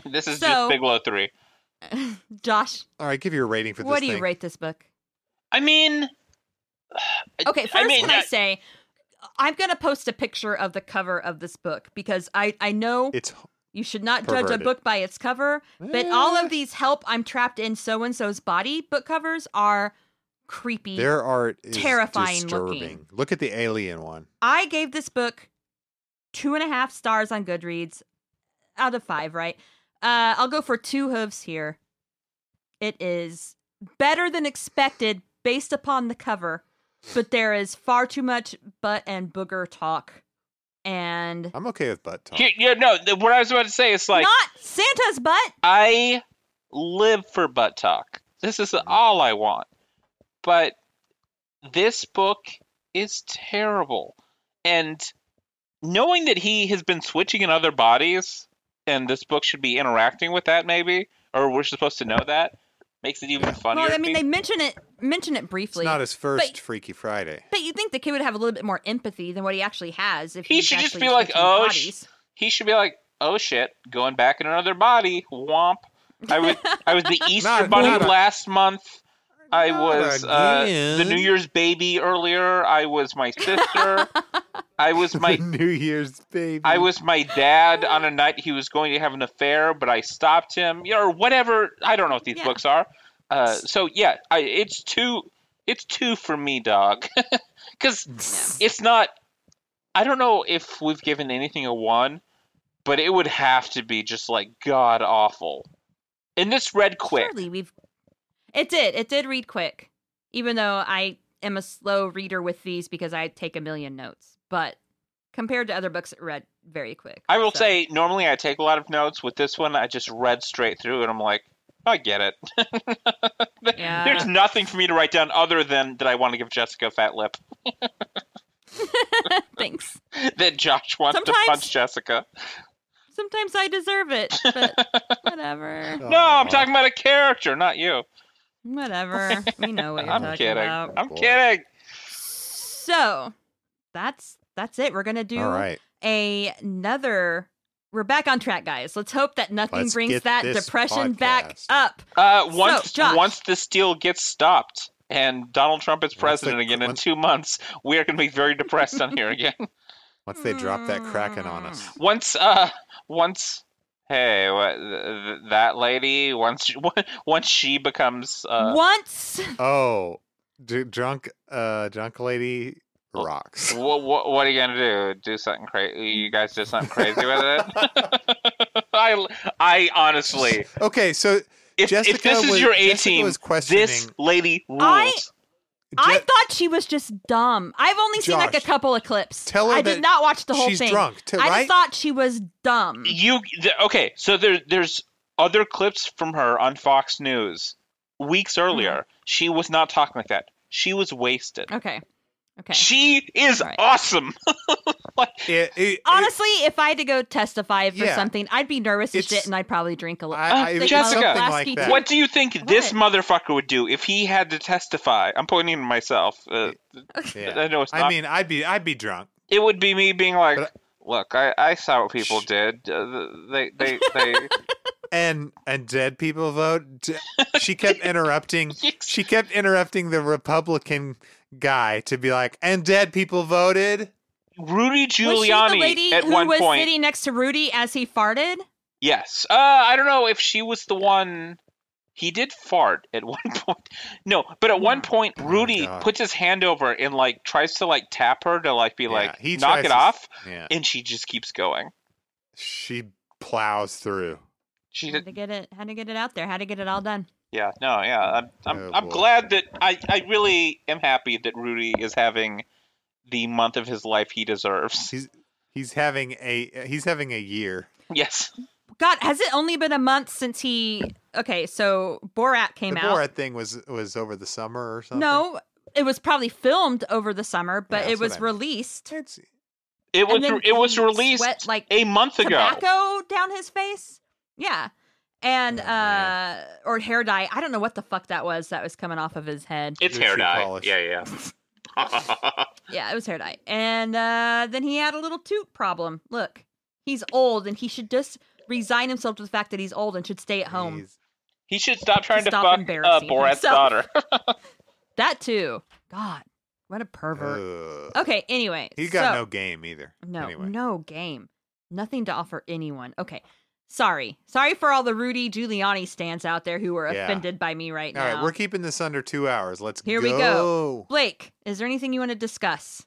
[SPEAKER 4] This is
[SPEAKER 1] So-
[SPEAKER 4] just Big Low 3.
[SPEAKER 1] Josh,
[SPEAKER 3] All right, give your rating for this.
[SPEAKER 1] what do you
[SPEAKER 3] thing.
[SPEAKER 1] rate this book?
[SPEAKER 4] I mean,
[SPEAKER 1] Okay, first
[SPEAKER 4] I mean,
[SPEAKER 1] can I
[SPEAKER 4] yeah.
[SPEAKER 1] say I'm gonna post a picture of the cover of this book because I I know
[SPEAKER 3] It's
[SPEAKER 1] you should not judge a
[SPEAKER 3] perverted.
[SPEAKER 1] book by its cover, but all of these help I'm trapped in so and so's body book covers are creepy.
[SPEAKER 3] their art is
[SPEAKER 1] terrifying
[SPEAKER 3] disturbing.
[SPEAKER 1] looking.
[SPEAKER 3] Look at the alien one.
[SPEAKER 1] I gave this book two and a half stars on Goodreads out of five, right? Uh, I'll go for two hooves here. It is better than expected based upon the cover, but there is far too much butt and booger talk. And
[SPEAKER 3] I'm okay with butt talk.
[SPEAKER 4] here- yeah, no, th- what I was about to say is like,
[SPEAKER 1] not Santa's butt.
[SPEAKER 4] I live for butt talk. This is all I want. But this book is terrible. And knowing that he has been switching in other bodies, and this book should be interacting with that maybe, or we're supposed to know that, makes it even funnier.
[SPEAKER 1] Well, I
[SPEAKER 4] to
[SPEAKER 1] mean,
[SPEAKER 4] me.
[SPEAKER 1] they mention it mention it
[SPEAKER 3] It's
[SPEAKER 1] briefly.
[SPEAKER 3] not his first
[SPEAKER 1] But-
[SPEAKER 3] Freaky Friday.
[SPEAKER 1] but you'd think the kid would have a little bit more empathy than what he actually has. If
[SPEAKER 4] He
[SPEAKER 1] he's
[SPEAKER 4] should just
[SPEAKER 1] actually
[SPEAKER 4] be like,
[SPEAKER 1] switching
[SPEAKER 4] "Oh, sh-
[SPEAKER 1] bodies.
[SPEAKER 4] he should be like, "Oh shit, going back in another body." Womp. I was I was the Easter
[SPEAKER 3] Not-
[SPEAKER 4] bunny
[SPEAKER 3] not a-
[SPEAKER 4] last month. I
[SPEAKER 3] Not
[SPEAKER 4] was uh, the
[SPEAKER 3] again.
[SPEAKER 4] New Year's baby earlier. I was my sister. I was my
[SPEAKER 3] the New Year's baby.
[SPEAKER 4] I was my dad on a night he was going to have an affair, but I stopped him yeah, or whatever. I don't know what these
[SPEAKER 1] Yeah.
[SPEAKER 4] books are. Uh, so yeah, I, it's two. It's two for me, dog, because it's not. I don't know if we've given anything a one, but it would have to be just like god awful. And this read quick.
[SPEAKER 1] Surely we've. It did. It did read quick, even though I am a slow reader with these because I take a million notes. But compared to other books, it read very quick.
[SPEAKER 4] I will
[SPEAKER 1] So-
[SPEAKER 4] say normally I take a lot of notes. With this one, I just read straight through, and I'm like, I get it.
[SPEAKER 1] Yeah.
[SPEAKER 4] There's nothing for me to write down other than that I want to give Jessica a fat lip.
[SPEAKER 1] thanks.
[SPEAKER 4] that Josh wants to
[SPEAKER 1] Sometimes-
[SPEAKER 4] punch Jessica.
[SPEAKER 1] Sometimes I deserve it, but
[SPEAKER 3] Oh,
[SPEAKER 1] whatever.
[SPEAKER 4] No, I'm
[SPEAKER 3] Aw.
[SPEAKER 4] talking about a character, not you.
[SPEAKER 1] Whatever. We know what you're
[SPEAKER 4] I'm
[SPEAKER 1] talking
[SPEAKER 4] kidding.
[SPEAKER 1] about.
[SPEAKER 4] I'm
[SPEAKER 3] boy.
[SPEAKER 4] kidding.
[SPEAKER 1] So that's that's it. We're gonna do
[SPEAKER 3] All right.
[SPEAKER 1] a- another. We're back on track, guys. Let's hope that nothing
[SPEAKER 3] Let's
[SPEAKER 1] brings
[SPEAKER 3] get
[SPEAKER 1] that
[SPEAKER 3] this
[SPEAKER 1] depression back
[SPEAKER 3] podcast.
[SPEAKER 1] up.
[SPEAKER 4] Uh,
[SPEAKER 1] So,
[SPEAKER 4] once
[SPEAKER 1] Josh.
[SPEAKER 4] once this deal gets stopped and Donald Trump is
[SPEAKER 3] the-
[SPEAKER 4] president again in
[SPEAKER 3] once-
[SPEAKER 4] two months, we are going to be very depressed on here again.
[SPEAKER 3] Once they drop that Kraken on us.
[SPEAKER 4] Once uh, once hey, what, th- th- that lady once she- once she becomes uh,
[SPEAKER 1] Once
[SPEAKER 3] Oh, d- drunk, uh, drunk lady
[SPEAKER 4] Oh.
[SPEAKER 3] rocks.
[SPEAKER 4] what, what what are you gonna do? Do something crazy? You guys do something crazy with it? I I honestly,
[SPEAKER 3] Okay, so
[SPEAKER 4] if,
[SPEAKER 3] Jessica
[SPEAKER 4] if this is
[SPEAKER 3] was-
[SPEAKER 4] your A
[SPEAKER 3] Jessica
[SPEAKER 4] team,
[SPEAKER 3] was questioning-
[SPEAKER 4] this lady rules.
[SPEAKER 1] I I
[SPEAKER 3] Ju-
[SPEAKER 1] thought she was just dumb. I've only seen like a
[SPEAKER 3] Josh,
[SPEAKER 1] couple of clips.
[SPEAKER 3] tell her
[SPEAKER 1] I
[SPEAKER 3] that
[SPEAKER 1] did not watch the whole
[SPEAKER 3] she's
[SPEAKER 1] thing.
[SPEAKER 3] drunk, t-
[SPEAKER 1] I
[SPEAKER 3] right?
[SPEAKER 1] just thought she was dumb.
[SPEAKER 4] You th- okay? So there, there's other clips from her on Fox News
[SPEAKER 1] Hmm.
[SPEAKER 4] weeks earlier. She was not talking like that. She was wasted.
[SPEAKER 1] Okay. Okay.
[SPEAKER 4] She is
[SPEAKER 1] All right.
[SPEAKER 4] awesome. like
[SPEAKER 3] It- it-
[SPEAKER 1] Honestly, if I had to go testify for
[SPEAKER 3] Yeah.
[SPEAKER 1] something, I'd be nervous as
[SPEAKER 3] It's-
[SPEAKER 1] shit and I'd probably drink a little.
[SPEAKER 3] I- I-
[SPEAKER 1] Like my
[SPEAKER 4] Jessica,
[SPEAKER 1] last
[SPEAKER 3] something like
[SPEAKER 1] PT.
[SPEAKER 3] that.
[SPEAKER 4] What do you think this motherfucker would do if he had to testify? I'm pointing to myself. Uh,
[SPEAKER 3] yeah.
[SPEAKER 4] I know it's not.
[SPEAKER 3] I mean, I'd be I'd be drunk.
[SPEAKER 4] it would be me being like,
[SPEAKER 3] But
[SPEAKER 4] "Look, I, I saw what people
[SPEAKER 3] Shh.
[SPEAKER 4] did. Uh, they they they."
[SPEAKER 3] And and dead people vote. D- She kept interrupting. She kept interrupting the Republican guy to be like, "And dead people voted."
[SPEAKER 4] Rudy
[SPEAKER 1] Was she the
[SPEAKER 4] Giuliani
[SPEAKER 1] lady
[SPEAKER 4] at
[SPEAKER 1] who
[SPEAKER 4] one
[SPEAKER 1] was
[SPEAKER 4] point.
[SPEAKER 1] sitting next to Rudy as he farted?
[SPEAKER 4] Yes. Uh, I don't know if she was the one. He did fart at one point. No, but at one point, Rudy
[SPEAKER 3] Oh, God.
[SPEAKER 4] puts his hand over and like tries to like tap her to like be
[SPEAKER 3] Yeah,
[SPEAKER 4] like
[SPEAKER 3] he
[SPEAKER 4] knock
[SPEAKER 3] tries
[SPEAKER 4] it
[SPEAKER 3] to-
[SPEAKER 4] off,
[SPEAKER 3] Yeah.
[SPEAKER 4] and she just keeps going.
[SPEAKER 3] She plows through.
[SPEAKER 4] She
[SPEAKER 1] Had
[SPEAKER 4] did.
[SPEAKER 1] to get it. Had to get it out there. Had to get it all done.
[SPEAKER 4] Yeah. No. Yeah. I'm. I'm,
[SPEAKER 3] Oh,
[SPEAKER 4] I'm
[SPEAKER 3] boy.
[SPEAKER 4] glad that I. I really am happy that Rudy is having the month of his life he deserves.
[SPEAKER 3] He's he's having a he's having a year.
[SPEAKER 4] Yes.
[SPEAKER 1] God, has it only been a month since he? Okay, so Borat came
[SPEAKER 3] the
[SPEAKER 1] out.
[SPEAKER 3] Borat thing was was over the summer or something.
[SPEAKER 1] No, it was probably filmed over the summer,
[SPEAKER 3] Yeah,
[SPEAKER 1] but
[SPEAKER 3] that's
[SPEAKER 1] it
[SPEAKER 3] what
[SPEAKER 1] was
[SPEAKER 3] I mean.
[SPEAKER 1] released.
[SPEAKER 3] It's-
[SPEAKER 4] It was.
[SPEAKER 1] And then
[SPEAKER 4] It was
[SPEAKER 1] he
[SPEAKER 4] released
[SPEAKER 1] sweat, like
[SPEAKER 4] a month ago.
[SPEAKER 1] tobacco down his face. Yeah. And
[SPEAKER 3] Oh,
[SPEAKER 1] uh
[SPEAKER 3] man.
[SPEAKER 1] or hair dye. I don't know what the fuck that was that was coming off of his head.
[SPEAKER 4] It's
[SPEAKER 3] Your
[SPEAKER 4] hair
[SPEAKER 3] shoe
[SPEAKER 4] dye.
[SPEAKER 3] polish.
[SPEAKER 4] Yeah. Yeah.
[SPEAKER 1] Yeah, it was hair dye. And uh then he had a little toot problem. Look, he's old and he should just resign himself to the fact that he's old and should stay at home.
[SPEAKER 3] he's-
[SPEAKER 4] He should stop trying to,
[SPEAKER 1] stop
[SPEAKER 4] fuck uh,
[SPEAKER 1] embarrassing
[SPEAKER 4] Borat's
[SPEAKER 1] himself.
[SPEAKER 4] daughter.
[SPEAKER 1] That too. God, what a pervert.
[SPEAKER 3] Ugh.
[SPEAKER 1] okay, anyway.
[SPEAKER 3] He got
[SPEAKER 1] so-
[SPEAKER 3] no game either.
[SPEAKER 1] No,
[SPEAKER 3] Anyway.
[SPEAKER 1] no game. Nothing to offer anyone. Okay. Sorry. Sorry for all the Rudy Giuliani stands out there who are
[SPEAKER 3] Yeah.
[SPEAKER 1] offended by me right
[SPEAKER 3] All
[SPEAKER 1] now.
[SPEAKER 3] right, we're keeping this under two hours. Let's
[SPEAKER 1] Here we
[SPEAKER 3] go.
[SPEAKER 1] go. Blake, is there anything you want to discuss?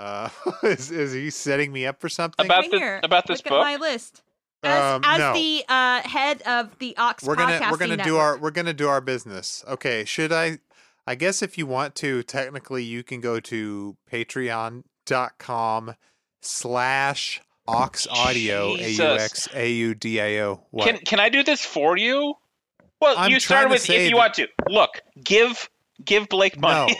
[SPEAKER 3] Uh, is, is he setting me up for something?
[SPEAKER 4] About
[SPEAKER 1] Right
[SPEAKER 4] the-
[SPEAKER 1] here.
[SPEAKER 4] about this
[SPEAKER 1] Look
[SPEAKER 4] book?
[SPEAKER 1] At my list. As,
[SPEAKER 3] Um,
[SPEAKER 1] as
[SPEAKER 3] no.
[SPEAKER 1] the uh, head of the Ox
[SPEAKER 3] we're gonna we're
[SPEAKER 1] Podcasting
[SPEAKER 3] gonna do
[SPEAKER 1] Network.
[SPEAKER 3] our we're gonna do our business. Okay, should I? I guess if you want to, technically you can go to patreon.com slash aux audio a u x
[SPEAKER 4] Jesus.
[SPEAKER 3] a u d a o. What?
[SPEAKER 4] Can can I do this for you? Well,
[SPEAKER 3] I'm
[SPEAKER 4] you
[SPEAKER 3] trying
[SPEAKER 4] start
[SPEAKER 3] to
[SPEAKER 4] with
[SPEAKER 3] say
[SPEAKER 4] if you
[SPEAKER 3] that-
[SPEAKER 4] want to. Look, give give Blake
[SPEAKER 3] No.
[SPEAKER 4] money.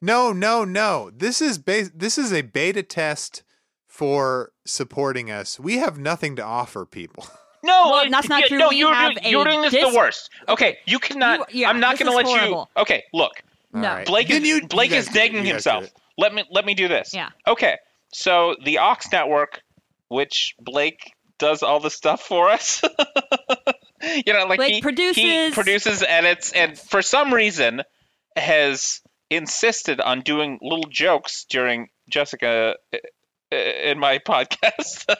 [SPEAKER 3] no, no, no. This is bas- this is a beta test for supporting us. We have nothing to offer people.
[SPEAKER 4] No,
[SPEAKER 1] Well,
[SPEAKER 4] uh,
[SPEAKER 1] that's not
[SPEAKER 4] yeah,
[SPEAKER 1] true.
[SPEAKER 4] No,
[SPEAKER 1] We
[SPEAKER 4] you're
[SPEAKER 1] have
[SPEAKER 4] doing,
[SPEAKER 1] a
[SPEAKER 4] you're doing this
[SPEAKER 1] dis-
[SPEAKER 4] the worst. Okay, you cannot.
[SPEAKER 1] You- yeah,
[SPEAKER 4] I'm not
[SPEAKER 1] this
[SPEAKER 4] going to
[SPEAKER 1] is
[SPEAKER 4] let
[SPEAKER 1] horrible.
[SPEAKER 4] you. Okay, look,
[SPEAKER 1] No.
[SPEAKER 3] All right.
[SPEAKER 4] Blake
[SPEAKER 3] Then
[SPEAKER 4] is
[SPEAKER 3] you-
[SPEAKER 4] Blake
[SPEAKER 3] you
[SPEAKER 4] is
[SPEAKER 3] guys do it.
[SPEAKER 4] negging
[SPEAKER 3] You guys do
[SPEAKER 4] himself.
[SPEAKER 3] it.
[SPEAKER 4] Let me let me do this.
[SPEAKER 1] Yeah.
[SPEAKER 4] Okay, so the Ox Network, which Blake does all the stuff for us. you know, like
[SPEAKER 1] Blake
[SPEAKER 4] he- he
[SPEAKER 1] produces-
[SPEAKER 4] produces, edits, and for some reason has insisted on doing little jokes during Jessica uh, uh, in my podcast,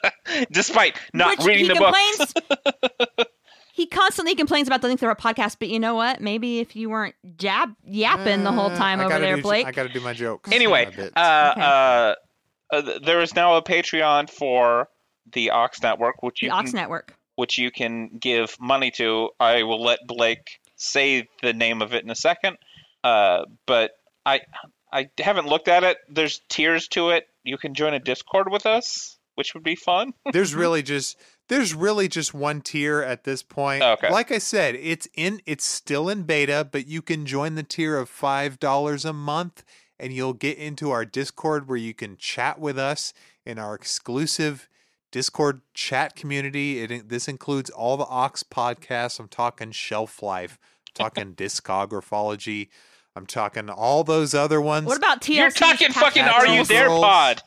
[SPEAKER 4] despite not
[SPEAKER 1] Which
[SPEAKER 4] reading
[SPEAKER 1] he
[SPEAKER 4] the book.
[SPEAKER 1] complains. he constantly complains about the length of our podcast, but you know what? Maybe if you weren't jab yapping the whole
[SPEAKER 3] Uh,
[SPEAKER 1] time
[SPEAKER 3] I
[SPEAKER 1] over
[SPEAKER 3] gotta
[SPEAKER 1] there,
[SPEAKER 3] do-
[SPEAKER 1] Blake.
[SPEAKER 3] I got to do my jokes.
[SPEAKER 4] anyway,
[SPEAKER 3] My bits.
[SPEAKER 4] uh,
[SPEAKER 1] Okay.
[SPEAKER 4] uh, uh, th- there is now a Patreon for the Ox Network, which
[SPEAKER 1] the
[SPEAKER 4] you
[SPEAKER 1] Ox
[SPEAKER 4] can,
[SPEAKER 1] Network.
[SPEAKER 4] which you can give money to. I will let Blake say the name of it in a second, uh, but I I haven't looked at it. There's tiers to it. You can join a Discord with us, which would be fun.
[SPEAKER 3] there's
[SPEAKER 1] Mm-hmm.
[SPEAKER 3] really just there's really just one tier at this point.
[SPEAKER 4] Okay.
[SPEAKER 3] Like I said, it's in it's still in beta, but you can join the tier of five dollars a month, and you'll get into our Discord where you can chat with us in our exclusive Discord chat community. It this includes all the Ox podcasts. I'm talking shelf life, I'm talking discography. I'm talking all those other ones.
[SPEAKER 1] What about TLC?
[SPEAKER 4] You're talking fucking Are You
[SPEAKER 3] Girls.
[SPEAKER 4] There Pod?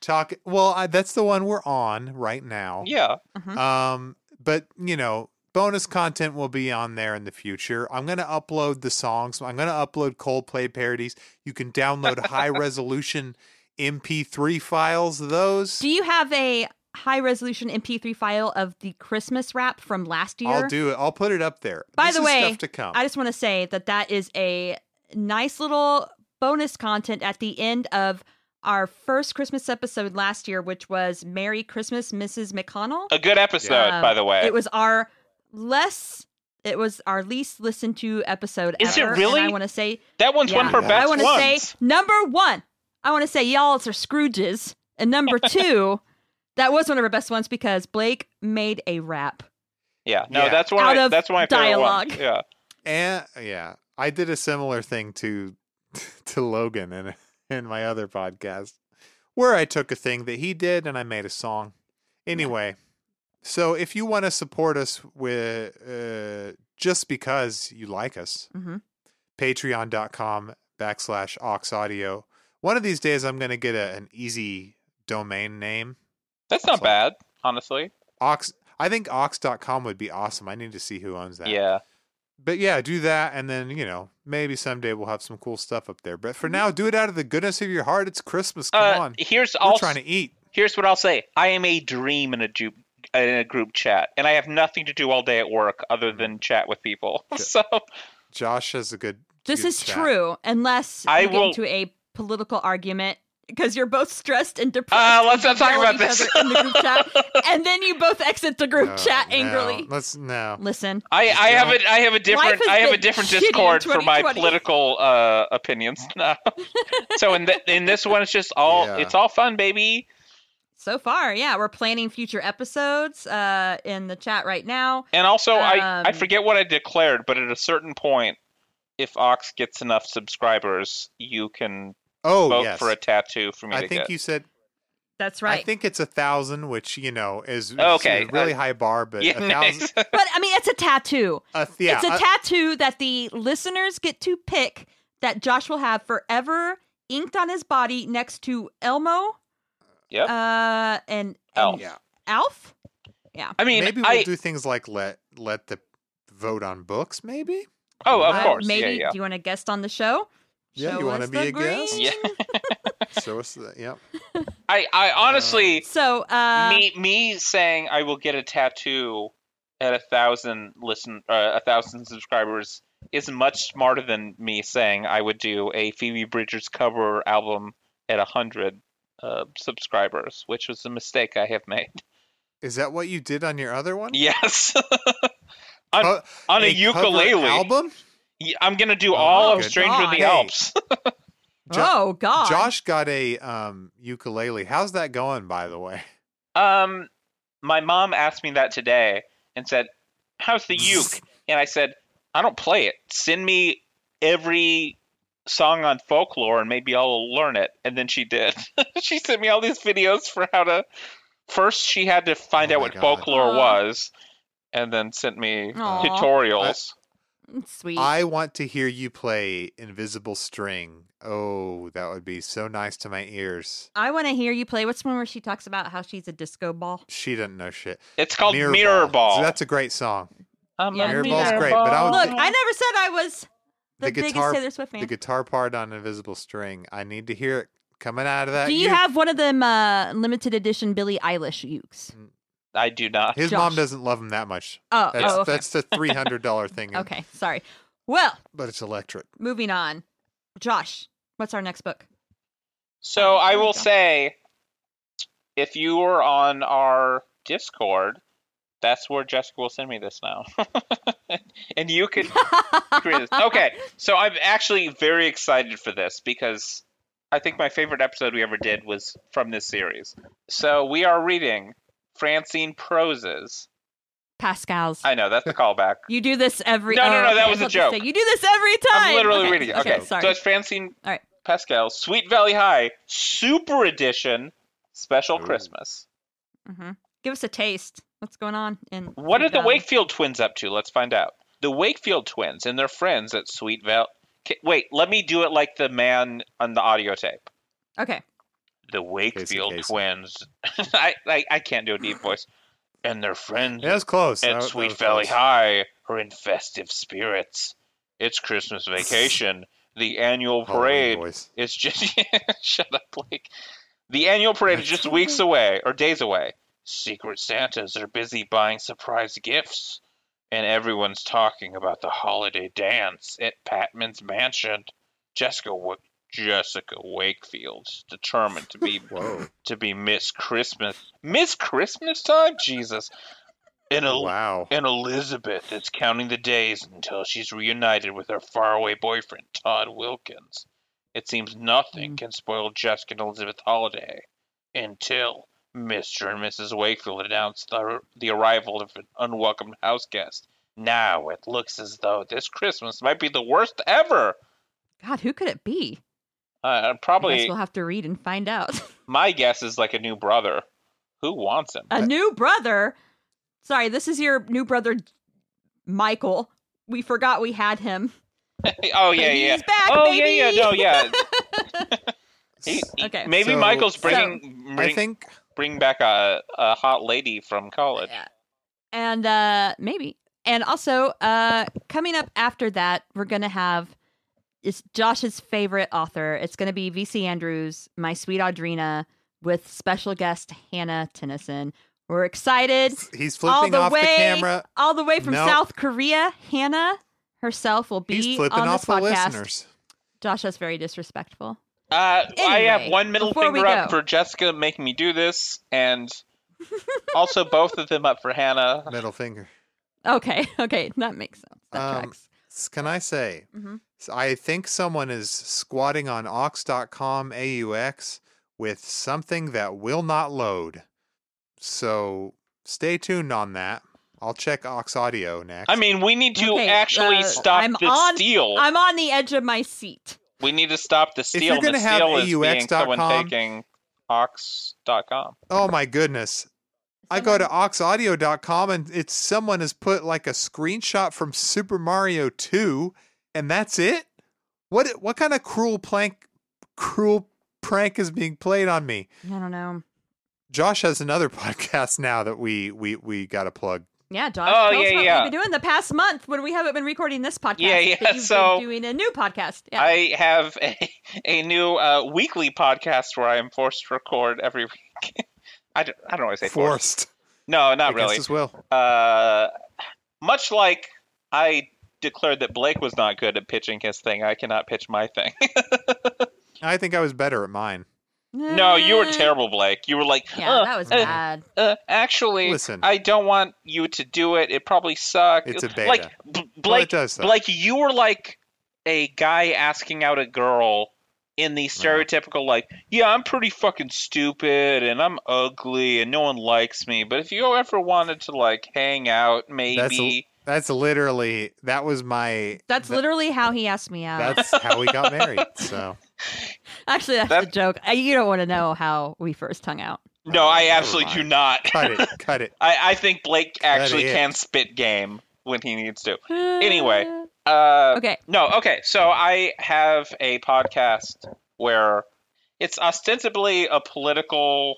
[SPEAKER 3] Talk well, I, that's the one we're on right now.
[SPEAKER 4] yeah.
[SPEAKER 1] Mm-hmm.
[SPEAKER 3] Um, but you know, bonus content will be on there in the future. I'm gonna upload the songs. I'm gonna upload Coldplay parodies. You can download high resolution MP3 files. of Those
[SPEAKER 1] Do you have a high resolution MP3 file of the Christmas wrap from last year?
[SPEAKER 3] I'll do it. I'll put it up there.
[SPEAKER 1] By
[SPEAKER 3] This
[SPEAKER 1] the
[SPEAKER 3] is
[SPEAKER 1] way,
[SPEAKER 3] stuff to come.
[SPEAKER 1] I just want to say that that is a nice little bonus content at the end of our first Christmas episode last year, which was Merry Christmas, Mrs. McConnell.
[SPEAKER 4] A good episode,
[SPEAKER 1] Um,
[SPEAKER 4] by the way.
[SPEAKER 1] It was our less It was our least listened to episode
[SPEAKER 4] Is it
[SPEAKER 1] ever.
[SPEAKER 4] really?
[SPEAKER 1] And I want to say,
[SPEAKER 4] That one's one
[SPEAKER 1] Yeah.
[SPEAKER 4] of our best
[SPEAKER 1] I want to say
[SPEAKER 4] ones.
[SPEAKER 1] number one. I want to say y'all are Scrooges, and number two, that was one of our best ones because Blake made a rap.
[SPEAKER 4] yeah, no,
[SPEAKER 3] Yeah.
[SPEAKER 4] that's one. Of
[SPEAKER 1] Out
[SPEAKER 4] my,
[SPEAKER 1] of
[SPEAKER 4] that's one of my favorite ones.
[SPEAKER 1] dialogue.
[SPEAKER 4] Yeah,
[SPEAKER 3] And uh, yeah, I did a similar thing to to Logan in in my other podcast where I took a thing that he did and I made a song. Anyway, so if you want to support us with uh, just because you like us,
[SPEAKER 1] Mm-hmm.
[SPEAKER 3] patreon.com backslash oxaudio. One of these days I'm going to get a, an easy domain name.
[SPEAKER 4] that's not
[SPEAKER 3] Excellent.
[SPEAKER 4] bad, honestly.
[SPEAKER 3] Ox I think ox.com would be awesome. I need to see who owns that.
[SPEAKER 4] Yeah,
[SPEAKER 3] but yeah, do that, and then you know maybe someday we'll have some cool stuff up there. But for
[SPEAKER 1] Mm-hmm.
[SPEAKER 3] now, do it out of the goodness of your heart. It's Christmas. Come
[SPEAKER 4] uh,
[SPEAKER 3] on,
[SPEAKER 4] here's
[SPEAKER 3] we're
[SPEAKER 4] also
[SPEAKER 3] trying to eat.
[SPEAKER 4] here's what I'll say. I am a dream in a group in a group chat, and I have nothing to do all day at work
[SPEAKER 3] Mm-hmm.
[SPEAKER 4] other than chat with people. So
[SPEAKER 3] Josh has a good.
[SPEAKER 1] This
[SPEAKER 3] good
[SPEAKER 1] is
[SPEAKER 3] chat.
[SPEAKER 1] true, unless
[SPEAKER 4] I
[SPEAKER 1] you get
[SPEAKER 4] will-
[SPEAKER 1] into a political argument because you're both stressed and
[SPEAKER 4] uh,
[SPEAKER 1] depressed.
[SPEAKER 4] let's not talk
[SPEAKER 1] yell at
[SPEAKER 4] about
[SPEAKER 1] each
[SPEAKER 4] this.
[SPEAKER 1] other in the group chat, and then you both exit the group
[SPEAKER 3] No,
[SPEAKER 1] chat
[SPEAKER 3] uh, no,
[SPEAKER 1] angrily.
[SPEAKER 3] let's no.
[SPEAKER 1] Listen,
[SPEAKER 4] I, I have
[SPEAKER 3] don't.
[SPEAKER 4] a I have a
[SPEAKER 1] Life
[SPEAKER 4] different
[SPEAKER 1] has
[SPEAKER 4] I have a
[SPEAKER 1] been
[SPEAKER 4] different
[SPEAKER 1] shitty in
[SPEAKER 4] Discord for my
[SPEAKER 1] 2020.
[SPEAKER 4] political uh, opinions now. so in th- in this one, it's just all
[SPEAKER 3] Yeah.
[SPEAKER 4] it's all fun, baby.
[SPEAKER 1] so far, yeah, we're planning future episodes uh, in the chat right now.
[SPEAKER 4] And also, I I
[SPEAKER 1] Um,
[SPEAKER 4] forget what I declared, but at a certain point, if Ox gets enough subscribers, you can
[SPEAKER 3] Oh
[SPEAKER 4] vote
[SPEAKER 3] yes,
[SPEAKER 4] for a tattoo for me
[SPEAKER 3] I
[SPEAKER 4] to
[SPEAKER 3] think
[SPEAKER 4] get.
[SPEAKER 3] you said.
[SPEAKER 1] That's right.
[SPEAKER 3] I think it's a thousand, which you know is, is
[SPEAKER 4] Okay,
[SPEAKER 3] a really
[SPEAKER 4] uh,
[SPEAKER 3] high bar, but
[SPEAKER 4] yeah,
[SPEAKER 3] a thousand.
[SPEAKER 4] nice.
[SPEAKER 1] but I mean, it's a tattoo.
[SPEAKER 3] A, th- yeah,
[SPEAKER 1] it's
[SPEAKER 4] uh,
[SPEAKER 1] a
[SPEAKER 3] a-
[SPEAKER 1] tattoo that the listeners get to pick that Josh will have forever inked on his body next to Elmo.
[SPEAKER 4] Yep.
[SPEAKER 1] Uh, and,
[SPEAKER 4] Alf.
[SPEAKER 1] and
[SPEAKER 3] yeah.
[SPEAKER 1] Alf?
[SPEAKER 4] I mean,
[SPEAKER 3] Maybe we'll
[SPEAKER 4] I
[SPEAKER 3] do things like let let the vote on books. Maybe.
[SPEAKER 4] oh of
[SPEAKER 1] Uh,
[SPEAKER 4] course,
[SPEAKER 1] Maybe
[SPEAKER 4] yeah, yeah.
[SPEAKER 1] do you want to guest on the show?
[SPEAKER 3] Yeah,
[SPEAKER 1] Show
[SPEAKER 3] you wanna
[SPEAKER 1] us
[SPEAKER 3] be
[SPEAKER 1] the
[SPEAKER 3] a guest?
[SPEAKER 1] green.
[SPEAKER 4] Yeah.
[SPEAKER 3] So it's the, yep.
[SPEAKER 4] I I honestly.
[SPEAKER 1] So, uh,
[SPEAKER 4] me me saying I will get a tattoo at a thousand listen uh, a thousand subscribers is much smarter than me saying I would do a Phoebe Bridgers cover album at a hundred uh, subscribers, which was a mistake I have made.
[SPEAKER 3] Is that what you did on your other one?
[SPEAKER 4] Yes, on,
[SPEAKER 3] Oh,
[SPEAKER 4] on a,
[SPEAKER 3] cover
[SPEAKER 4] ukulele.
[SPEAKER 3] album.
[SPEAKER 4] Y- I'm gonna do
[SPEAKER 3] Oh,
[SPEAKER 4] all of
[SPEAKER 1] good
[SPEAKER 4] Stranger in
[SPEAKER 1] God.
[SPEAKER 4] the
[SPEAKER 1] Hey.
[SPEAKER 4] Alps.
[SPEAKER 3] Jo-
[SPEAKER 1] oh God,
[SPEAKER 3] Josh got a um, ukulele. How's that going, by the way?
[SPEAKER 4] um, my mom asked me that today and said, "How's the uke?" and I said, I don't play it. Send me every song on folklore and maybe I'll learn it. And then she did. she sent me all these videos for how to. First, she had to find
[SPEAKER 3] Oh
[SPEAKER 4] out
[SPEAKER 3] my
[SPEAKER 4] what
[SPEAKER 3] God.
[SPEAKER 4] folklore
[SPEAKER 1] Aw.
[SPEAKER 4] was, and then sent me
[SPEAKER 1] Aw.
[SPEAKER 4] tutorials.
[SPEAKER 1] sweet.
[SPEAKER 3] I want to hear you play Invisible String. Oh, that would be so nice to my ears.
[SPEAKER 1] I want to hear you play. What's the one where she talks about how she's a disco ball?
[SPEAKER 3] She doesn't know shit.
[SPEAKER 4] It's called Mirror, Ball.
[SPEAKER 3] So that's a great song.
[SPEAKER 4] I'm
[SPEAKER 1] Yeah,
[SPEAKER 4] a
[SPEAKER 1] Mirror
[SPEAKER 3] Ball's great, but I would-
[SPEAKER 1] Look, I never said I was the,
[SPEAKER 3] Oh, The
[SPEAKER 1] biggest
[SPEAKER 3] guitar-
[SPEAKER 1] Taylor Swift fan.
[SPEAKER 3] The guitar part on Invisible String. I need to hear it coming out of that.
[SPEAKER 1] Do you
[SPEAKER 3] uke.
[SPEAKER 1] have one of them uh, limited edition Billie Eilish ukes?
[SPEAKER 4] I do not.
[SPEAKER 3] His
[SPEAKER 1] Josh.
[SPEAKER 3] mom doesn't love him that much.
[SPEAKER 1] Oh,
[SPEAKER 4] Uh,
[SPEAKER 3] That's
[SPEAKER 1] oh, okay.
[SPEAKER 3] that's the three hundred dollar thing.
[SPEAKER 1] okay, sorry. Well,
[SPEAKER 3] but it's electric.
[SPEAKER 1] moving on. Josh, what's our next book? Oh,
[SPEAKER 4] So I
[SPEAKER 1] there we
[SPEAKER 4] will
[SPEAKER 1] go.
[SPEAKER 4] say, if you were on our Discord, that's where Jessica will send me this now, and you could create this. Okay, so I'm actually very excited for this because I think my favorite episode we ever did was from this series. So we are reading Francine Proses.
[SPEAKER 1] Pascal's.
[SPEAKER 4] I know that's the callback.
[SPEAKER 1] you do this every.
[SPEAKER 4] No, no,
[SPEAKER 1] oh,
[SPEAKER 4] no, that
[SPEAKER 1] okay, I
[SPEAKER 4] was a
[SPEAKER 1] about to say,
[SPEAKER 4] joke.
[SPEAKER 1] you do this every time.
[SPEAKER 4] I'm literally
[SPEAKER 1] Okay,
[SPEAKER 4] reading it.
[SPEAKER 1] Okay,
[SPEAKER 4] Okay,
[SPEAKER 1] sorry.
[SPEAKER 4] so it's Francine
[SPEAKER 1] All right.
[SPEAKER 4] Pascal, Sweet Valley High, Super Edition, Special
[SPEAKER 3] Ooh.
[SPEAKER 4] Christmas.
[SPEAKER 1] hmm Give us a taste. What's going on? In
[SPEAKER 4] What are
[SPEAKER 1] Sweet
[SPEAKER 4] the
[SPEAKER 1] Valley?
[SPEAKER 4] Wakefield twins up to? Let's find out. The Wakefield twins and their friends at Sweet Valley. Wait, let me do it like the man on the audio tape.
[SPEAKER 1] Okay.
[SPEAKER 4] The Wakefield
[SPEAKER 3] Casey.
[SPEAKER 4] twins. I, I I can't do a deep voice. And their friends
[SPEAKER 3] Yeah, was close. That-
[SPEAKER 4] at
[SPEAKER 3] that
[SPEAKER 4] Sweet
[SPEAKER 3] was
[SPEAKER 4] Valley
[SPEAKER 3] close.
[SPEAKER 4] High are in festive spirits. It's Christmas vacation. the annual
[SPEAKER 3] Halloween
[SPEAKER 4] parade
[SPEAKER 3] voice.
[SPEAKER 4] it's just shut up, Blake. The annual parade is just weeks away or days away. Secret Santas are busy buying surprise gifts, and everyone's talking about the holiday dance at Patman's mansion. Jessica Wa- Jessica Wakefield's determined to be
[SPEAKER 3] Whoa.
[SPEAKER 4] to be Miss Christmas. Miss Christmas time, Jesus. And, El-
[SPEAKER 3] Wow.
[SPEAKER 4] and Elizabeth is counting the days until she's reunited with her faraway boyfriend, Todd Wilkins. It seems
[SPEAKER 1] Mm.
[SPEAKER 4] nothing can spoil Jessica and Elizabeth Holiday until Mr. and Mrs. Wakefield announce the, the arrival of an unwelcome house guest. Now it looks as though this Christmas might be the worst ever.
[SPEAKER 1] God, who could it be?
[SPEAKER 4] Uh,
[SPEAKER 1] I
[SPEAKER 4] probably
[SPEAKER 1] guess we'll have to read and find out.
[SPEAKER 4] my guess is like a new brother. Who wants him?
[SPEAKER 1] a new brother. Sorry, this is your new brother, Michael. We forgot we had him.
[SPEAKER 4] oh yeah,
[SPEAKER 1] Baby,
[SPEAKER 4] yeah.
[SPEAKER 1] he's back,
[SPEAKER 4] oh
[SPEAKER 1] baby!
[SPEAKER 4] yeah, yeah. No, yeah. He- he-
[SPEAKER 1] Okay.
[SPEAKER 4] Maybe
[SPEAKER 3] So-
[SPEAKER 4] Michael's
[SPEAKER 3] So-
[SPEAKER 4] bringing
[SPEAKER 3] I
[SPEAKER 4] bring,
[SPEAKER 3] think
[SPEAKER 4] bring back a, a hot lady from college.
[SPEAKER 1] Yeah. And uh maybe. And also, uh coming up after that, we're gonna have it's Josh's favorite author. It's gonna be VC Andrews, My Sweet Audrina, with special guest Hannah Tennyson. We're excited.
[SPEAKER 3] he's
[SPEAKER 1] all
[SPEAKER 3] flipping
[SPEAKER 1] the
[SPEAKER 3] off the
[SPEAKER 1] way-
[SPEAKER 3] camera.
[SPEAKER 1] All the way from
[SPEAKER 3] No.
[SPEAKER 1] South Korea, Hannah herself will be
[SPEAKER 3] He's flipping
[SPEAKER 1] on this
[SPEAKER 3] off the
[SPEAKER 1] podcast.
[SPEAKER 3] listeners.
[SPEAKER 1] Josh, that's very disrespectful.
[SPEAKER 4] Uh, I have
[SPEAKER 1] Anyway,
[SPEAKER 4] one middle
[SPEAKER 1] before we
[SPEAKER 4] finger up
[SPEAKER 1] go.
[SPEAKER 4] for Jessica making me do this, and also both of them up for Hannah.
[SPEAKER 3] Middle finger.
[SPEAKER 1] Okay, okay, that makes sense. That
[SPEAKER 3] Um,
[SPEAKER 1] tracks.
[SPEAKER 3] S- Can I say?
[SPEAKER 1] Mhm.
[SPEAKER 3] s- I think someone is squatting on aux.com AUX with something that will not load. So stay tuned on that. I'll check aux audio next.
[SPEAKER 4] I mean, we need to
[SPEAKER 1] Okay,
[SPEAKER 4] actually
[SPEAKER 1] uh,
[SPEAKER 4] stop
[SPEAKER 1] I'm
[SPEAKER 4] the
[SPEAKER 1] on-
[SPEAKER 4] steal.
[SPEAKER 1] I'm on the edge of my seat.
[SPEAKER 4] We need to stop the steal.
[SPEAKER 3] you're
[SPEAKER 4] The
[SPEAKER 3] gonna have E
[SPEAKER 4] steal is being someone
[SPEAKER 3] AUX.com
[SPEAKER 4] taking ox.com.
[SPEAKER 3] oh my goodness. I go to auxaudio.com and it's someone has put like a screenshot from Super Mario 2 and that's it? What what kind of cruel plank cruel prank is being played on me?
[SPEAKER 1] I don't know.
[SPEAKER 3] Josh has another podcast now that we we we got to plug.
[SPEAKER 1] Yeah, Josh.
[SPEAKER 4] Oh,
[SPEAKER 1] tell us
[SPEAKER 4] yeah,
[SPEAKER 1] what
[SPEAKER 4] yeah.
[SPEAKER 1] We've been doing the past month when we haven't been recording this podcast.
[SPEAKER 4] Yeah, yeah,
[SPEAKER 1] That you've
[SPEAKER 4] so-
[SPEAKER 1] been doing a new podcast. Yeah.
[SPEAKER 4] I have a, a new uh, weekly podcast where I am forced to record every week. I don't, I don't always say forced.
[SPEAKER 3] Forced.
[SPEAKER 4] No, not
[SPEAKER 3] against
[SPEAKER 4] really.
[SPEAKER 3] his will.
[SPEAKER 4] Uh, much like I declared that Blake was not good at pitching his thing, I cannot pitch my thing.
[SPEAKER 3] I think I was better at mine.
[SPEAKER 4] no, you were
[SPEAKER 1] Eh,
[SPEAKER 4] terrible, Blake. You were like,
[SPEAKER 1] Yeah,
[SPEAKER 4] "Uh,
[SPEAKER 1] that was
[SPEAKER 4] uh,
[SPEAKER 1] bad.
[SPEAKER 4] uh, actually,
[SPEAKER 3] Listen.
[SPEAKER 4] I don't want you to do it. It probably sucks.
[SPEAKER 3] It's a
[SPEAKER 4] Like,
[SPEAKER 3] beta.
[SPEAKER 4] B-
[SPEAKER 3] Well, it
[SPEAKER 4] Blake,
[SPEAKER 3] does suck.
[SPEAKER 4] Blake, you were like a guy asking out a girl in the stereotypical, like, yeah, I'm pretty fucking stupid and I'm ugly and no one likes me. But if you ever wanted to, like, hang out,
[SPEAKER 3] That's
[SPEAKER 4] maybe.
[SPEAKER 3] That's literally that was my
[SPEAKER 1] That's
[SPEAKER 3] tha-
[SPEAKER 1] literally how he asked me out.
[SPEAKER 3] that's how we got married. So
[SPEAKER 1] Actually, that's,
[SPEAKER 4] That-
[SPEAKER 1] a joke. I, you don't want to know how we first hung out.
[SPEAKER 4] No,
[SPEAKER 3] Oh,
[SPEAKER 4] I
[SPEAKER 3] never
[SPEAKER 4] absolutely do
[SPEAKER 3] mind.
[SPEAKER 4] not.
[SPEAKER 3] cut it, cut it.
[SPEAKER 4] I, I think Blake actually
[SPEAKER 3] it.
[SPEAKER 4] can spit game when he needs to. Anyway.
[SPEAKER 1] Uh,
[SPEAKER 4] Uh,
[SPEAKER 1] Okay.
[SPEAKER 4] No, okay. So I have a podcast where it's ostensibly a political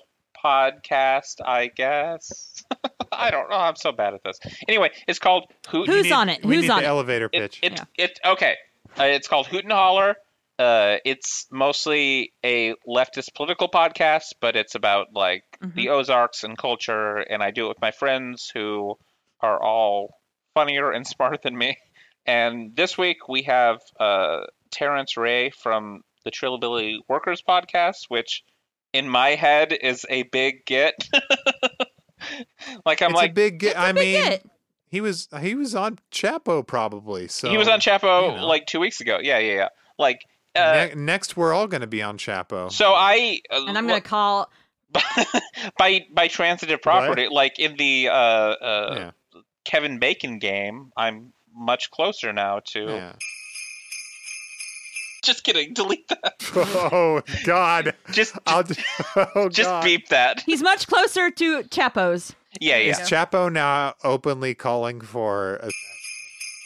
[SPEAKER 4] podcast, I guess. I don't know. I'm so bad at this. Anyway, it's called Hoot.
[SPEAKER 1] Who's
[SPEAKER 3] We need-
[SPEAKER 1] on it?
[SPEAKER 3] We
[SPEAKER 1] Who's
[SPEAKER 3] need
[SPEAKER 1] on
[SPEAKER 3] the
[SPEAKER 1] it?
[SPEAKER 3] elevator
[SPEAKER 4] it,
[SPEAKER 3] pitch.
[SPEAKER 4] it,
[SPEAKER 1] Yeah.
[SPEAKER 4] it, okay. Uh, it's called Hoot and Holler. Uh, it's mostly a leftist political podcast, but it's about like the Ozarks and culture, and I do it with my friends who are all funnier and smarter than me. And this week we have uh, Terrence Ray from the Trillability Workers podcast, which in my head is a big get. like I'm
[SPEAKER 3] it's
[SPEAKER 4] like
[SPEAKER 3] a big. Get, I
[SPEAKER 1] Big
[SPEAKER 3] mean,
[SPEAKER 1] hit.
[SPEAKER 3] he was he was on Chapo probably. So
[SPEAKER 4] he was on Chapo
[SPEAKER 3] you know.
[SPEAKER 4] like two weeks ago. Yeah, yeah, yeah. Like uh,
[SPEAKER 3] ne- next, we're all going to be on Chapo.
[SPEAKER 4] so I uh,
[SPEAKER 1] and I'm gonna call.
[SPEAKER 4] by by transitive property, like in the uh, uh,
[SPEAKER 3] yeah,
[SPEAKER 4] Kevin Bacon game, I'm much closer now to.
[SPEAKER 3] yeah.
[SPEAKER 4] Just kidding. Delete that.
[SPEAKER 3] Oh God!
[SPEAKER 4] Just
[SPEAKER 3] I'll, d- oh
[SPEAKER 4] just
[SPEAKER 3] God.
[SPEAKER 4] beep that.
[SPEAKER 1] He's much closer to Chapo's.
[SPEAKER 4] Yeah,
[SPEAKER 3] Is
[SPEAKER 4] yeah.
[SPEAKER 3] Chapo now openly calling for? A-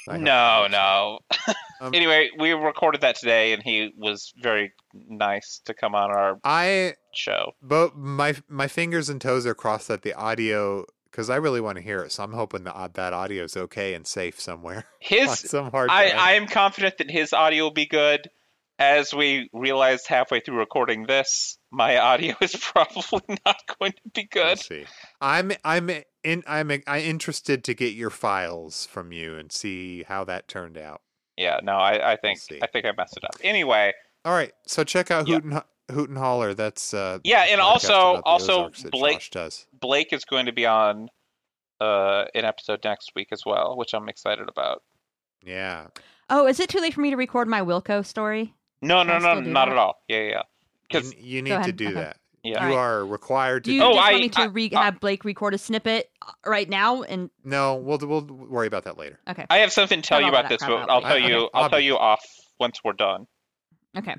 [SPEAKER 3] I hope
[SPEAKER 4] No,
[SPEAKER 3] not.
[SPEAKER 4] no.
[SPEAKER 3] Um,
[SPEAKER 4] anyway, we recorded that today, and he was very nice to come on our
[SPEAKER 3] I
[SPEAKER 4] show.
[SPEAKER 3] both my my fingers and toes are crossed that the audio because I really want to hear it. So I'm hoping that uh, that audio is okay and safe somewhere on
[SPEAKER 4] His,
[SPEAKER 3] some hard
[SPEAKER 4] I,
[SPEAKER 3] drive.
[SPEAKER 4] I am confident that his audio will be good. As we realized halfway through recording this, my audio is probably not going to be
[SPEAKER 3] We'll
[SPEAKER 4] good.
[SPEAKER 3] see. I'm I'm in I'm I interested to get your files from you and see how that turned out.
[SPEAKER 4] Yeah, no, I, I think
[SPEAKER 3] see.
[SPEAKER 4] I think I messed it up. Anyway,
[SPEAKER 3] All right, so check out
[SPEAKER 4] Yeah.
[SPEAKER 3] Hoot and Ho- Hoot and Holler. That's uh
[SPEAKER 4] yeah,
[SPEAKER 3] the
[SPEAKER 4] and
[SPEAKER 3] podcast
[SPEAKER 4] also
[SPEAKER 3] about the
[SPEAKER 4] also
[SPEAKER 3] Ozarks that
[SPEAKER 4] Blake
[SPEAKER 3] Josh does.
[SPEAKER 4] Blake is going to be on uh, an episode next week as well, which I'm excited about.
[SPEAKER 3] Yeah.
[SPEAKER 1] Oh, is it too late for me to record my Wilco story?
[SPEAKER 4] No,
[SPEAKER 1] Can
[SPEAKER 4] no,
[SPEAKER 1] I
[SPEAKER 4] no,
[SPEAKER 1] still do
[SPEAKER 4] not
[SPEAKER 1] that?
[SPEAKER 4] at all. Yeah, yeah,
[SPEAKER 3] You,
[SPEAKER 4] 'Cause-
[SPEAKER 3] n- you need to
[SPEAKER 1] ahead.
[SPEAKER 3] do
[SPEAKER 1] Okay.
[SPEAKER 3] that.
[SPEAKER 4] yeah.
[SPEAKER 3] You
[SPEAKER 1] Alright.
[SPEAKER 3] are required to
[SPEAKER 1] Do you
[SPEAKER 3] do
[SPEAKER 4] Oh,
[SPEAKER 1] just
[SPEAKER 4] I-
[SPEAKER 1] want me to
[SPEAKER 4] I-
[SPEAKER 1] re-
[SPEAKER 4] I-
[SPEAKER 1] have Blake record a snippet uh, right now? And
[SPEAKER 3] No, we'll we'll worry about that later.
[SPEAKER 1] okay,
[SPEAKER 4] I have something to tell
[SPEAKER 1] Cut
[SPEAKER 4] you
[SPEAKER 1] all
[SPEAKER 4] about
[SPEAKER 1] that
[SPEAKER 4] this,
[SPEAKER 1] crap
[SPEAKER 4] but
[SPEAKER 1] out
[SPEAKER 4] I'll
[SPEAKER 1] later.
[SPEAKER 4] tell
[SPEAKER 3] Okay,
[SPEAKER 4] you.
[SPEAKER 3] I'll
[SPEAKER 4] I'll tell
[SPEAKER 3] be-
[SPEAKER 4] you off once we're done.
[SPEAKER 1] okay.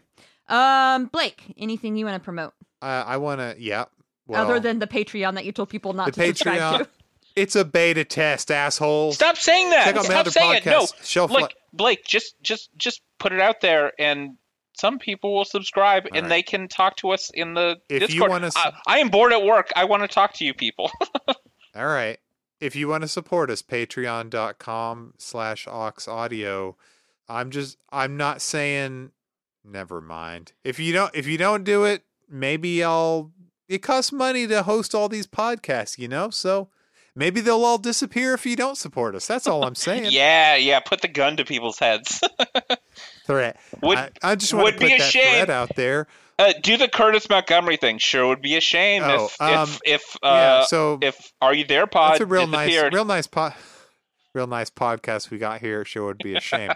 [SPEAKER 1] Um, Blake, anything you want to promote
[SPEAKER 3] Uh, I want to. Yeah. Well,
[SPEAKER 1] other than the Patreon that you told people not
[SPEAKER 3] the
[SPEAKER 1] to subscribe
[SPEAKER 3] Patreon,
[SPEAKER 1] to?
[SPEAKER 3] it's a beta test, asshole.
[SPEAKER 4] Stop saying that.
[SPEAKER 3] Check out my
[SPEAKER 4] Stop
[SPEAKER 3] other
[SPEAKER 4] saying
[SPEAKER 3] podcast.
[SPEAKER 4] it. No,
[SPEAKER 3] Shelf
[SPEAKER 4] look,
[SPEAKER 3] Life.
[SPEAKER 4] Blake, just just just put it out there, and some people will subscribe,
[SPEAKER 3] All
[SPEAKER 4] and
[SPEAKER 3] right.
[SPEAKER 4] they can talk to us in the
[SPEAKER 3] If you
[SPEAKER 4] Discord.
[SPEAKER 3] wanna s-
[SPEAKER 4] I, I am bored at work. I want to talk to you people.
[SPEAKER 3] All right. If you want to support us, patreon.com slash audio. I'm just I'm not saying never mind. If you don't if you don't do it, maybe I'll it costs money to host all these podcasts, you know? So maybe they'll all disappear if you don't support us. That's all I'm saying.
[SPEAKER 4] yeah, yeah. Put the gun to people's heads.
[SPEAKER 3] Threat.
[SPEAKER 4] Would-
[SPEAKER 3] I, I just want
[SPEAKER 4] would
[SPEAKER 3] to
[SPEAKER 4] be
[SPEAKER 3] put
[SPEAKER 4] a
[SPEAKER 3] that
[SPEAKER 4] shame.
[SPEAKER 3] threat out there.
[SPEAKER 4] uh, do the Curtis Montgomery thing. Sure, would be a shame
[SPEAKER 3] Oh,
[SPEAKER 4] if
[SPEAKER 3] um,
[SPEAKER 4] if if
[SPEAKER 3] yeah,
[SPEAKER 4] uh,
[SPEAKER 3] so
[SPEAKER 4] if Are You There Pod
[SPEAKER 3] that's a real nice
[SPEAKER 4] disappeared.
[SPEAKER 3] real nice po- real nice podcast we got here. Sure would be a shame.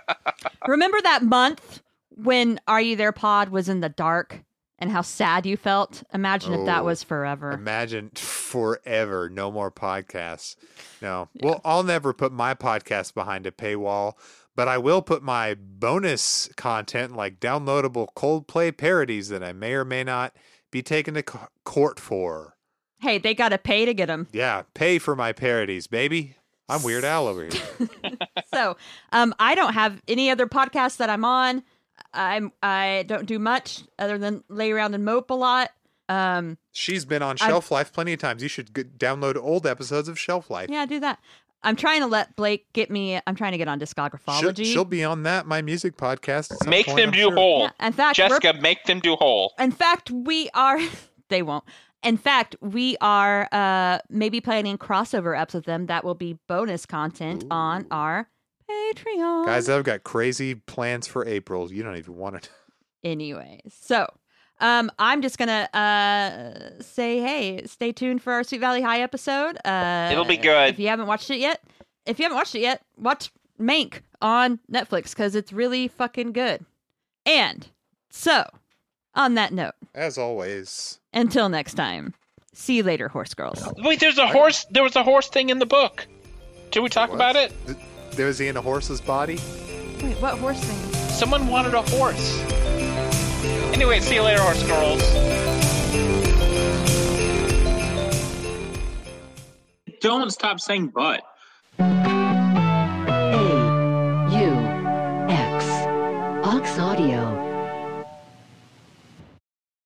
[SPEAKER 1] Remember that month when Are You There Pod was in the dark and how sad you felt? Imagine if
[SPEAKER 3] Oh,
[SPEAKER 1] that was forever.
[SPEAKER 3] Imagine forever, no more podcasts. No, well, I'll never put my podcast behind a paywall, but I will put my bonus content like downloadable Coldplay parodies that I may or may not be taken to co- court for.
[SPEAKER 1] hey, they got to pay to get them.
[SPEAKER 3] Yeah, pay for my parodies, baby. I'm Weird Al over here.
[SPEAKER 1] so um, I don't have any other podcasts that I'm on. I'm I don't do much other than lay around and mope a lot. Um,
[SPEAKER 3] She's been on
[SPEAKER 1] I-
[SPEAKER 3] Shelf Life plenty of times. You should g- download old episodes of Shelf Life.
[SPEAKER 1] yeah, I do that. I'm trying to let Blake get me. I'm trying to get on
[SPEAKER 3] she'll,
[SPEAKER 1] discography.
[SPEAKER 3] she'll be on that my music podcast. at some
[SPEAKER 4] Make
[SPEAKER 3] point,
[SPEAKER 4] them
[SPEAKER 3] I'm
[SPEAKER 4] do
[SPEAKER 3] sure.
[SPEAKER 4] whole.
[SPEAKER 1] in fact, we're-
[SPEAKER 4] Jessica, make them do whole.
[SPEAKER 1] in fact, we are. they won't. In fact, we are uh, maybe planning crossover ups with them that will be bonus content on
[SPEAKER 3] Ooh.
[SPEAKER 1] our Patreon.
[SPEAKER 3] Guys, uh, I've got crazy plans for April. You don't even want to.
[SPEAKER 1] anyway so um i'm just gonna uh say hey stay tuned for our sweet valley high episode uh
[SPEAKER 4] It'll be good.
[SPEAKER 1] if you haven't watched it yet if you haven't watched it yet watch mank on netflix because it's really fucking good and so on that note
[SPEAKER 3] As always,
[SPEAKER 1] until next time see you later horse girls
[SPEAKER 4] Wait, there's a horse. There was a horse thing in the book. Did we talk
[SPEAKER 3] was.
[SPEAKER 4] about it?
[SPEAKER 3] th- there was he in a horse's body.
[SPEAKER 1] wait what horse thing
[SPEAKER 4] Someone wanted a horse. Anyway, see you later, horse girls.
[SPEAKER 7] Don't stop saying but.
[SPEAKER 8] A U X Ox Audio.